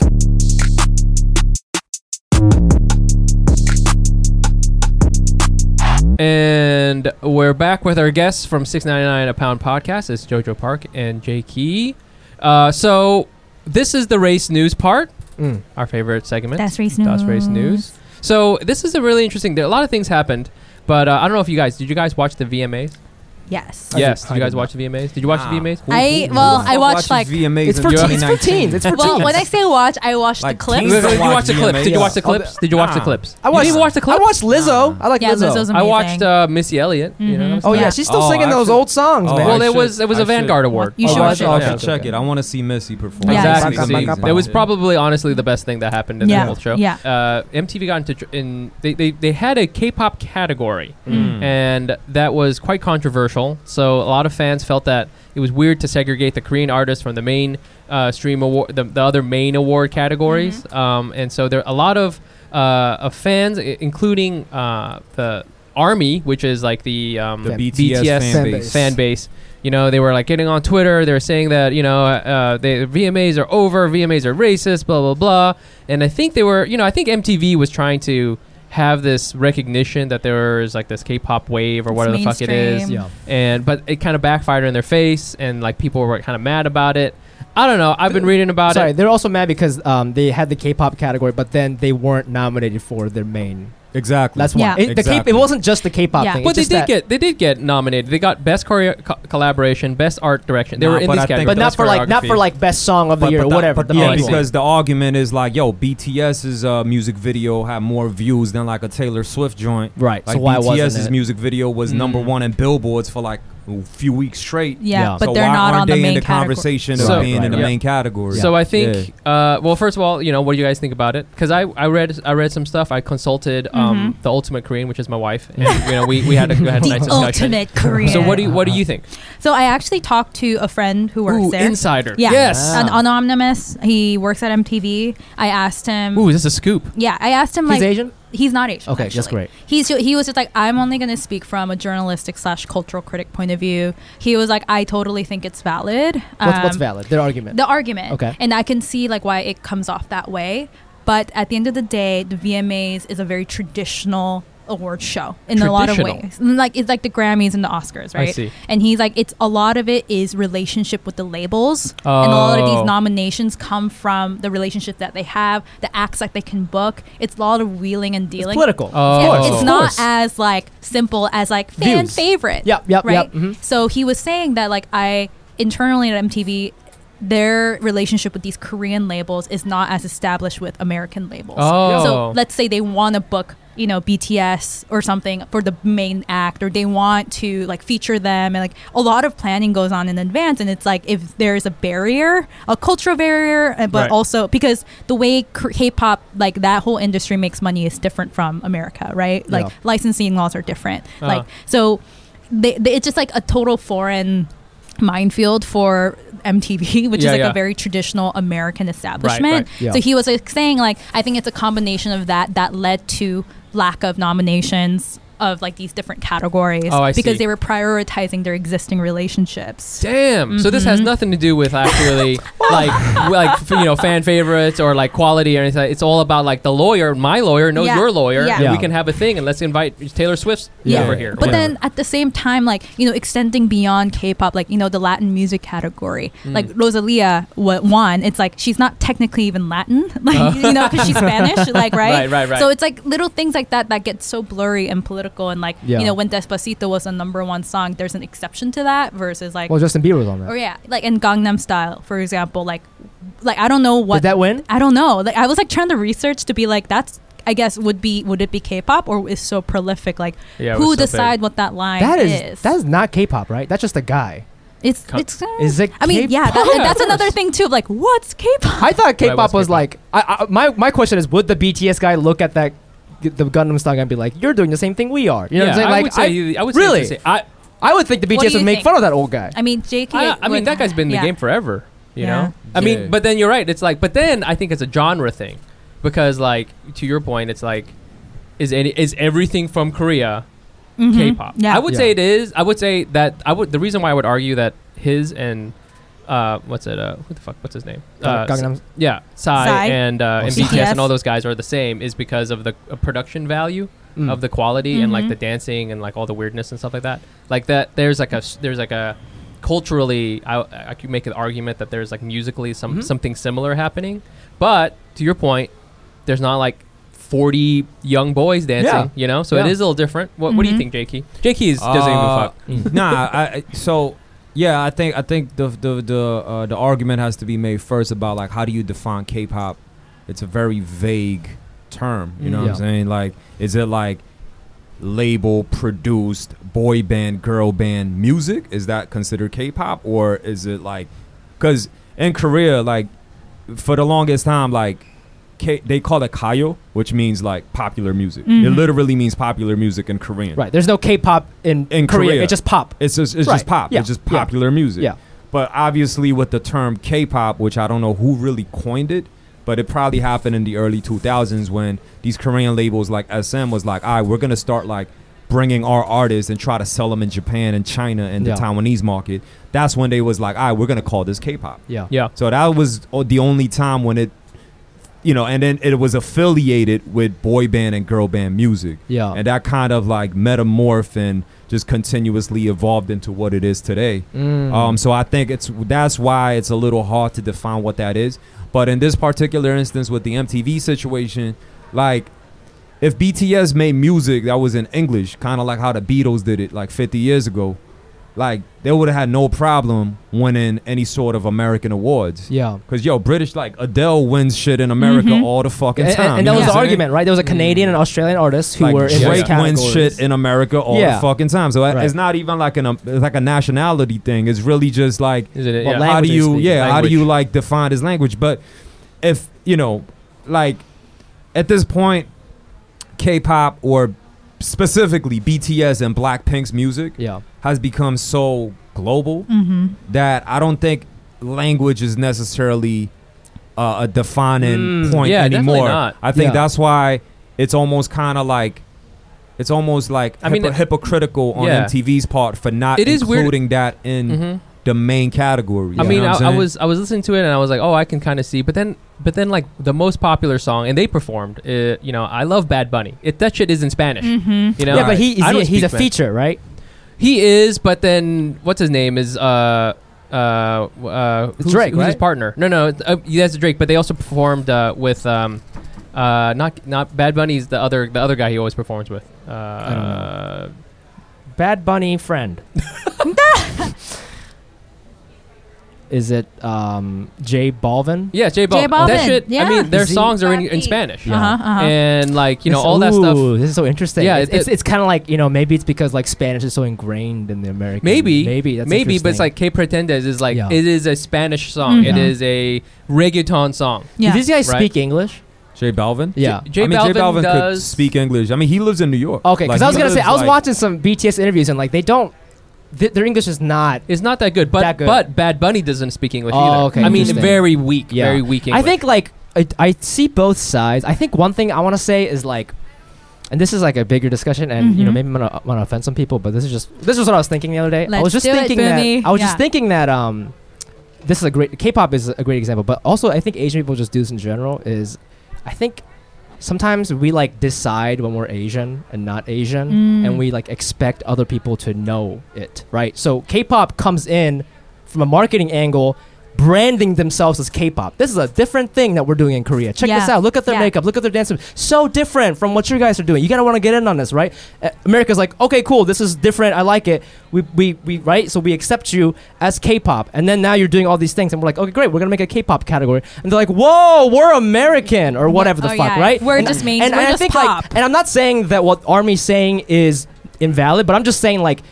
Speaker 4: And we're back with our guests from 699 a pound podcast. It's Jojo Park and Jay Key. Uh, so this is the race news part,
Speaker 3: Mm.
Speaker 4: our favorite segment.
Speaker 5: That's race
Speaker 4: That's race news. So this is a really interesting. There, a lot of things happened, but uh, I don't know if you guys did. You guys watch the VMAs?
Speaker 5: Yes.
Speaker 3: I
Speaker 4: yes.
Speaker 3: did-
Speaker 4: Did
Speaker 3: I
Speaker 4: you guys
Speaker 3: did
Speaker 4: watch the VMAs? Did you watch
Speaker 6: Nah.
Speaker 4: the VMAs?
Speaker 5: I well, I watched like
Speaker 6: VMAs
Speaker 3: It's
Speaker 6: in Oh,
Speaker 3: for, teens. it's for
Speaker 6: 2019?
Speaker 3: teens. It's for
Speaker 5: well,
Speaker 3: teens.
Speaker 5: when I say watch, I watched
Speaker 6: Like
Speaker 5: the clips.
Speaker 6: teens
Speaker 4: Did you
Speaker 6: watch
Speaker 4: watch the clips? Did you
Speaker 6: VMAs?
Speaker 4: watch the clips? Did you watch the
Speaker 6: Nah.
Speaker 4: clips?
Speaker 3: I watched,
Speaker 4: Did you watch the
Speaker 3: I
Speaker 4: clips?
Speaker 3: watched Lizzo.
Speaker 6: Nah.
Speaker 3: I like
Speaker 5: Yeah,
Speaker 3: Lizzo.
Speaker 5: Lizzo's
Speaker 4: I
Speaker 5: amazing.
Speaker 4: watched uh, Missy Elliot. You know,
Speaker 5: Mhm.
Speaker 4: that was
Speaker 3: oh
Speaker 4: nice.
Speaker 3: yeah, she's still
Speaker 6: Oh,
Speaker 3: singing those
Speaker 6: actually-
Speaker 3: old songs,
Speaker 6: Oh,
Speaker 3: man.
Speaker 4: Well,
Speaker 6: I
Speaker 4: there
Speaker 6: should-
Speaker 4: was it was
Speaker 6: I
Speaker 4: a
Speaker 6: should-
Speaker 4: Vanguard award.
Speaker 5: You
Speaker 3: Oh,
Speaker 5: should
Speaker 3: I
Speaker 5: watch
Speaker 3: should-
Speaker 5: it.
Speaker 3: I
Speaker 6: I
Speaker 3: should
Speaker 6: should check
Speaker 3: okay.
Speaker 6: it. I want to see Missy perform.
Speaker 5: Yeah.
Speaker 4: Exactly.
Speaker 3: Baka,
Speaker 4: See,
Speaker 3: baka,
Speaker 4: it was
Speaker 6: baka.
Speaker 4: probably honestly the best thing that happened in
Speaker 5: Yeah.
Speaker 4: the whole show.
Speaker 5: Yeah.
Speaker 4: Uh, MTV got into tr- in they, they they had a K-pop category,
Speaker 6: Hmm.
Speaker 4: and that was quite controversial. So a lot of fans felt that it was weird to segregate the Korean artists from the main uh, stream award, the, the other main award categories.
Speaker 5: Mm-hmm.
Speaker 4: Um, and so there are a lot of uh, of fans, i- including uh, the Army, which is like the um,
Speaker 6: The
Speaker 3: Yeah.
Speaker 6: BTS, fan
Speaker 3: fan
Speaker 6: base.
Speaker 4: fan base. You know, they were like getting on Twitter. They were saying that you know, uh, the VMAs are over. VMAs are racist. Blah blah blah. And I think they were, you know, I think MTV was trying to have this recognition that there was like this K-pop wave or
Speaker 5: It's
Speaker 4: whatever the fuck it is.
Speaker 5: mainstream.
Speaker 3: Yeah.
Speaker 4: And but it kind of backfired in their face, and like people were kind of mad about it. I don't know. I've been reading about
Speaker 3: Sorry,
Speaker 4: it.
Speaker 3: they're also mad because um, they had the K-pop category, but then they weren't nominated for their main.
Speaker 6: Exactly.
Speaker 3: That's why
Speaker 5: Yeah.
Speaker 3: it, the K-
Speaker 6: Exactly.
Speaker 3: it wasn't just the K-pop
Speaker 5: Yeah.
Speaker 3: thing.
Speaker 4: But
Speaker 3: it's
Speaker 4: they
Speaker 3: just
Speaker 4: did get
Speaker 3: that-
Speaker 4: they did get nominated. They got best choreo- co- collaboration, best art direction. They
Speaker 6: Nah,
Speaker 4: were in
Speaker 6: but
Speaker 4: these
Speaker 6: I think
Speaker 4: categories.
Speaker 3: but not
Speaker 4: Best
Speaker 3: for like not
Speaker 4: choreography.
Speaker 3: for like best song of the
Speaker 6: But-
Speaker 3: year
Speaker 6: but
Speaker 3: or
Speaker 6: that-
Speaker 3: whatever.
Speaker 6: but
Speaker 3: the
Speaker 6: yeah,
Speaker 3: main one.
Speaker 6: because the argument is like, yo, BTS's uh, music video had more views than like a Taylor Swift joint.
Speaker 3: right.
Speaker 6: Like
Speaker 3: so why wasn't
Speaker 6: BTS's
Speaker 3: it?
Speaker 6: music video was number
Speaker 4: Mm.
Speaker 6: one in billboards for like a few weeks straight.
Speaker 5: Yeah,
Speaker 3: Yeah.
Speaker 5: but
Speaker 6: so
Speaker 5: they're
Speaker 6: why
Speaker 5: not
Speaker 6: aren't
Speaker 5: on
Speaker 6: they
Speaker 5: the
Speaker 6: in
Speaker 5: main
Speaker 6: the
Speaker 5: category.
Speaker 6: conversation
Speaker 4: So-
Speaker 6: of being
Speaker 3: Right,
Speaker 6: in the
Speaker 4: right.
Speaker 6: main category?
Speaker 4: So I
Speaker 6: Yeah.
Speaker 4: think, uh, well, first of all, you know, what do you guys think about it? Because I, I read I read some stuff. I consulted um, the Ultimate Korean, which is my wife, and you know, we, we had a, we had a
Speaker 5: Mm-hmm. The
Speaker 4: nice discussion.
Speaker 5: ultimate Korean.
Speaker 4: So what do you what do you think?
Speaker 5: So I actually talked to a friend who works
Speaker 4: Ooh,
Speaker 5: there.
Speaker 4: insider.
Speaker 5: Yeah.
Speaker 4: Yes.
Speaker 5: An anonymous. He works at MTV. I asked him.
Speaker 4: Ooh, is this a scoop?
Speaker 5: Yeah, I asked him
Speaker 3: He's
Speaker 5: like
Speaker 3: Asian.
Speaker 5: he's not Asian.
Speaker 3: Okay, that's
Speaker 5: actually.
Speaker 3: great.
Speaker 5: He's he was just like I'm only going to speak from a journalistic slash cultural critic point of view. He was like I totally think it's valid.
Speaker 3: What's, what's
Speaker 5: Um,
Speaker 3: valid? Their argument.
Speaker 5: The argument.
Speaker 3: Okay.
Speaker 5: And I can see like why it comes off that way. But at the end of the day, the VMAs is a very traditional award show in a lot of
Speaker 4: Traditional.
Speaker 5: ways. Mm, Like it's like the Grammys and the Oscars,
Speaker 4: I
Speaker 5: right?
Speaker 4: see.
Speaker 5: And he's like, it's a lot of it is relationship with the labels, and a lot of
Speaker 4: Oh.
Speaker 5: these nominations come from the relationship that they have, the acts that they can book. It's a lot of wheeling and
Speaker 3: It's
Speaker 5: dealing.
Speaker 3: political.
Speaker 4: Oh.
Speaker 5: Yeah,
Speaker 4: Of course,
Speaker 5: it's
Speaker 4: of
Speaker 5: not
Speaker 3: course.
Speaker 5: as like simple as like fan
Speaker 3: Views.
Speaker 5: favorite.
Speaker 3: Yep, yep,
Speaker 5: right.
Speaker 3: yep, mhm.
Speaker 5: So he was saying that like I internally at MTV, their relationship with these Korean labels is not as established with American labels.
Speaker 4: Oh.
Speaker 5: So let's say they want to book you know BTS or something for the main act, or they want to like feature them, and like a lot of planning goes on in advance. And it's like if there's a barrier, a cultural barrier, uh, but
Speaker 4: Right.
Speaker 5: also because the way K- K-pop like that whole industry makes money is different from America, right? Like
Speaker 3: Yeah.
Speaker 5: licensing laws are different.
Speaker 4: Uh-huh.
Speaker 5: Like so, they, they, it's just like a total foreign minefield for MTV, which
Speaker 4: Yeah,
Speaker 5: is like
Speaker 4: yeah.
Speaker 5: a very traditional American establishment.
Speaker 3: Yeah.
Speaker 5: So he was like saying like I think it's a combination of that that led to lack of nominations of like these different categories
Speaker 4: Oh, I
Speaker 5: because
Speaker 4: see.
Speaker 5: they were prioritizing their existing relationships.
Speaker 4: Damn. So this
Speaker 5: Mm-hmm.
Speaker 4: has nothing to do with actually like w- like f- you know fan favorites or like quality or anything. It's all about like the lawyer. My lawyer knows
Speaker 5: Yeah.
Speaker 4: your lawyer,
Speaker 5: Yeah.
Speaker 4: and we
Speaker 3: Yeah.
Speaker 4: can have a thing. And let's invite Taylor Swift
Speaker 3: Yeah.
Speaker 4: over here.
Speaker 5: But
Speaker 4: Whatever.
Speaker 5: then at the same time, like, you know, extending beyond K pop, like, you know, the Latin music category,
Speaker 4: Mm.
Speaker 5: like Rosalia wa- won. It's like she's not technically even Latin, like, you know, because she's Spanish, like, right?
Speaker 4: Oh. Right, right, right.
Speaker 5: So it's like little things like that that get so blurry and political. And like,
Speaker 3: Yeah.
Speaker 5: you know, when Despacito was a number one song, there's an exception to that versus like,
Speaker 3: well, Justin Bieber was on that.
Speaker 5: or Oh, yeah, like in Gangnam Style, for example, like, like I don't know what
Speaker 3: Did that win?
Speaker 5: I don't know. Like I was like trying to research to be like that's I guess would be would it be K-pop or is so prolific like
Speaker 4: Yeah, it was
Speaker 5: who
Speaker 4: so big.
Speaker 5: decide what that line
Speaker 3: That is,
Speaker 5: is?
Speaker 3: that is not K-pop, right? That's just a guy.
Speaker 5: it's
Speaker 4: Com-
Speaker 5: it's uh,
Speaker 3: Is it
Speaker 5: I mean yeah,
Speaker 3: K-pop?
Speaker 5: that, and that's another thing too. of, Like what's K-pop?
Speaker 3: I thought K-pop
Speaker 4: was
Speaker 3: was,
Speaker 4: K-pop.
Speaker 3: like. I, I, my my question is, would the BTS guy look at that, the Gundam style guy and be like, "You're doing the same thing we are"? You know what I'm saying?
Speaker 4: I
Speaker 3: like,
Speaker 4: would say, he- I would say
Speaker 3: really,
Speaker 4: it's the same. I,
Speaker 3: I would think the
Speaker 5: What do
Speaker 3: BTS would
Speaker 5: you
Speaker 3: make
Speaker 5: think?
Speaker 3: fun of that old guy.
Speaker 5: I mean JK.
Speaker 4: I, I mean,
Speaker 5: would-
Speaker 4: that guy's been in
Speaker 5: yeah.
Speaker 4: the game forever. You
Speaker 5: Yeah.
Speaker 4: know. I
Speaker 6: Yeah.
Speaker 4: mean, but then you're right. It's like, but then I think it's a genre thing, because like to your point, it's like, is any is everything from Korea
Speaker 5: Mhm.
Speaker 4: K-pop?
Speaker 5: Yeah,
Speaker 4: I would say it is. I would say that I would. The reason why I would argue that his and uh, what's it? Uh, what the fuck? What's his name? Uh,
Speaker 3: Gangnam.
Speaker 4: yeah, Psy,
Speaker 5: Psy.
Speaker 4: and uh, and
Speaker 5: CTS.
Speaker 4: BTS and all those guys are the same is because of the uh, production value
Speaker 3: Mm.
Speaker 4: of the quality and like
Speaker 5: Mhm.
Speaker 4: the dancing and like all the weirdness and stuff like that. Like that, there's like a s- there's like a culturally, I, I could make an argument that there's like musically some
Speaker 3: Mhm.
Speaker 4: something similar happening. But to your point, there's not like 40 young boys dancing,
Speaker 3: Yeah.
Speaker 4: you know. So it
Speaker 3: Yeah.
Speaker 4: is a little different. What, what do you
Speaker 5: Mhm.
Speaker 4: think, Jakey? Jakey is doesn't even
Speaker 6: Uh,
Speaker 4: fuck.
Speaker 6: nah, I, I- so yeah, I think I think the the the uh, the argument has to be made first about like how do you define K-pop? It's a very vague term. You know what
Speaker 3: Mm, Yeah.
Speaker 6: I'm saying? Like, is it like label produced boy band, girl band music? Is that considered K-pop, or is it like? Because in Korea, like for the longest time, like K- they call it kayo, which means like popular music. It
Speaker 5: Mhm.
Speaker 6: literally means popular music in Korean.
Speaker 3: Mm-hmm. Right. There's no K-pop in
Speaker 6: In
Speaker 3: Korea.
Speaker 6: Korea.
Speaker 3: It's just pop.
Speaker 6: It's just it's
Speaker 3: Right.
Speaker 6: just pop.
Speaker 3: Yeah.
Speaker 6: It's just
Speaker 3: Yeah.
Speaker 6: popular music.
Speaker 3: Yeah.
Speaker 6: But obviously with the term K-pop, which I don't know who really coined it, but it probably happened in the early 2000s when these Korean labels like SM was like, "All right, we're going to start like bringing our artists and try to sell them in Japan and China and
Speaker 3: Yeah.
Speaker 6: the Taiwanese market." That's when they was like, "All right, we're going to call this K-pop."
Speaker 3: Yeah.
Speaker 4: Yeah.
Speaker 6: So that was o- the only time when it you know, and then it was affiliated with boy band and girl band music
Speaker 3: Yeah.
Speaker 6: and that kind of like metamorph and just continuously evolved into what it is today.
Speaker 3: Mm.
Speaker 6: Um, so I think it's that's why it's a little hard to define what that is. But in this particular instance with the MTV situation, like if BTS made music that was in English, kind of like how the Beatles did it like 50 years ago, like they would have had no problem winning any sort of American awards.
Speaker 3: yeah. Mm-hmm.
Speaker 6: Cause yo, British like Adele wins shit in America
Speaker 5: Mhm.
Speaker 6: all the fucking
Speaker 3: And, and-
Speaker 6: time.
Speaker 3: and
Speaker 6: you
Speaker 3: that
Speaker 6: know
Speaker 3: was
Speaker 6: what
Speaker 3: the
Speaker 6: I'm saying?
Speaker 3: argument, right? There was a Canadian and Australian artist who
Speaker 6: like
Speaker 3: were in those
Speaker 6: Drake wins
Speaker 3: categories.
Speaker 6: shit in America all
Speaker 3: Yeah.
Speaker 6: the fucking time. So
Speaker 3: Right.
Speaker 6: it's not even like an um, it's like a nationality thing. It's really just like
Speaker 4: Is it?
Speaker 3: Well,
Speaker 4: yeah.
Speaker 3: like-
Speaker 6: how do
Speaker 3: Language they
Speaker 6: you
Speaker 3: speak.
Speaker 6: yeah how do
Speaker 4: Language.
Speaker 6: you like define his language? But if you know like at this point, K-pop or specifically BTS and Blackpink's music
Speaker 3: Yeah.
Speaker 6: has become so global
Speaker 5: Mm-hmm.
Speaker 6: that I don't think language is necessarily uh, a defining
Speaker 4: Mm,
Speaker 6: point
Speaker 4: yeah, definitely
Speaker 6: anymore.
Speaker 4: not.
Speaker 6: I think
Speaker 3: Yeah.
Speaker 6: that's why it's almost kind of like it's almost like
Speaker 4: I mean,
Speaker 6: hypo-
Speaker 4: it-
Speaker 6: hypocritical on
Speaker 4: yeah.
Speaker 6: MTV's part for not
Speaker 4: It is weird-
Speaker 3: mm-hmm.
Speaker 6: including that in
Speaker 4: Mhm.
Speaker 6: the main category. You
Speaker 4: I mean,
Speaker 6: know what I'm
Speaker 4: I, I
Speaker 6: saying?
Speaker 4: was I was listening to it and I was like, oh, I can kind of see. But then, but then, like the most popular song, and they performed. Uh, you know, I love Bad Bunny. It that shit is in Spanish.
Speaker 5: Mm-hmm.
Speaker 4: You know,
Speaker 3: yeah, but he,
Speaker 4: I don't
Speaker 3: he's, he's
Speaker 4: speak
Speaker 3: a
Speaker 4: Spanish.
Speaker 3: feature, right?
Speaker 4: He is, but then what's his name is uh uh uh who's,
Speaker 3: Drake,
Speaker 4: who's his
Speaker 3: right?
Speaker 4: partner? No, no, it's, uh, yeah, that's Drake. But they also performed uh, with um uh not not Bad Bunny's the other the other guy he always performs with. Uh,
Speaker 3: don't know. Bad Bunny friend. Is it um, J Balvin?
Speaker 4: yeah, J Balvin.
Speaker 5: J Balvin,
Speaker 4: That shit. I
Speaker 5: yeah.
Speaker 4: mean, their
Speaker 3: Is he-
Speaker 4: songs are in, in
Speaker 5: Daddy.
Speaker 4: Spanish.
Speaker 3: Yeah.
Speaker 5: Uh-huh, uh-huh.
Speaker 4: And like you know
Speaker 3: This-
Speaker 4: all that stuff.
Speaker 3: ooh, This is so interesting.
Speaker 4: Yeah,
Speaker 3: Yeah,
Speaker 4: it-
Speaker 3: it's, it's, kind of like you know maybe it's because like Spanish is so ingrained in the American.
Speaker 4: Maybe,
Speaker 3: maybe that's
Speaker 4: maybe, but it's
Speaker 3: interesting.
Speaker 4: like "Que Pretendes" is like
Speaker 3: Yeah.
Speaker 4: it is a Spanish song.
Speaker 5: Mhm.
Speaker 4: It
Speaker 3: Yeah.
Speaker 4: is a reggaeton song.
Speaker 5: Yeah.
Speaker 3: Do these guys
Speaker 4: Right.
Speaker 3: speak English?
Speaker 6: J Balvin.
Speaker 3: Yeah.
Speaker 4: J,
Speaker 6: I mean,
Speaker 4: Balvin,
Speaker 6: J Balvin could
Speaker 4: does
Speaker 6: speak English. I mean, he lives in New York.
Speaker 3: Okay, because
Speaker 6: Like,
Speaker 3: I was
Speaker 6: he
Speaker 3: gonna say
Speaker 6: lives,
Speaker 3: I was
Speaker 6: like-
Speaker 3: watching some BTS interviews and like they don't, th- their English is not.
Speaker 4: It's not that good, but
Speaker 3: That good.
Speaker 4: but Bad Bunny doesn't speak English
Speaker 3: Oh,
Speaker 4: either.
Speaker 3: okay,
Speaker 4: I mean,
Speaker 3: interesting.
Speaker 4: very weak,
Speaker 3: Yeah.
Speaker 4: very weak English.
Speaker 3: I think like I, I see both sides. I think one thing I want to say is like, and this is like a bigger discussion, and you know
Speaker 5: Mhm.
Speaker 3: maybe I'm gonna, I'm gonna offend some people, but this is just this is what I was thinking the other day. I
Speaker 5: Let's
Speaker 3: was just
Speaker 5: do it,
Speaker 3: thinking
Speaker 5: Boomie.
Speaker 3: that I was
Speaker 5: Yeah.
Speaker 3: just thinking that um, this is a great K-pop is a great example, but also I think Asian people just do this in general. Is I think sometimes we like decide when we're Asian and not Asian,
Speaker 5: Mm.
Speaker 3: and we like expect other people to know it, right? So K-pop comes in from a marketing angle, branding themselves as K-pop. This is a different thing that we're doing in Korea. Check
Speaker 5: Yeah.
Speaker 3: this out. Look at their
Speaker 5: Yeah.
Speaker 3: makeup. Look at their dance. So different from what you guys are doing. You gotta want to get in on this, right? Uh, America's like, okay, cool. This is different. I like it. We, we, we, right? So we accept you as K-pop, and then now you're doing all these things, and we're like, okay, great. We're gonna make a K-pop category, and they're like, whoa, we're American or whatever the
Speaker 5: Oh,
Speaker 3: fuck,
Speaker 5: yeah.
Speaker 3: right?
Speaker 5: We're
Speaker 3: And-
Speaker 5: just main-
Speaker 3: And,
Speaker 5: we're
Speaker 3: and I
Speaker 5: just
Speaker 3: think
Speaker 5: pop.
Speaker 3: like, and I'm not saying that what Army's saying is invalid, but I'm just saying like,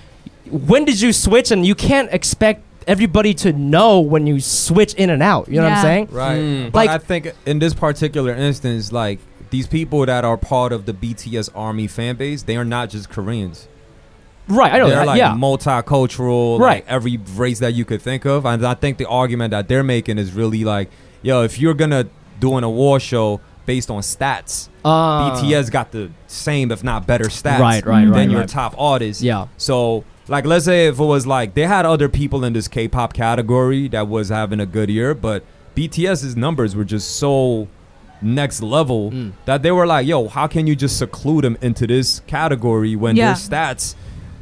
Speaker 3: when did you switch? And you can't expect everybody to know when you switch in and out. You know what
Speaker 5: Yeah.
Speaker 3: I'm saying?
Speaker 6: Right.
Speaker 4: Mm.
Speaker 6: But
Speaker 3: Like-
Speaker 6: I think in this particular instance, like these people that are part of the BTS Army fan base, they are not just Koreans.
Speaker 3: Right. I know
Speaker 6: they're
Speaker 3: that.
Speaker 6: like
Speaker 3: yeah.
Speaker 6: multicultural,
Speaker 3: Right.
Speaker 6: Like every race that you could think of. And I think the argument that they're making is really like, yo, if you're gonna do an award show based on stats,
Speaker 3: Uh,
Speaker 6: BTS got the same, if not better, stats
Speaker 3: Right, right,
Speaker 6: than
Speaker 3: right,
Speaker 6: your
Speaker 3: right.
Speaker 6: top artists.
Speaker 3: Yeah.
Speaker 6: So, like, let's say if it was like they had other people in this K-pop category that was having a good year, but BTS's numbers were just so next level
Speaker 3: Mm.
Speaker 6: that they were like, "Yo, how can you just seclude them into this category when
Speaker 5: Yeah.
Speaker 6: their stats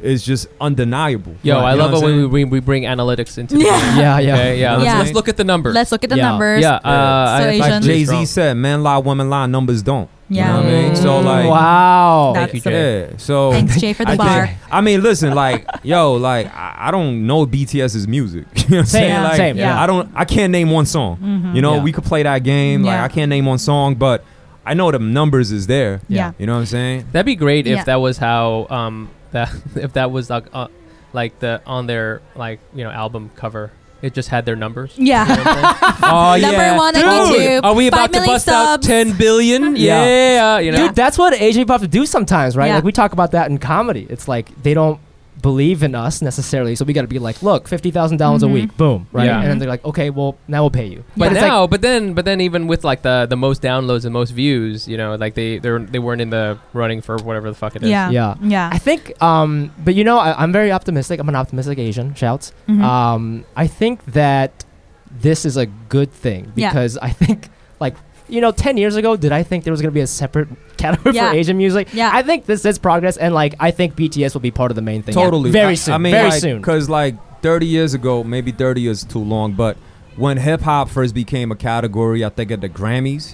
Speaker 6: is just undeniable?"
Speaker 4: Yo,
Speaker 6: Right,
Speaker 4: I
Speaker 6: you know
Speaker 4: love it
Speaker 6: what I'm
Speaker 4: when we,
Speaker 6: saying?
Speaker 4: we we bring analytics into.
Speaker 5: Yeah.
Speaker 4: The
Speaker 3: Yeah, yeah.
Speaker 4: Okay, yeah. Let's,
Speaker 5: Yeah.
Speaker 4: let's look at the numbers.
Speaker 5: Let's look at the
Speaker 3: Yeah.
Speaker 5: numbers.
Speaker 4: yeah, uh,
Speaker 6: Yeah.
Speaker 4: I-
Speaker 5: So
Speaker 4: I-
Speaker 5: Asian.
Speaker 6: Like
Speaker 5: Asian.
Speaker 6: Jay Z said, "Man lie, women lie, numbers don't."
Speaker 5: Yeah.
Speaker 6: You know what I mean? So like,
Speaker 4: Oh,
Speaker 3: wow.
Speaker 5: That's the-
Speaker 6: yeah. So
Speaker 5: Thanks, Jay, for the
Speaker 6: I
Speaker 5: bar.
Speaker 6: can't- I mean, listen, like, yo, like, I, I don't know BTS's music. You know what I'm
Speaker 3: Same,
Speaker 6: saying? Like,
Speaker 3: same, yeah.
Speaker 6: I don't, I can't name one song. You know,
Speaker 3: Yeah.
Speaker 6: we could play that game.
Speaker 5: Mm-hmm. Yeah.
Speaker 6: Like, I can't name one song, but I know the numbers is there.
Speaker 5: Yeah.
Speaker 6: You know what I'm saying?
Speaker 4: That'd be great
Speaker 5: Yeah.
Speaker 4: if that was how um that if that was like uh, like the on their like you know album cover. It just had their numbers.
Speaker 5: Yeah.
Speaker 4: You know what I'm saying? oh yeah. Oh,
Speaker 5: Number one on YouTube,
Speaker 4: Are we
Speaker 5: five
Speaker 4: about to
Speaker 5: million
Speaker 4: bust out
Speaker 5: subs.
Speaker 4: ten billion?
Speaker 3: Yeah.
Speaker 4: Yeah. You know.
Speaker 3: Dude, that's what Asian people have to do sometimes, right?
Speaker 5: Yeah.
Speaker 3: Like we talk about that in comedy. It's like they don't believe in us necessarily, so we got to be like, look, fifty dollars a
Speaker 5: Mhm.
Speaker 3: week, boom, right?
Speaker 4: Yeah.
Speaker 3: And then they're like, okay, well now we'll pay you.
Speaker 4: But
Speaker 3: it's
Speaker 4: now,
Speaker 3: like,
Speaker 4: but then, but then, even with like the the most downloads and most views, you know, like they they're, they weren't in the running for whatever the fuck it is.
Speaker 5: Yeah.
Speaker 3: Yeah. I
Speaker 5: Yeah.
Speaker 3: think, um, but you know, I, I'm very optimistic. I'm an optimistic Asian. Shouts.
Speaker 5: Mhm.
Speaker 3: Um, I think that this is a good thing
Speaker 5: Yeah.
Speaker 3: because I think, like, you know, 10 years ago, did I think there was going to be a separate category
Speaker 5: Yeah.
Speaker 3: for Asian music?
Speaker 5: Yeah.
Speaker 3: I think this is progress, and, like, I think BTS will be part of the main thing.
Speaker 6: Totally.
Speaker 3: Very
Speaker 6: I-
Speaker 3: soon.
Speaker 6: I mean,
Speaker 3: very soon.
Speaker 6: Because like 30 years ago, maybe 30 years too long, but when hip hop first became a category, I think at the Grammys,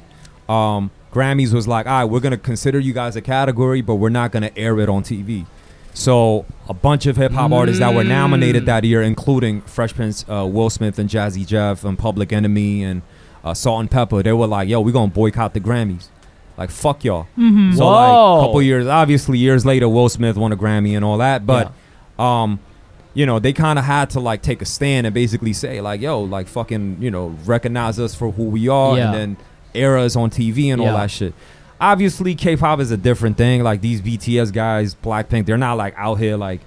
Speaker 6: um, Grammys was like, all right, we're going to consider you guys a category, but we're not going to air it on TV. So a bunch of hip hop artists that were
Speaker 3: Mm.
Speaker 6: nominated that year, including Fresh Prince, uh, Will Smith, and Jazzy Jeff, and Public Enemy, and uh, Salt and Pepper, they were like, yo, we're going to boycott the Grammys. Like, fuck y'all.
Speaker 5: Mhm.
Speaker 6: So
Speaker 3: Mm. Whoa.
Speaker 6: like a couple years, obviously years later, Will Smith won a Grammy and all that. But, um, you know, they kind of had to like take a stand and basically say like, "Yo, like fucking, you know, recognize us for who we are,"
Speaker 3: Yeah.
Speaker 6: and then eras on TV and all
Speaker 3: Yeah.
Speaker 6: that shit. Obviously, K-pop is a different thing. Like these BTS guys, Blackpink, they're not like out here like,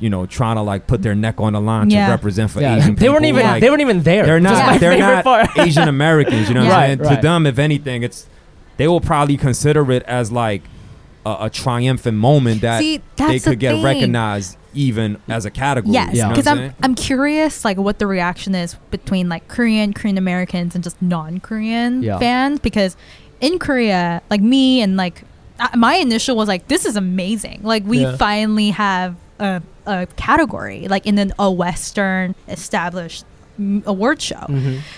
Speaker 6: you know, trying to like put their neck on the line
Speaker 5: Yeah.
Speaker 6: to represent for
Speaker 3: Yeah.
Speaker 6: Asian
Speaker 3: They weren't
Speaker 6: people.
Speaker 3: even.
Speaker 6: Like,
Speaker 3: they weren't even there.
Speaker 6: they're
Speaker 3: Which is
Speaker 6: not.
Speaker 3: my
Speaker 6: They're
Speaker 3: favorite
Speaker 6: not
Speaker 3: part.
Speaker 6: Asian Americans. You know what
Speaker 3: Right,
Speaker 6: I'm saying?
Speaker 3: right.
Speaker 6: To them, if anything, it's they will probably consider it as like a, a triumphant moment that
Speaker 5: See,
Speaker 6: they
Speaker 5: that's the
Speaker 6: could get
Speaker 5: thing.
Speaker 6: recognized even as a category.
Speaker 5: Yes,
Speaker 6: you know what
Speaker 5: because
Speaker 6: I'm
Speaker 5: I'm
Speaker 6: saying?
Speaker 5: I'm curious like what the reaction is between like Korean, Korean Americans, and just non-Korean
Speaker 3: Yeah.
Speaker 5: fans because in Korea, like me and like I- my initial was like this is amazing. Like we
Speaker 4: Yeah.
Speaker 5: finally have a, a category like in an, a Western established mm, award show.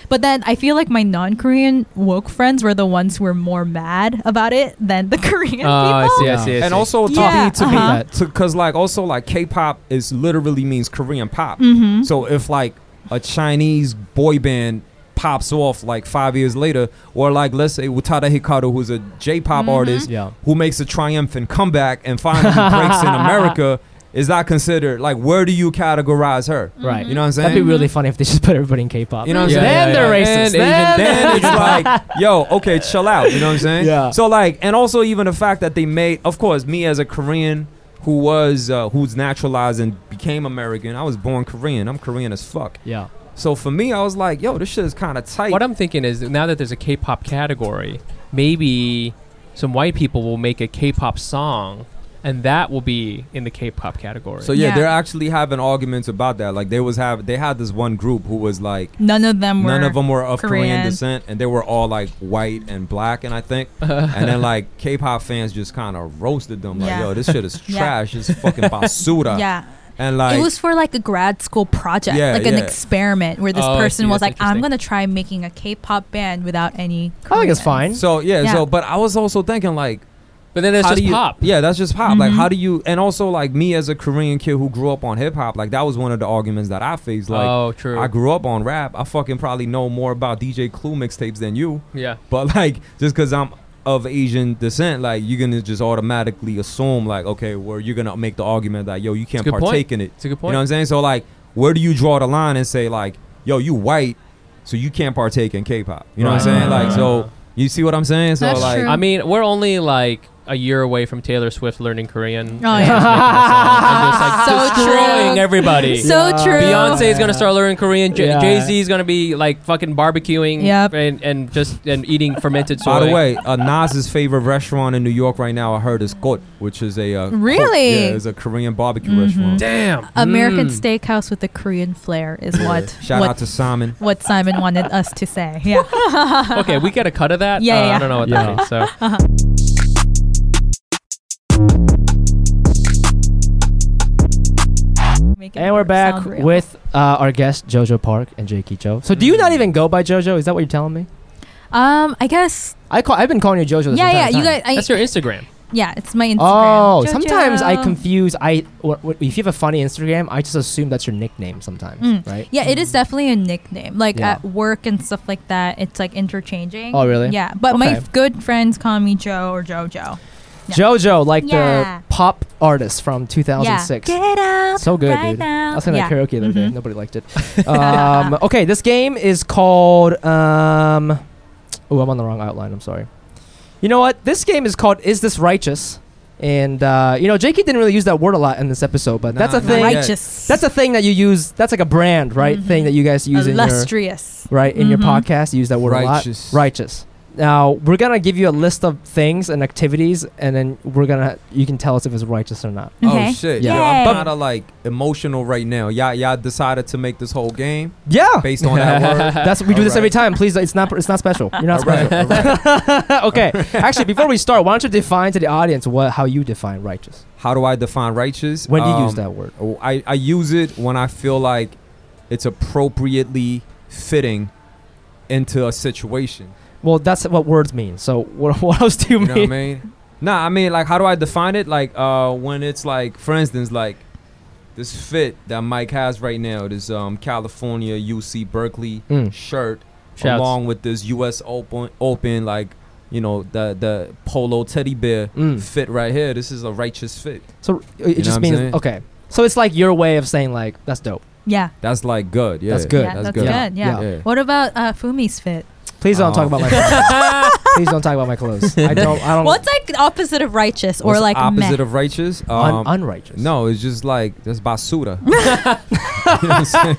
Speaker 5: But then I feel like my non-Korean woke friends were the ones who were more mad about it than the Korean
Speaker 4: Oh, I
Speaker 5: people.
Speaker 4: see, I see, I see.
Speaker 6: and also
Speaker 5: Yeah,
Speaker 6: talking to
Speaker 5: uh-huh.
Speaker 6: be to because like also like K-pop is literally means Korean pop.
Speaker 5: Mhm.
Speaker 6: So if like a Chinese boy band pops off like five years later, or like let's say Utada Hikaru, who's a J-pop
Speaker 5: Mhm.
Speaker 6: artist
Speaker 3: Yeah.
Speaker 6: who makes a triumphant comeback and finally breaks in America, is not considered like where do you categorize her?
Speaker 5: Mm-hmm.
Speaker 3: Right.
Speaker 6: You know what I'm saying?
Speaker 3: That'd be really funny if they just put everybody in K-pop.
Speaker 6: You know what I'm
Speaker 4: Yeah,
Speaker 6: saying?
Speaker 3: then
Speaker 4: yeah,
Speaker 3: they're
Speaker 4: yeah.
Speaker 3: racist.
Speaker 4: And Asian-
Speaker 3: then
Speaker 6: then it's like, yo, okay, chill out. You know what I'm saying?
Speaker 3: Yeah.
Speaker 6: So like, and also even the fact that they made, of course, me as a Korean who was uh, who's naturalized and became American. I was born Korean. I'm Korean as fuck.
Speaker 3: yeah.
Speaker 6: So for me, I was like, yo, this shit is kind of tight.
Speaker 4: What I'm thinking is now that there's a K-pop category, maybe some white people will make a K-pop song, and that will be in the K-pop category.
Speaker 6: so yeah,
Speaker 5: Yeah.
Speaker 6: they're actually having arguments about that. Like they was have they had this one group who was like.
Speaker 5: None of them were.
Speaker 6: None of them were of Korean.
Speaker 5: Korean.
Speaker 6: descent, and they were all like white and black, and I think, and then like K-pop fans just kind of roasted them, like,
Speaker 5: Yeah.
Speaker 6: "Yo, this shit is
Speaker 5: Yeah.
Speaker 6: trash. It's fucking basura."
Speaker 5: Yeah.
Speaker 6: and like
Speaker 5: it was for like a grad school project,
Speaker 6: Yeah,
Speaker 5: like an
Speaker 6: yeah.
Speaker 5: experiment where this
Speaker 4: Oh, I
Speaker 5: person
Speaker 4: see.
Speaker 5: was
Speaker 4: That's
Speaker 5: like, "I'm
Speaker 4: interesting.
Speaker 5: gonna try making a K-pop band without any."
Speaker 3: I think it's
Speaker 5: Koreans."
Speaker 3: fine.
Speaker 6: So yeah,
Speaker 5: Yeah.
Speaker 6: so but I was also thinking like
Speaker 4: but then there's
Speaker 6: how
Speaker 4: just
Speaker 6: do you-
Speaker 4: pop.
Speaker 6: Yeah, that's just pop. Like
Speaker 5: Mhm.
Speaker 6: how do you and also like me as a Korean kid who grew up on hip hop, like that was one of the arguments that I faced. Like
Speaker 4: oh, true.
Speaker 6: I grew up on rap. I fucking probably know more about DJ Clue mixtapes than you.
Speaker 4: yeah.
Speaker 6: But like just cause I'm of Asian descent, like you're gonna just automatically assume like, okay, where you're gonna make the argument that yo, you can't
Speaker 4: a good point.
Speaker 6: partake in it.
Speaker 4: It's a good
Speaker 6: You
Speaker 4: point.
Speaker 6: know what I'm saying? So like, where do you draw the line and say like, yo, you white, so you can't partake in K-pop? You know what I'm
Speaker 4: Right.
Speaker 6: saying? Like, so
Speaker 4: Right.
Speaker 6: you see what I'm saying? So
Speaker 5: That's
Speaker 6: like,
Speaker 5: true.
Speaker 4: I mean, we're only like a year away from Taylor Swift learning Korean. and
Speaker 5: yeah.
Speaker 4: just making a song and just, like,
Speaker 5: Oh, So true.
Speaker 4: destroying everybody.
Speaker 5: So
Speaker 3: Yeah.
Speaker 5: true.
Speaker 4: Beyonce is gonna start learning Korean. J-
Speaker 3: Yeah.
Speaker 4: Jay Z is gonna be like fucking barbecuing
Speaker 5: Yep.
Speaker 4: and, and just and eating fermented soy.
Speaker 6: by the way, uh, Nas's favorite restaurant in New York right now, I heard, is Kot, which is a uh, Kot-
Speaker 5: Really?
Speaker 6: yeah, it's a Korean barbecue
Speaker 5: Mhm.
Speaker 6: restaurant.
Speaker 4: damn,
Speaker 5: American
Speaker 4: Mm.
Speaker 5: Steakhouse with a Korean flair is what
Speaker 6: Shout
Speaker 5: what,
Speaker 6: out to Simon.
Speaker 5: what Simon wanted us to say. Yeah.
Speaker 4: okay, we got a cut of that.
Speaker 5: Yeah,
Speaker 4: Uh,
Speaker 5: yeah,
Speaker 4: I don't know what
Speaker 3: yeah.
Speaker 4: that means. So
Speaker 5: Make it
Speaker 3: And we're back
Speaker 5: sound real.
Speaker 3: with uh, our guest Jojo Park and Jakey Cho. So do you
Speaker 5: Mm.
Speaker 3: not even go by Jojo? Is that what you're telling me?
Speaker 5: um, I guess
Speaker 3: I call. I've been calling you Jojo. This
Speaker 5: yeah,
Speaker 3: entire
Speaker 5: yeah. You
Speaker 3: time.
Speaker 5: guys, I,
Speaker 4: that's your Instagram.
Speaker 5: yeah, it's my Instagram.
Speaker 3: Oh,
Speaker 5: Jojo.
Speaker 3: sometimes I confuse. I wh- wh- if you have a funny Instagram, I just assume that's your nickname sometimes,
Speaker 5: Mm.
Speaker 3: right?
Speaker 5: Yeah, it is definitely a nickname. Like
Speaker 3: Yeah.
Speaker 5: at work and stuff like that, it's like interchanging.
Speaker 3: Oh, really?
Speaker 5: Yeah, but my
Speaker 3: Okay.
Speaker 5: f- good friends call me Joe or JoJo. Yeah.
Speaker 3: Jojo, like
Speaker 5: Yeah.
Speaker 3: the pop artist from 2006.
Speaker 5: Yeah. Get up.
Speaker 3: So good,
Speaker 5: right
Speaker 3: dude.
Speaker 5: Now.
Speaker 3: I was singing
Speaker 5: Oh, yeah.
Speaker 3: that karaoke the other day.
Speaker 5: Mhm.
Speaker 3: Nobody liked it. um, okay, this game is called. Um, oh, I'm on the wrong outline. I'm sorry. You know what? This game is called "Is This Righteous?" And uh, you know, Jakey didn't really use that word a lot in this episode, but that's a
Speaker 6: Nah, not
Speaker 3: thing.
Speaker 6: yet.
Speaker 5: Righteous.
Speaker 3: That's a thing that you use. That's like a brand, right?
Speaker 5: Mhm.
Speaker 3: Thing that you guys use in your
Speaker 5: illustrious.
Speaker 3: right in your
Speaker 5: Mhm.
Speaker 3: podcast. You use that word
Speaker 6: Righteous.
Speaker 3: a lot. Righteous. Now we're gonna give you a list of things and activities, and then we're gonna you can tell us if it's righteous or not.
Speaker 5: Okay.
Speaker 6: Oh shit!
Speaker 3: Yeah.
Speaker 6: Yeah, I'm
Speaker 5: Yay.
Speaker 6: kind of like emotional right now. Y'all, y'all decided to make this whole game
Speaker 3: Yeah,
Speaker 6: based on that word.
Speaker 3: that's we do this
Speaker 6: Alright.
Speaker 3: every time. Please, it's not it's not special. You're not
Speaker 6: Alright,
Speaker 3: special. okay, actually, before we start, why don't you define to the audience what how you define righteous?
Speaker 6: How do I define righteous?
Speaker 3: When do you use
Speaker 6: Um,
Speaker 3: that word?
Speaker 6: Oh, I, I use it when I feel like it's appropriately fitting into a situation.
Speaker 3: Well, that's what words mean. So what, what else do you,
Speaker 6: You know
Speaker 3: mean?
Speaker 6: what I mean? Nah, I mean like how do I define it? Like uh when it's like for instance like this fit that Mike has right now, this um California UC Berkeley
Speaker 3: Mm.
Speaker 6: shirt
Speaker 4: Shouts.
Speaker 6: along with this US Open Open like you know the the polo teddy bear
Speaker 3: Mm.
Speaker 6: fit right here. This is a righteous fit.
Speaker 3: So it- it
Speaker 6: You know what
Speaker 3: just
Speaker 6: I'm
Speaker 3: means
Speaker 6: saying?
Speaker 3: okay. So it's like your way of saying like that's dope.
Speaker 5: Yeah.
Speaker 6: That's like good. Yeah.
Speaker 3: That's good.
Speaker 5: yeah, that's,
Speaker 6: good.
Speaker 5: good. Yeah.
Speaker 3: Yeah.
Speaker 5: What about uh, Fumi's fit?
Speaker 3: Please don't
Speaker 6: Oh.
Speaker 3: talk about my. Please don't talk about my clothes. I don't. I don't.
Speaker 5: What's like the opposite of righteous or
Speaker 6: What's the
Speaker 5: like
Speaker 6: opposite
Speaker 5: meh?
Speaker 6: of righteous?
Speaker 3: Un-
Speaker 6: Um,
Speaker 3: unrighteous.
Speaker 6: no, it's just like that's basura. You know what I'm saying?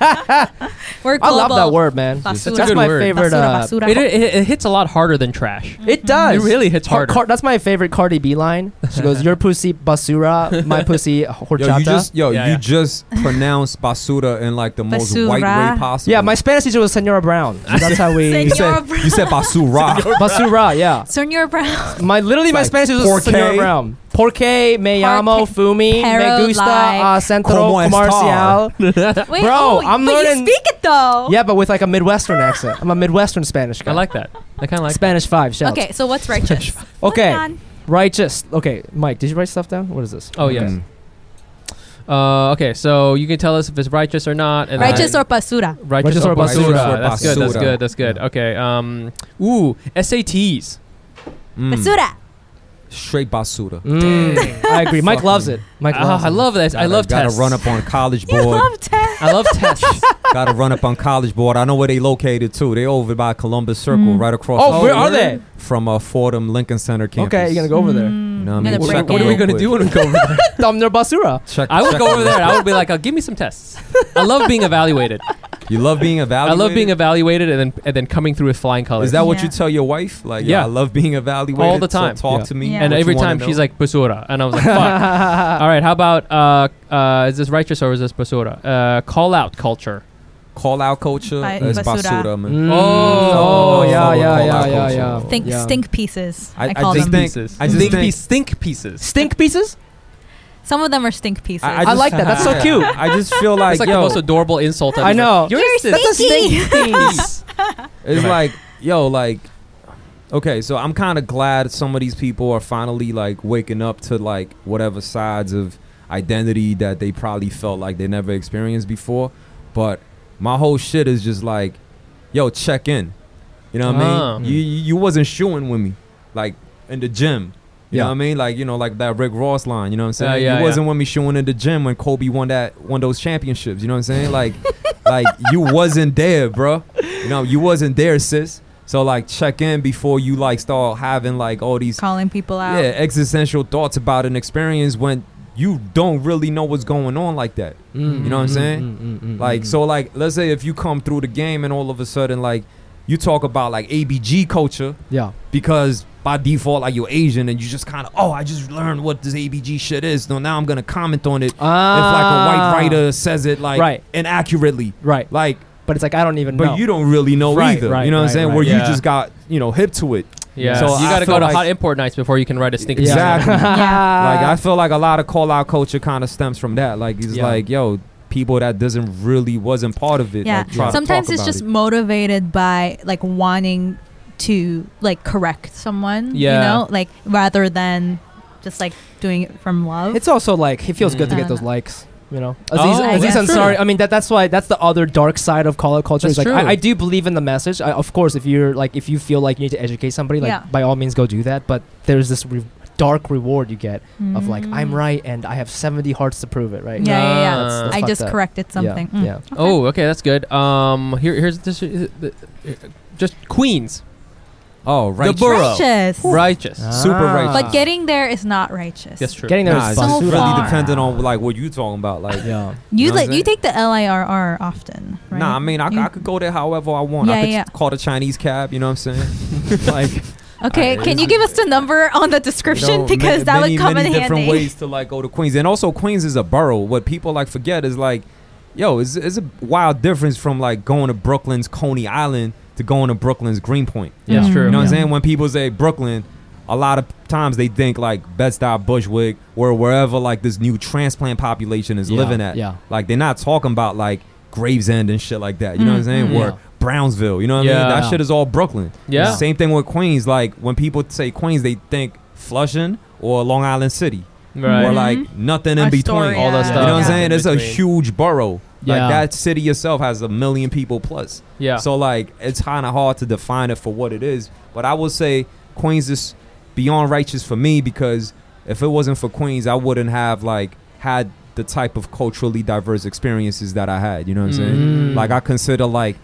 Speaker 5: We're
Speaker 3: I
Speaker 5: global.
Speaker 3: love that word, man.
Speaker 5: Basura.
Speaker 4: It's a
Speaker 3: That's
Speaker 4: good
Speaker 3: my
Speaker 4: word.
Speaker 3: favorite. Uh,
Speaker 5: Basura, basura.
Speaker 4: It, it, it hits a lot harder than trash.
Speaker 6: Mm-hmm.
Speaker 3: it does.
Speaker 4: It really hits
Speaker 3: Car-
Speaker 4: harder.
Speaker 3: Car- that's my favorite Cardi B line. She goes, "Your pussy basura, my pussy horchata."
Speaker 6: yo, you just yo,
Speaker 4: Yeah,
Speaker 6: you
Speaker 4: yeah.
Speaker 6: just pronounce basura in like the most white
Speaker 5: Basura.
Speaker 6: way possible.
Speaker 3: yeah, my Spanish teacher was Senora Brown. So that's how we.
Speaker 6: you said
Speaker 5: Senora
Speaker 6: you said basura.
Speaker 3: basura, yeah.
Speaker 5: Senor Brown.
Speaker 3: My literally my
Speaker 6: Like,
Speaker 3: Spanish teacher was
Speaker 6: "Por
Speaker 3: Senora
Speaker 6: qué?"
Speaker 3: Brown. Porque me llamo Fumi, me
Speaker 5: pero
Speaker 3: gusta
Speaker 5: like-
Speaker 3: uh, centro
Speaker 6: Como
Speaker 3: comercial.
Speaker 6: estar?
Speaker 5: Wait,
Speaker 3: Bro,
Speaker 5: oh,
Speaker 3: I'm
Speaker 5: but
Speaker 3: learning-
Speaker 5: you speak it though.
Speaker 3: Yeah, but with like a Midwestern accent. I'm a Midwestern Spanish guy.
Speaker 4: I like that. I kind of like.
Speaker 3: Spanish five. Shout
Speaker 5: Okay, so what's righteous?
Speaker 3: Okay.
Speaker 5: Moving on.
Speaker 3: Righteous. Okay, Mike, did you write stuff down? What is this?
Speaker 4: Oh
Speaker 6: Mm,
Speaker 4: yes. Uh, okay, so you can tell us if it's righteous or not. And
Speaker 5: Righteous
Speaker 4: then-
Speaker 5: or basura?
Speaker 4: righteous,
Speaker 3: Righteous
Speaker 4: or
Speaker 3: or
Speaker 4: basura.
Speaker 6: basura.
Speaker 4: That's good. That's
Speaker 6: Basura.
Speaker 4: good. That's good. Okay. Um. Ooh, SATs.
Speaker 6: Mm.
Speaker 5: Basura.
Speaker 6: Straight basura.
Speaker 3: Mm, I agree. Mike loves it. Mike
Speaker 4: Ah,
Speaker 3: loves
Speaker 4: I
Speaker 3: it.
Speaker 4: love this. I
Speaker 6: Gotta-
Speaker 4: love
Speaker 6: Gotta
Speaker 4: tests.
Speaker 6: run up on college
Speaker 5: You
Speaker 6: board.
Speaker 5: love Ted.
Speaker 4: I love tests.
Speaker 6: Gotta run up on college board. I know where they located too. They over by Columbus Circle,
Speaker 5: Mm.
Speaker 6: right across.
Speaker 3: Oh,
Speaker 6: the
Speaker 3: where
Speaker 6: street
Speaker 3: are they?
Speaker 6: From uh, Fordham Lincoln Center campus.
Speaker 3: Okay, you're gonna go over there.
Speaker 5: Mm,
Speaker 6: You know what I mean?
Speaker 5: gonna
Speaker 6: What-
Speaker 5: break
Speaker 6: what are
Speaker 5: in.
Speaker 6: we gonna do
Speaker 4: when we go over there?
Speaker 3: Thumb near basura.
Speaker 6: Check,
Speaker 4: I would
Speaker 6: check
Speaker 4: go over
Speaker 6: them.
Speaker 4: there. I would be like, oh, give me some tests. I love being evaluated.
Speaker 6: You love being
Speaker 4: I
Speaker 6: evaluated.
Speaker 4: love being evaluated and then and then coming through with flying colors.
Speaker 6: Is that what
Speaker 5: Yeah.
Speaker 6: you tell your wife? Like, yeah,
Speaker 4: Yeah.
Speaker 6: I love being evaluated
Speaker 4: All the
Speaker 6: so
Speaker 4: time.
Speaker 6: talk
Speaker 3: Yeah.
Speaker 6: to me.
Speaker 5: Yeah.
Speaker 4: and
Speaker 6: what you
Speaker 4: every
Speaker 6: wanna
Speaker 4: time she's
Speaker 6: know.
Speaker 4: like basura, and I was like, fuck. All right, how about uh, uh, is this righteous or is this basura? Uh, call out culture.
Speaker 6: call out culture
Speaker 5: Ba-
Speaker 6: is
Speaker 5: basura.
Speaker 6: basura, man.
Speaker 3: Mm.
Speaker 4: Oh,
Speaker 3: Oh, yeah, yeah,
Speaker 6: call
Speaker 3: yeah,
Speaker 6: out
Speaker 3: yeah,
Speaker 6: culture.
Speaker 3: yeah.
Speaker 5: Think
Speaker 3: yeah.
Speaker 5: stink pieces.
Speaker 6: I-
Speaker 5: I,
Speaker 6: I
Speaker 5: call
Speaker 6: just
Speaker 5: them.
Speaker 6: think- I just
Speaker 4: stink,
Speaker 6: think-
Speaker 4: piece- stink pieces.
Speaker 3: Stink pieces.
Speaker 5: Some of them are stink pieces.
Speaker 3: I like that. That's so
Speaker 6: yeah.
Speaker 3: cute.
Speaker 6: I just feel like,
Speaker 4: That's like
Speaker 6: yo,
Speaker 4: the most adorable insult. I've
Speaker 3: I
Speaker 4: ever-
Speaker 3: know.
Speaker 4: You're,
Speaker 5: You're
Speaker 4: stink.
Speaker 3: That's a stink piece.
Speaker 6: It's
Speaker 4: Right.
Speaker 6: like, yo, like, okay, so I'm kind of glad some of these people are finally like waking up to like whatever sides of identity that they probably felt like they never experienced before. But my whole shit is just like, yo, check in. You know what I
Speaker 4: Ah.
Speaker 6: mean? You you you wasn't shooing with me, like in the gym. You know
Speaker 3: Yeah.
Speaker 6: what I mean? Like you know, like that Rick Ross line. You know what I'm saying?
Speaker 4: yeah, yeah.
Speaker 6: you wasn't with me shooting in the gym when Kobe won that won those championships. You know what I'm saying? Like, like you wasn't there, bro. You know, you wasn't there, sis. So like, check in before you like start having like all these
Speaker 5: calling people out.
Speaker 6: yeah existential thoughts about an experience when you don't really know what's going on like that.
Speaker 3: Mm,
Speaker 6: You know what I'm saying? Like so, like let's say if you come through the game and all of a sudden like you talk about like ABG culture
Speaker 3: Yeah.
Speaker 6: because by default like you're Asian and you just kind of oh I just learned what this ABG shit is. So now I'm gonna comment on it
Speaker 3: Ah.
Speaker 6: if like a white writer says it like
Speaker 3: Right.
Speaker 6: inaccurately.
Speaker 3: Right.
Speaker 6: Like,
Speaker 3: But it's like I don't even
Speaker 6: but
Speaker 3: know.
Speaker 6: you don't really know
Speaker 3: Right,
Speaker 6: either.
Speaker 3: right,
Speaker 6: you know what
Speaker 3: right,
Speaker 6: I'm saying?
Speaker 3: right.
Speaker 6: Where you
Speaker 4: Yeah.
Speaker 6: just got you know hip to it.
Speaker 4: Yeah,
Speaker 6: So
Speaker 4: so you
Speaker 6: I
Speaker 4: got to
Speaker 6: feel
Speaker 4: go to
Speaker 6: like-
Speaker 4: hot import nights before you can write a stink. piece.
Speaker 6: Exactly. Like I
Speaker 3: yeah.
Speaker 6: feel like a lot of call out culture kind of stems from that. Like it's
Speaker 3: Yeah.
Speaker 6: like yo, people that doesn't really wasn't part of it.
Speaker 5: Yeah.
Speaker 6: like, try to
Speaker 5: Sometimes
Speaker 6: talk
Speaker 5: it's
Speaker 6: about
Speaker 5: just
Speaker 6: it.
Speaker 5: motivated by like wanting to like correct someone.
Speaker 4: Yeah.
Speaker 5: You know, like rather than just like doing it from love.
Speaker 3: it's also like it feels good to
Speaker 5: Mm.
Speaker 3: get those likes. You know, Aziz,
Speaker 4: Oh,
Speaker 3: Aziz
Speaker 5: that's
Speaker 3: Ansari.
Speaker 4: true.
Speaker 3: I mean, that that's why that's the other dark side of call out culture.
Speaker 4: That's
Speaker 3: is like I,
Speaker 4: true.
Speaker 3: I do believe in the message. I, of course, if you're like if you feel like you need to educate somebody, like
Speaker 5: Yeah.
Speaker 3: by all means go do that. But there's this re- dark reward you get of like I'm
Speaker 5: Mm.
Speaker 3: right and I have 70 hearts to prove it. Right?
Speaker 5: Yeah, yeah, yeah.
Speaker 4: Nah.
Speaker 3: That's-
Speaker 5: I
Speaker 3: fucked
Speaker 5: just
Speaker 3: up.
Speaker 5: corrected something.
Speaker 3: Yeah.
Speaker 5: Mm.
Speaker 3: yeah.
Speaker 4: Oh, okay, that's good. Um, here, here's this, uh, the- uh, just Queens,
Speaker 6: oh right.
Speaker 4: the borough,
Speaker 5: Righteous.
Speaker 4: righteous.
Speaker 6: Super righteous.
Speaker 5: But getting there is not righteous.
Speaker 4: That's true.
Speaker 3: Ah. Getting there
Speaker 6: Nah,
Speaker 3: is
Speaker 5: So
Speaker 6: it's
Speaker 3: fun.
Speaker 6: just really
Speaker 5: far.
Speaker 6: dependent on like what you talking about. Like,
Speaker 3: Yeah.
Speaker 5: You
Speaker 6: You know what
Speaker 5: like
Speaker 6: I'm
Speaker 5: you
Speaker 6: saying?
Speaker 5: take the LIRR often, right?
Speaker 6: nah, I mean, I, c-
Speaker 5: You-
Speaker 6: I could go there however I want.
Speaker 5: Yeah,
Speaker 6: I could
Speaker 5: yeah.
Speaker 6: call the Chinese cab. You know what I'm saying? like,
Speaker 5: okay,
Speaker 6: I-
Speaker 5: can you
Speaker 6: it's-
Speaker 5: give us the number on the description
Speaker 6: you know,
Speaker 5: because
Speaker 6: ma-
Speaker 5: that
Speaker 6: many,
Speaker 5: would come
Speaker 6: many
Speaker 5: in
Speaker 6: different
Speaker 5: handy.
Speaker 6: ways to like go to Queens, and also Queens is a borough. What people like forget is like, yo, it's, it's a wild difference from like going to Brooklyn's Coney Island to going to Brooklyn's Greenpoint.
Speaker 4: Yeah, it's
Speaker 5: Mm.
Speaker 4: true.
Speaker 6: You know what
Speaker 3: Yeah.
Speaker 6: I'm saying? When people say Brooklyn, a lot of times they think like Bed-Stuy, Bushwick, or wherever like this new transplant population is
Speaker 3: Yeah,
Speaker 6: living at.
Speaker 3: yeah.
Speaker 6: Like they're not talking about like Gravesend and shit like that. You know what I'm
Speaker 5: Mm,
Speaker 6: saying?
Speaker 3: mm.
Speaker 6: Or
Speaker 3: Yeah.
Speaker 6: Brownsville. You know what I
Speaker 4: Yeah.
Speaker 6: mean? That shit is all Brooklyn.
Speaker 4: Yeah.
Speaker 6: Same thing with Queens. Like when people say Queens, they think Flushing or Long Island City.
Speaker 4: Right.
Speaker 6: Or
Speaker 5: Mhm.
Speaker 6: like nothing in
Speaker 5: Astoria.
Speaker 6: between.
Speaker 5: All that
Speaker 6: You know what I'm
Speaker 5: stuff
Speaker 6: saying?
Speaker 4: in
Speaker 6: It's a
Speaker 4: between.
Speaker 6: huge borough.
Speaker 3: Yeah.
Speaker 6: Like that city itself has a million people plus.
Speaker 4: Yeah.
Speaker 6: So like it's kind of hard to define it for what it is, but I will say Queens is beyond righteous for me because if it wasn't for Queens, I wouldn't have like had the type of culturally diverse experiences that I had. You know what I'm saying?
Speaker 3: Mm.
Speaker 6: Like I consider like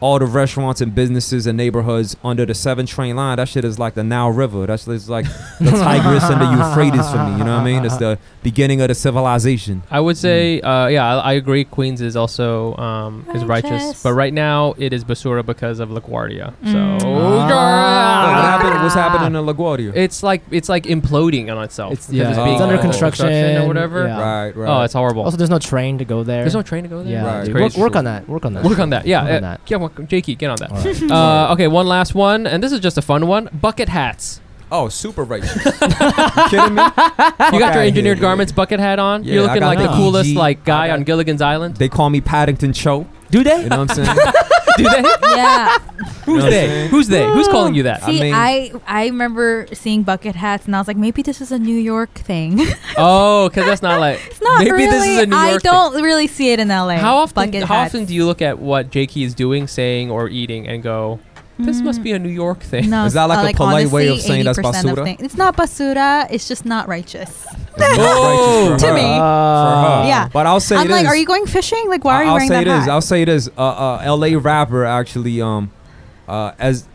Speaker 6: all the restaurants and businesses and neighborhoods under the seven train line. That shit is like the Nile River. That shit is like the Tigris and the Euphrates for me. You know what I mean? It's the beginning of the civilization.
Speaker 4: I
Speaker 3: Hmm.
Speaker 4: would say, uh, yeah, I, I agree. Queens is also um, is righteous,
Speaker 5: Righteous.
Speaker 4: but right now it is Basura because of LaGuardia. So Oh,
Speaker 3: Mm.
Speaker 6: What
Speaker 3: Ah.
Speaker 6: happened, what's happening in LaGuardia?
Speaker 4: it's like it's like imploding on itself.
Speaker 3: It's,
Speaker 4: because
Speaker 3: yeah,
Speaker 6: it's
Speaker 4: being
Speaker 6: under
Speaker 4: under
Speaker 3: construction,
Speaker 4: or whatever.
Speaker 3: yeah.
Speaker 6: Right, right.
Speaker 4: Oh, it's horrible.
Speaker 3: Also, there's no train to go there.
Speaker 4: There's no train to go there.
Speaker 3: Yeah,
Speaker 6: Right.
Speaker 3: dude.
Speaker 6: It's
Speaker 3: Work,
Speaker 6: crazy.
Speaker 3: work on that. Work on that.
Speaker 4: Work on that. Yeah,
Speaker 3: Work on
Speaker 4: uh,
Speaker 3: that.
Speaker 4: yeah. work- Jakey, get on that.
Speaker 3: All right.
Speaker 4: Uh, okay, one last one, and this is just a fun one. Bucket hats.
Speaker 6: oh, super racist. you kidding me?
Speaker 4: you got
Speaker 6: outta
Speaker 4: your
Speaker 6: here,
Speaker 4: engineered
Speaker 6: dude.
Speaker 4: garments bucket hat on.
Speaker 6: Yeah,
Speaker 4: You're
Speaker 6: I
Speaker 4: looking
Speaker 6: got
Speaker 4: like the
Speaker 6: the
Speaker 4: coolest
Speaker 6: EG.
Speaker 4: like guy
Speaker 6: I got-
Speaker 4: on Gilligan's Island.
Speaker 6: They call me Paddington Cho.
Speaker 3: Do they?
Speaker 6: You know what I'm saying?
Speaker 4: Do they?
Speaker 5: yeah.
Speaker 4: Who's
Speaker 6: what I'm
Speaker 4: they?
Speaker 6: saying?
Speaker 4: Who's they? Who's calling you that?
Speaker 6: I
Speaker 5: See, I,
Speaker 6: mean-
Speaker 5: I remember seeing bucket hats, and I was like, maybe this is a New York thing.
Speaker 4: Oh, because that's not like.
Speaker 5: it's not
Speaker 4: maybe
Speaker 5: really.
Speaker 4: this is a New
Speaker 5: I
Speaker 4: York. thing.
Speaker 5: don't really see it in LA.
Speaker 4: How often?
Speaker 5: Bucket
Speaker 4: How
Speaker 5: hats.
Speaker 4: often do you look at what Jakey is doing, saying, or eating, and go, "This must be a New York thing"?
Speaker 5: Mm. No,
Speaker 6: Is that like
Speaker 5: uh,
Speaker 6: a polite way of
Speaker 5: honestly,
Speaker 6: saying that's
Speaker 5: 80% of
Speaker 6: basura?
Speaker 5: thing- It's not basura. It's just not righteous.
Speaker 6: Oh,
Speaker 5: To me.
Speaker 6: For her.
Speaker 5: Yeah.
Speaker 6: But I'll say
Speaker 5: I'm
Speaker 6: this.
Speaker 5: like, are you going fishing? Like, why are you
Speaker 6: I'll
Speaker 5: wearing
Speaker 6: say
Speaker 5: that
Speaker 6: this.
Speaker 5: hat?
Speaker 6: I'll say this. Uh, uh, LA rapper actually, um, uh, as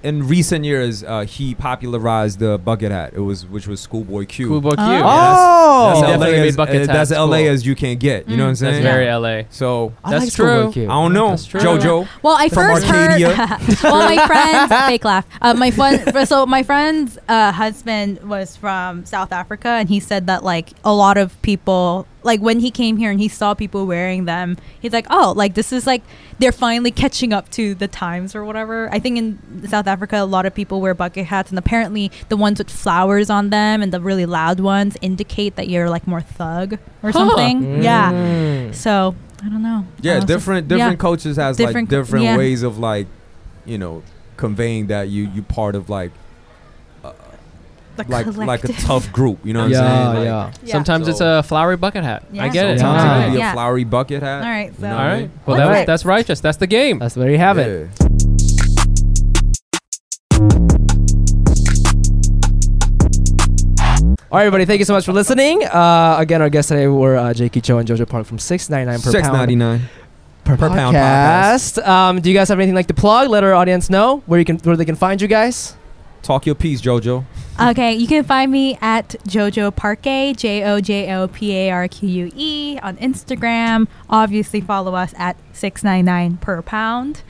Speaker 6: in recent years, uh, he popularized the bucket hat. It was which was Schoolboy Q.
Speaker 4: Cool book, you.
Speaker 5: Oh.
Speaker 6: That's
Speaker 4: He
Speaker 6: LA
Speaker 4: definitely made
Speaker 6: as,
Speaker 4: bucket
Speaker 6: uh,
Speaker 4: hats
Speaker 6: that's LA
Speaker 4: cool. Mm.
Speaker 6: as you can get. You know what I'm saying?
Speaker 4: That's very LA.
Speaker 6: so
Speaker 3: I
Speaker 4: That's
Speaker 3: like Schoolboy
Speaker 4: true.
Speaker 3: Q.
Speaker 6: I don't know,
Speaker 4: That's true.
Speaker 6: JoJo.
Speaker 5: Well, I
Speaker 6: From
Speaker 5: first
Speaker 6: Arcadia.
Speaker 5: heard. well, my friend, fake laugh. Uh, my friend, so my friend's uh, husband was from South Africa, and he said that like a lot of people, like when he came here and he saw people wearing them, he's like, oh, like this is like they're finally catching up to the times or whatever. I think in South Africa, a lot of people wear bucket hats, and apparently the ones with flowers on them and the really loud ones indicate that you're like more thug or something. Yeah.
Speaker 3: Mm.
Speaker 5: So I don't know. I
Speaker 6: Yeah,
Speaker 5: was just-
Speaker 6: different different cultures has
Speaker 5: Different-
Speaker 6: like different
Speaker 5: yeah.
Speaker 6: ways of like, you know, conveying that you you part of like
Speaker 5: the
Speaker 6: like like a
Speaker 5: collective.
Speaker 6: tough group. You know what I'm
Speaker 3: Yeah,
Speaker 6: saying?
Speaker 3: yeah.
Speaker 4: Sometimes it's
Speaker 6: So-
Speaker 4: a flowery bucket hat. I
Speaker 5: Yeah.
Speaker 4: get it.
Speaker 6: Sometimes it could be
Speaker 5: Yeah.
Speaker 6: a flowery bucket hat.
Speaker 5: All right, so
Speaker 6: You know
Speaker 4: All
Speaker 6: what I
Speaker 4: right.
Speaker 6: mean?
Speaker 4: Well, that,
Speaker 5: Okay.
Speaker 4: that's righteous. That's the game.
Speaker 3: That's where you have it.
Speaker 6: Yeah.
Speaker 3: All right, everybody. Thank you so much for listening. Uh, again, our guests today were uh, Jakey Cho and Jojo Park from 699 per
Speaker 6: Six ninety
Speaker 3: pound
Speaker 6: nine.
Speaker 3: per,
Speaker 6: per pound
Speaker 3: podcast. Um, do you guys have anything like to plug? Let our audience know where you can where they can find you guys.
Speaker 6: Talk your piece, Jojo.
Speaker 5: Okay, you can find me at Jojo Parque, J O J O P A R Q U E, on Instagram. Obviously, follow us at six nine nine per pound.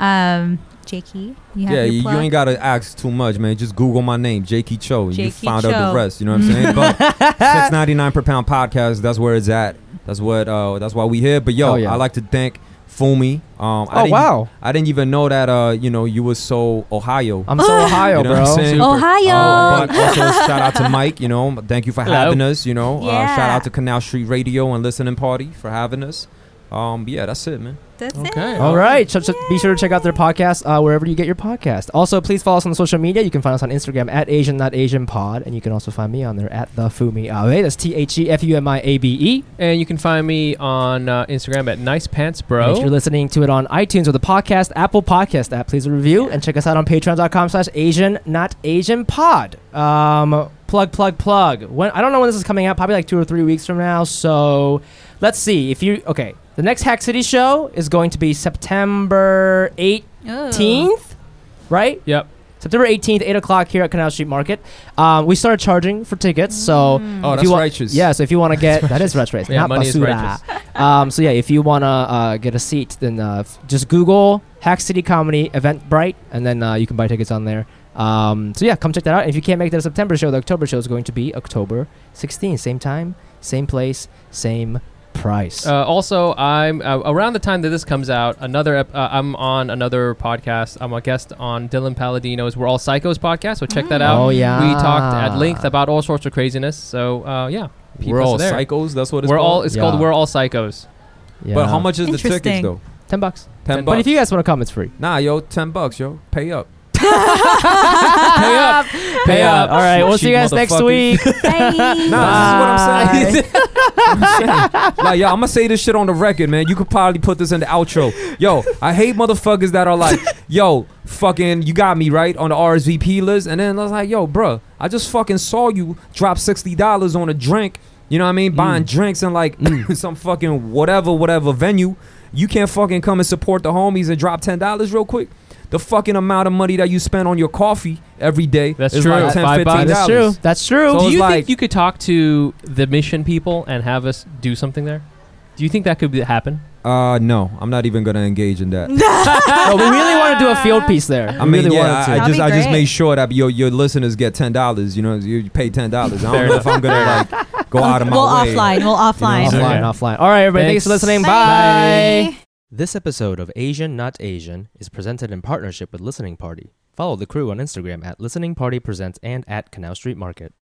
Speaker 5: Um, Jakey, you have
Speaker 6: Yeah,
Speaker 5: your
Speaker 6: you, you
Speaker 5: plug?
Speaker 6: ain't gotta ask too much, man. Just Google my name, Jakey Cho, and you
Speaker 5: Jakey
Speaker 6: find out
Speaker 5: Cho.
Speaker 6: the rest. You know what I'm saying? But six ninety nine per pound podcast. That's where it's at. That's what. Uh, that's why we here. But yo,
Speaker 3: Oh, yeah.
Speaker 6: I like to thank Fumi. Um,
Speaker 3: Oh
Speaker 6: I didn't-
Speaker 3: wow,
Speaker 6: I didn't even know that. Uh, you know, you were so Ohio.
Speaker 3: I'm so Ohio,
Speaker 6: you know
Speaker 3: bro.
Speaker 6: What I'm saying?
Speaker 5: Ohio.
Speaker 6: Um, but also shout out to Mike. You know, thank you for
Speaker 4: Hello.
Speaker 6: having us. You know, uh,
Speaker 5: Yeah.
Speaker 6: shout out to Canal Street Radio and Listening Party for having us. Um, yeah, that's it, man.
Speaker 5: That's
Speaker 4: Okay.
Speaker 5: it.
Speaker 3: All right. Ch- ch- be sure to check out their podcast uh, wherever you get your podcast. Also, please follow us on social media. You can find us on Instagram at Asian Not Asian Pod, and you can also find me on there at the Fumi Abe. That's T H E F U M I A B E.
Speaker 4: And you can find me on uh, Instagram at Nice Pants
Speaker 3: And If
Speaker 4: Bro.
Speaker 3: you're listening to it on iTunes or the podcast Apple Podcast app, please review and check us out on Patreon.com/slash Asian Not Asian Pod. Um, plug, plug, plug. When I don't know when this is coming out, probably like two or three weeks from now. So let's see if you okay. The next Hack City show is going to be September 18th,
Speaker 5: Ooh.
Speaker 3: right?
Speaker 4: Yep.
Speaker 3: September 18th, 8 o'clock here at Canal Street Market. Um, we started charging for tickets, so
Speaker 5: Mm-hmm.
Speaker 6: Oh,
Speaker 3: if
Speaker 6: that's
Speaker 3: you wa-
Speaker 6: righteous.
Speaker 3: Yeah, so if you want to get that is righteous,
Speaker 4: Yeah,
Speaker 3: not
Speaker 4: money is
Speaker 3: basura. um, so yeah, if you want to uh, get a seat, then uh, f- just Google Hack City Comedy Eventbrite, and then uh, you can buy tickets on there. Um, so yeah, come check that out. If you can't make the September show, the October show is going to be October 16th, same time, same place, same price.
Speaker 4: Uh, also, I'm uh, around the time that this comes out. Another, ep- uh, I'm on another podcast. I'm a guest on Dylan Paladino's "We're All Psychos" podcast. So check that out.
Speaker 3: Oh, yeah.
Speaker 4: we talked at length about all sorts of craziness. So uh, yeah, peep
Speaker 6: We're
Speaker 4: us
Speaker 6: all
Speaker 4: there.
Speaker 6: psychos. That's what it's
Speaker 4: We're
Speaker 6: called.
Speaker 4: all. It's
Speaker 3: Yeah.
Speaker 4: called "We're All Psychos."
Speaker 3: yeah.
Speaker 6: But how much is the tickets
Speaker 5: Interesting.
Speaker 6: though?
Speaker 3: 10 bucks.
Speaker 6: Ten,
Speaker 4: Ten
Speaker 6: bucks.
Speaker 3: But if you guys want to come, it's free.
Speaker 6: nah, yo, ten bucks, yo, pay up.
Speaker 4: Pay up,
Speaker 6: uh,
Speaker 4: pay
Speaker 3: Yeah.
Speaker 4: up.
Speaker 3: All right, we'll
Speaker 6: Cheap
Speaker 3: see you guys next
Speaker 6: motherfuckers.
Speaker 3: week.
Speaker 5: Bye.
Speaker 6: Nah, this is what I'm saying. like, yo, I'm gonna say this shit on the record, man. You could probably put this in the outro. Yo, I hate motherfuckers that are like, yo, fucking, you got me right on the RSVP list, and then I was like, yo, bruh, I just fucking saw you drop sixty dollars
Speaker 4: Mm.
Speaker 6: on a drink. You know what I mean? Buying drinks and like some fucking whatever, whatever venue. you can't fucking come and support the homies and drop ten dollars real quick. The fucking amount of money that you spend on your coffee every day
Speaker 4: That's
Speaker 6: is
Speaker 4: true.
Speaker 6: like ten,
Speaker 4: Five
Speaker 6: fifteen
Speaker 4: bucks.
Speaker 3: That's true.
Speaker 6: dollars.
Speaker 3: That's true.
Speaker 6: So-
Speaker 4: Do
Speaker 6: it's
Speaker 4: you
Speaker 6: like-
Speaker 4: think you could talk to the mission people and have us do something there? Do you think that could be, happen?
Speaker 6: Uh, no, I'm not even gonna engage in
Speaker 5: Mm,
Speaker 6: that.
Speaker 3: No, we really want to do a field piece there.
Speaker 6: I
Speaker 3: we
Speaker 6: mean,
Speaker 3: really wanted
Speaker 6: yeah,
Speaker 3: to.
Speaker 6: I, I
Speaker 5: That'd
Speaker 6: just
Speaker 5: be
Speaker 6: I just
Speaker 5: great.
Speaker 6: made sure that your your listeners get ten dollars. You know, you pay ten dollars. I
Speaker 4: Fair
Speaker 6: don't know if I'm gonna like go out of my
Speaker 5: we'll
Speaker 6: way.
Speaker 5: offline. We'll offline.
Speaker 6: know,
Speaker 3: offline,
Speaker 4: Yeah.
Speaker 3: offline. All right, everybody. Thanks, for
Speaker 4: Thanks.
Speaker 3: listening.
Speaker 5: Bye.
Speaker 3: Bye. This episode of Asian Not Asian is presented in partnership with Listening Party. Follow the crew on Instagram at Listening Party Presents and at Canal Street Market.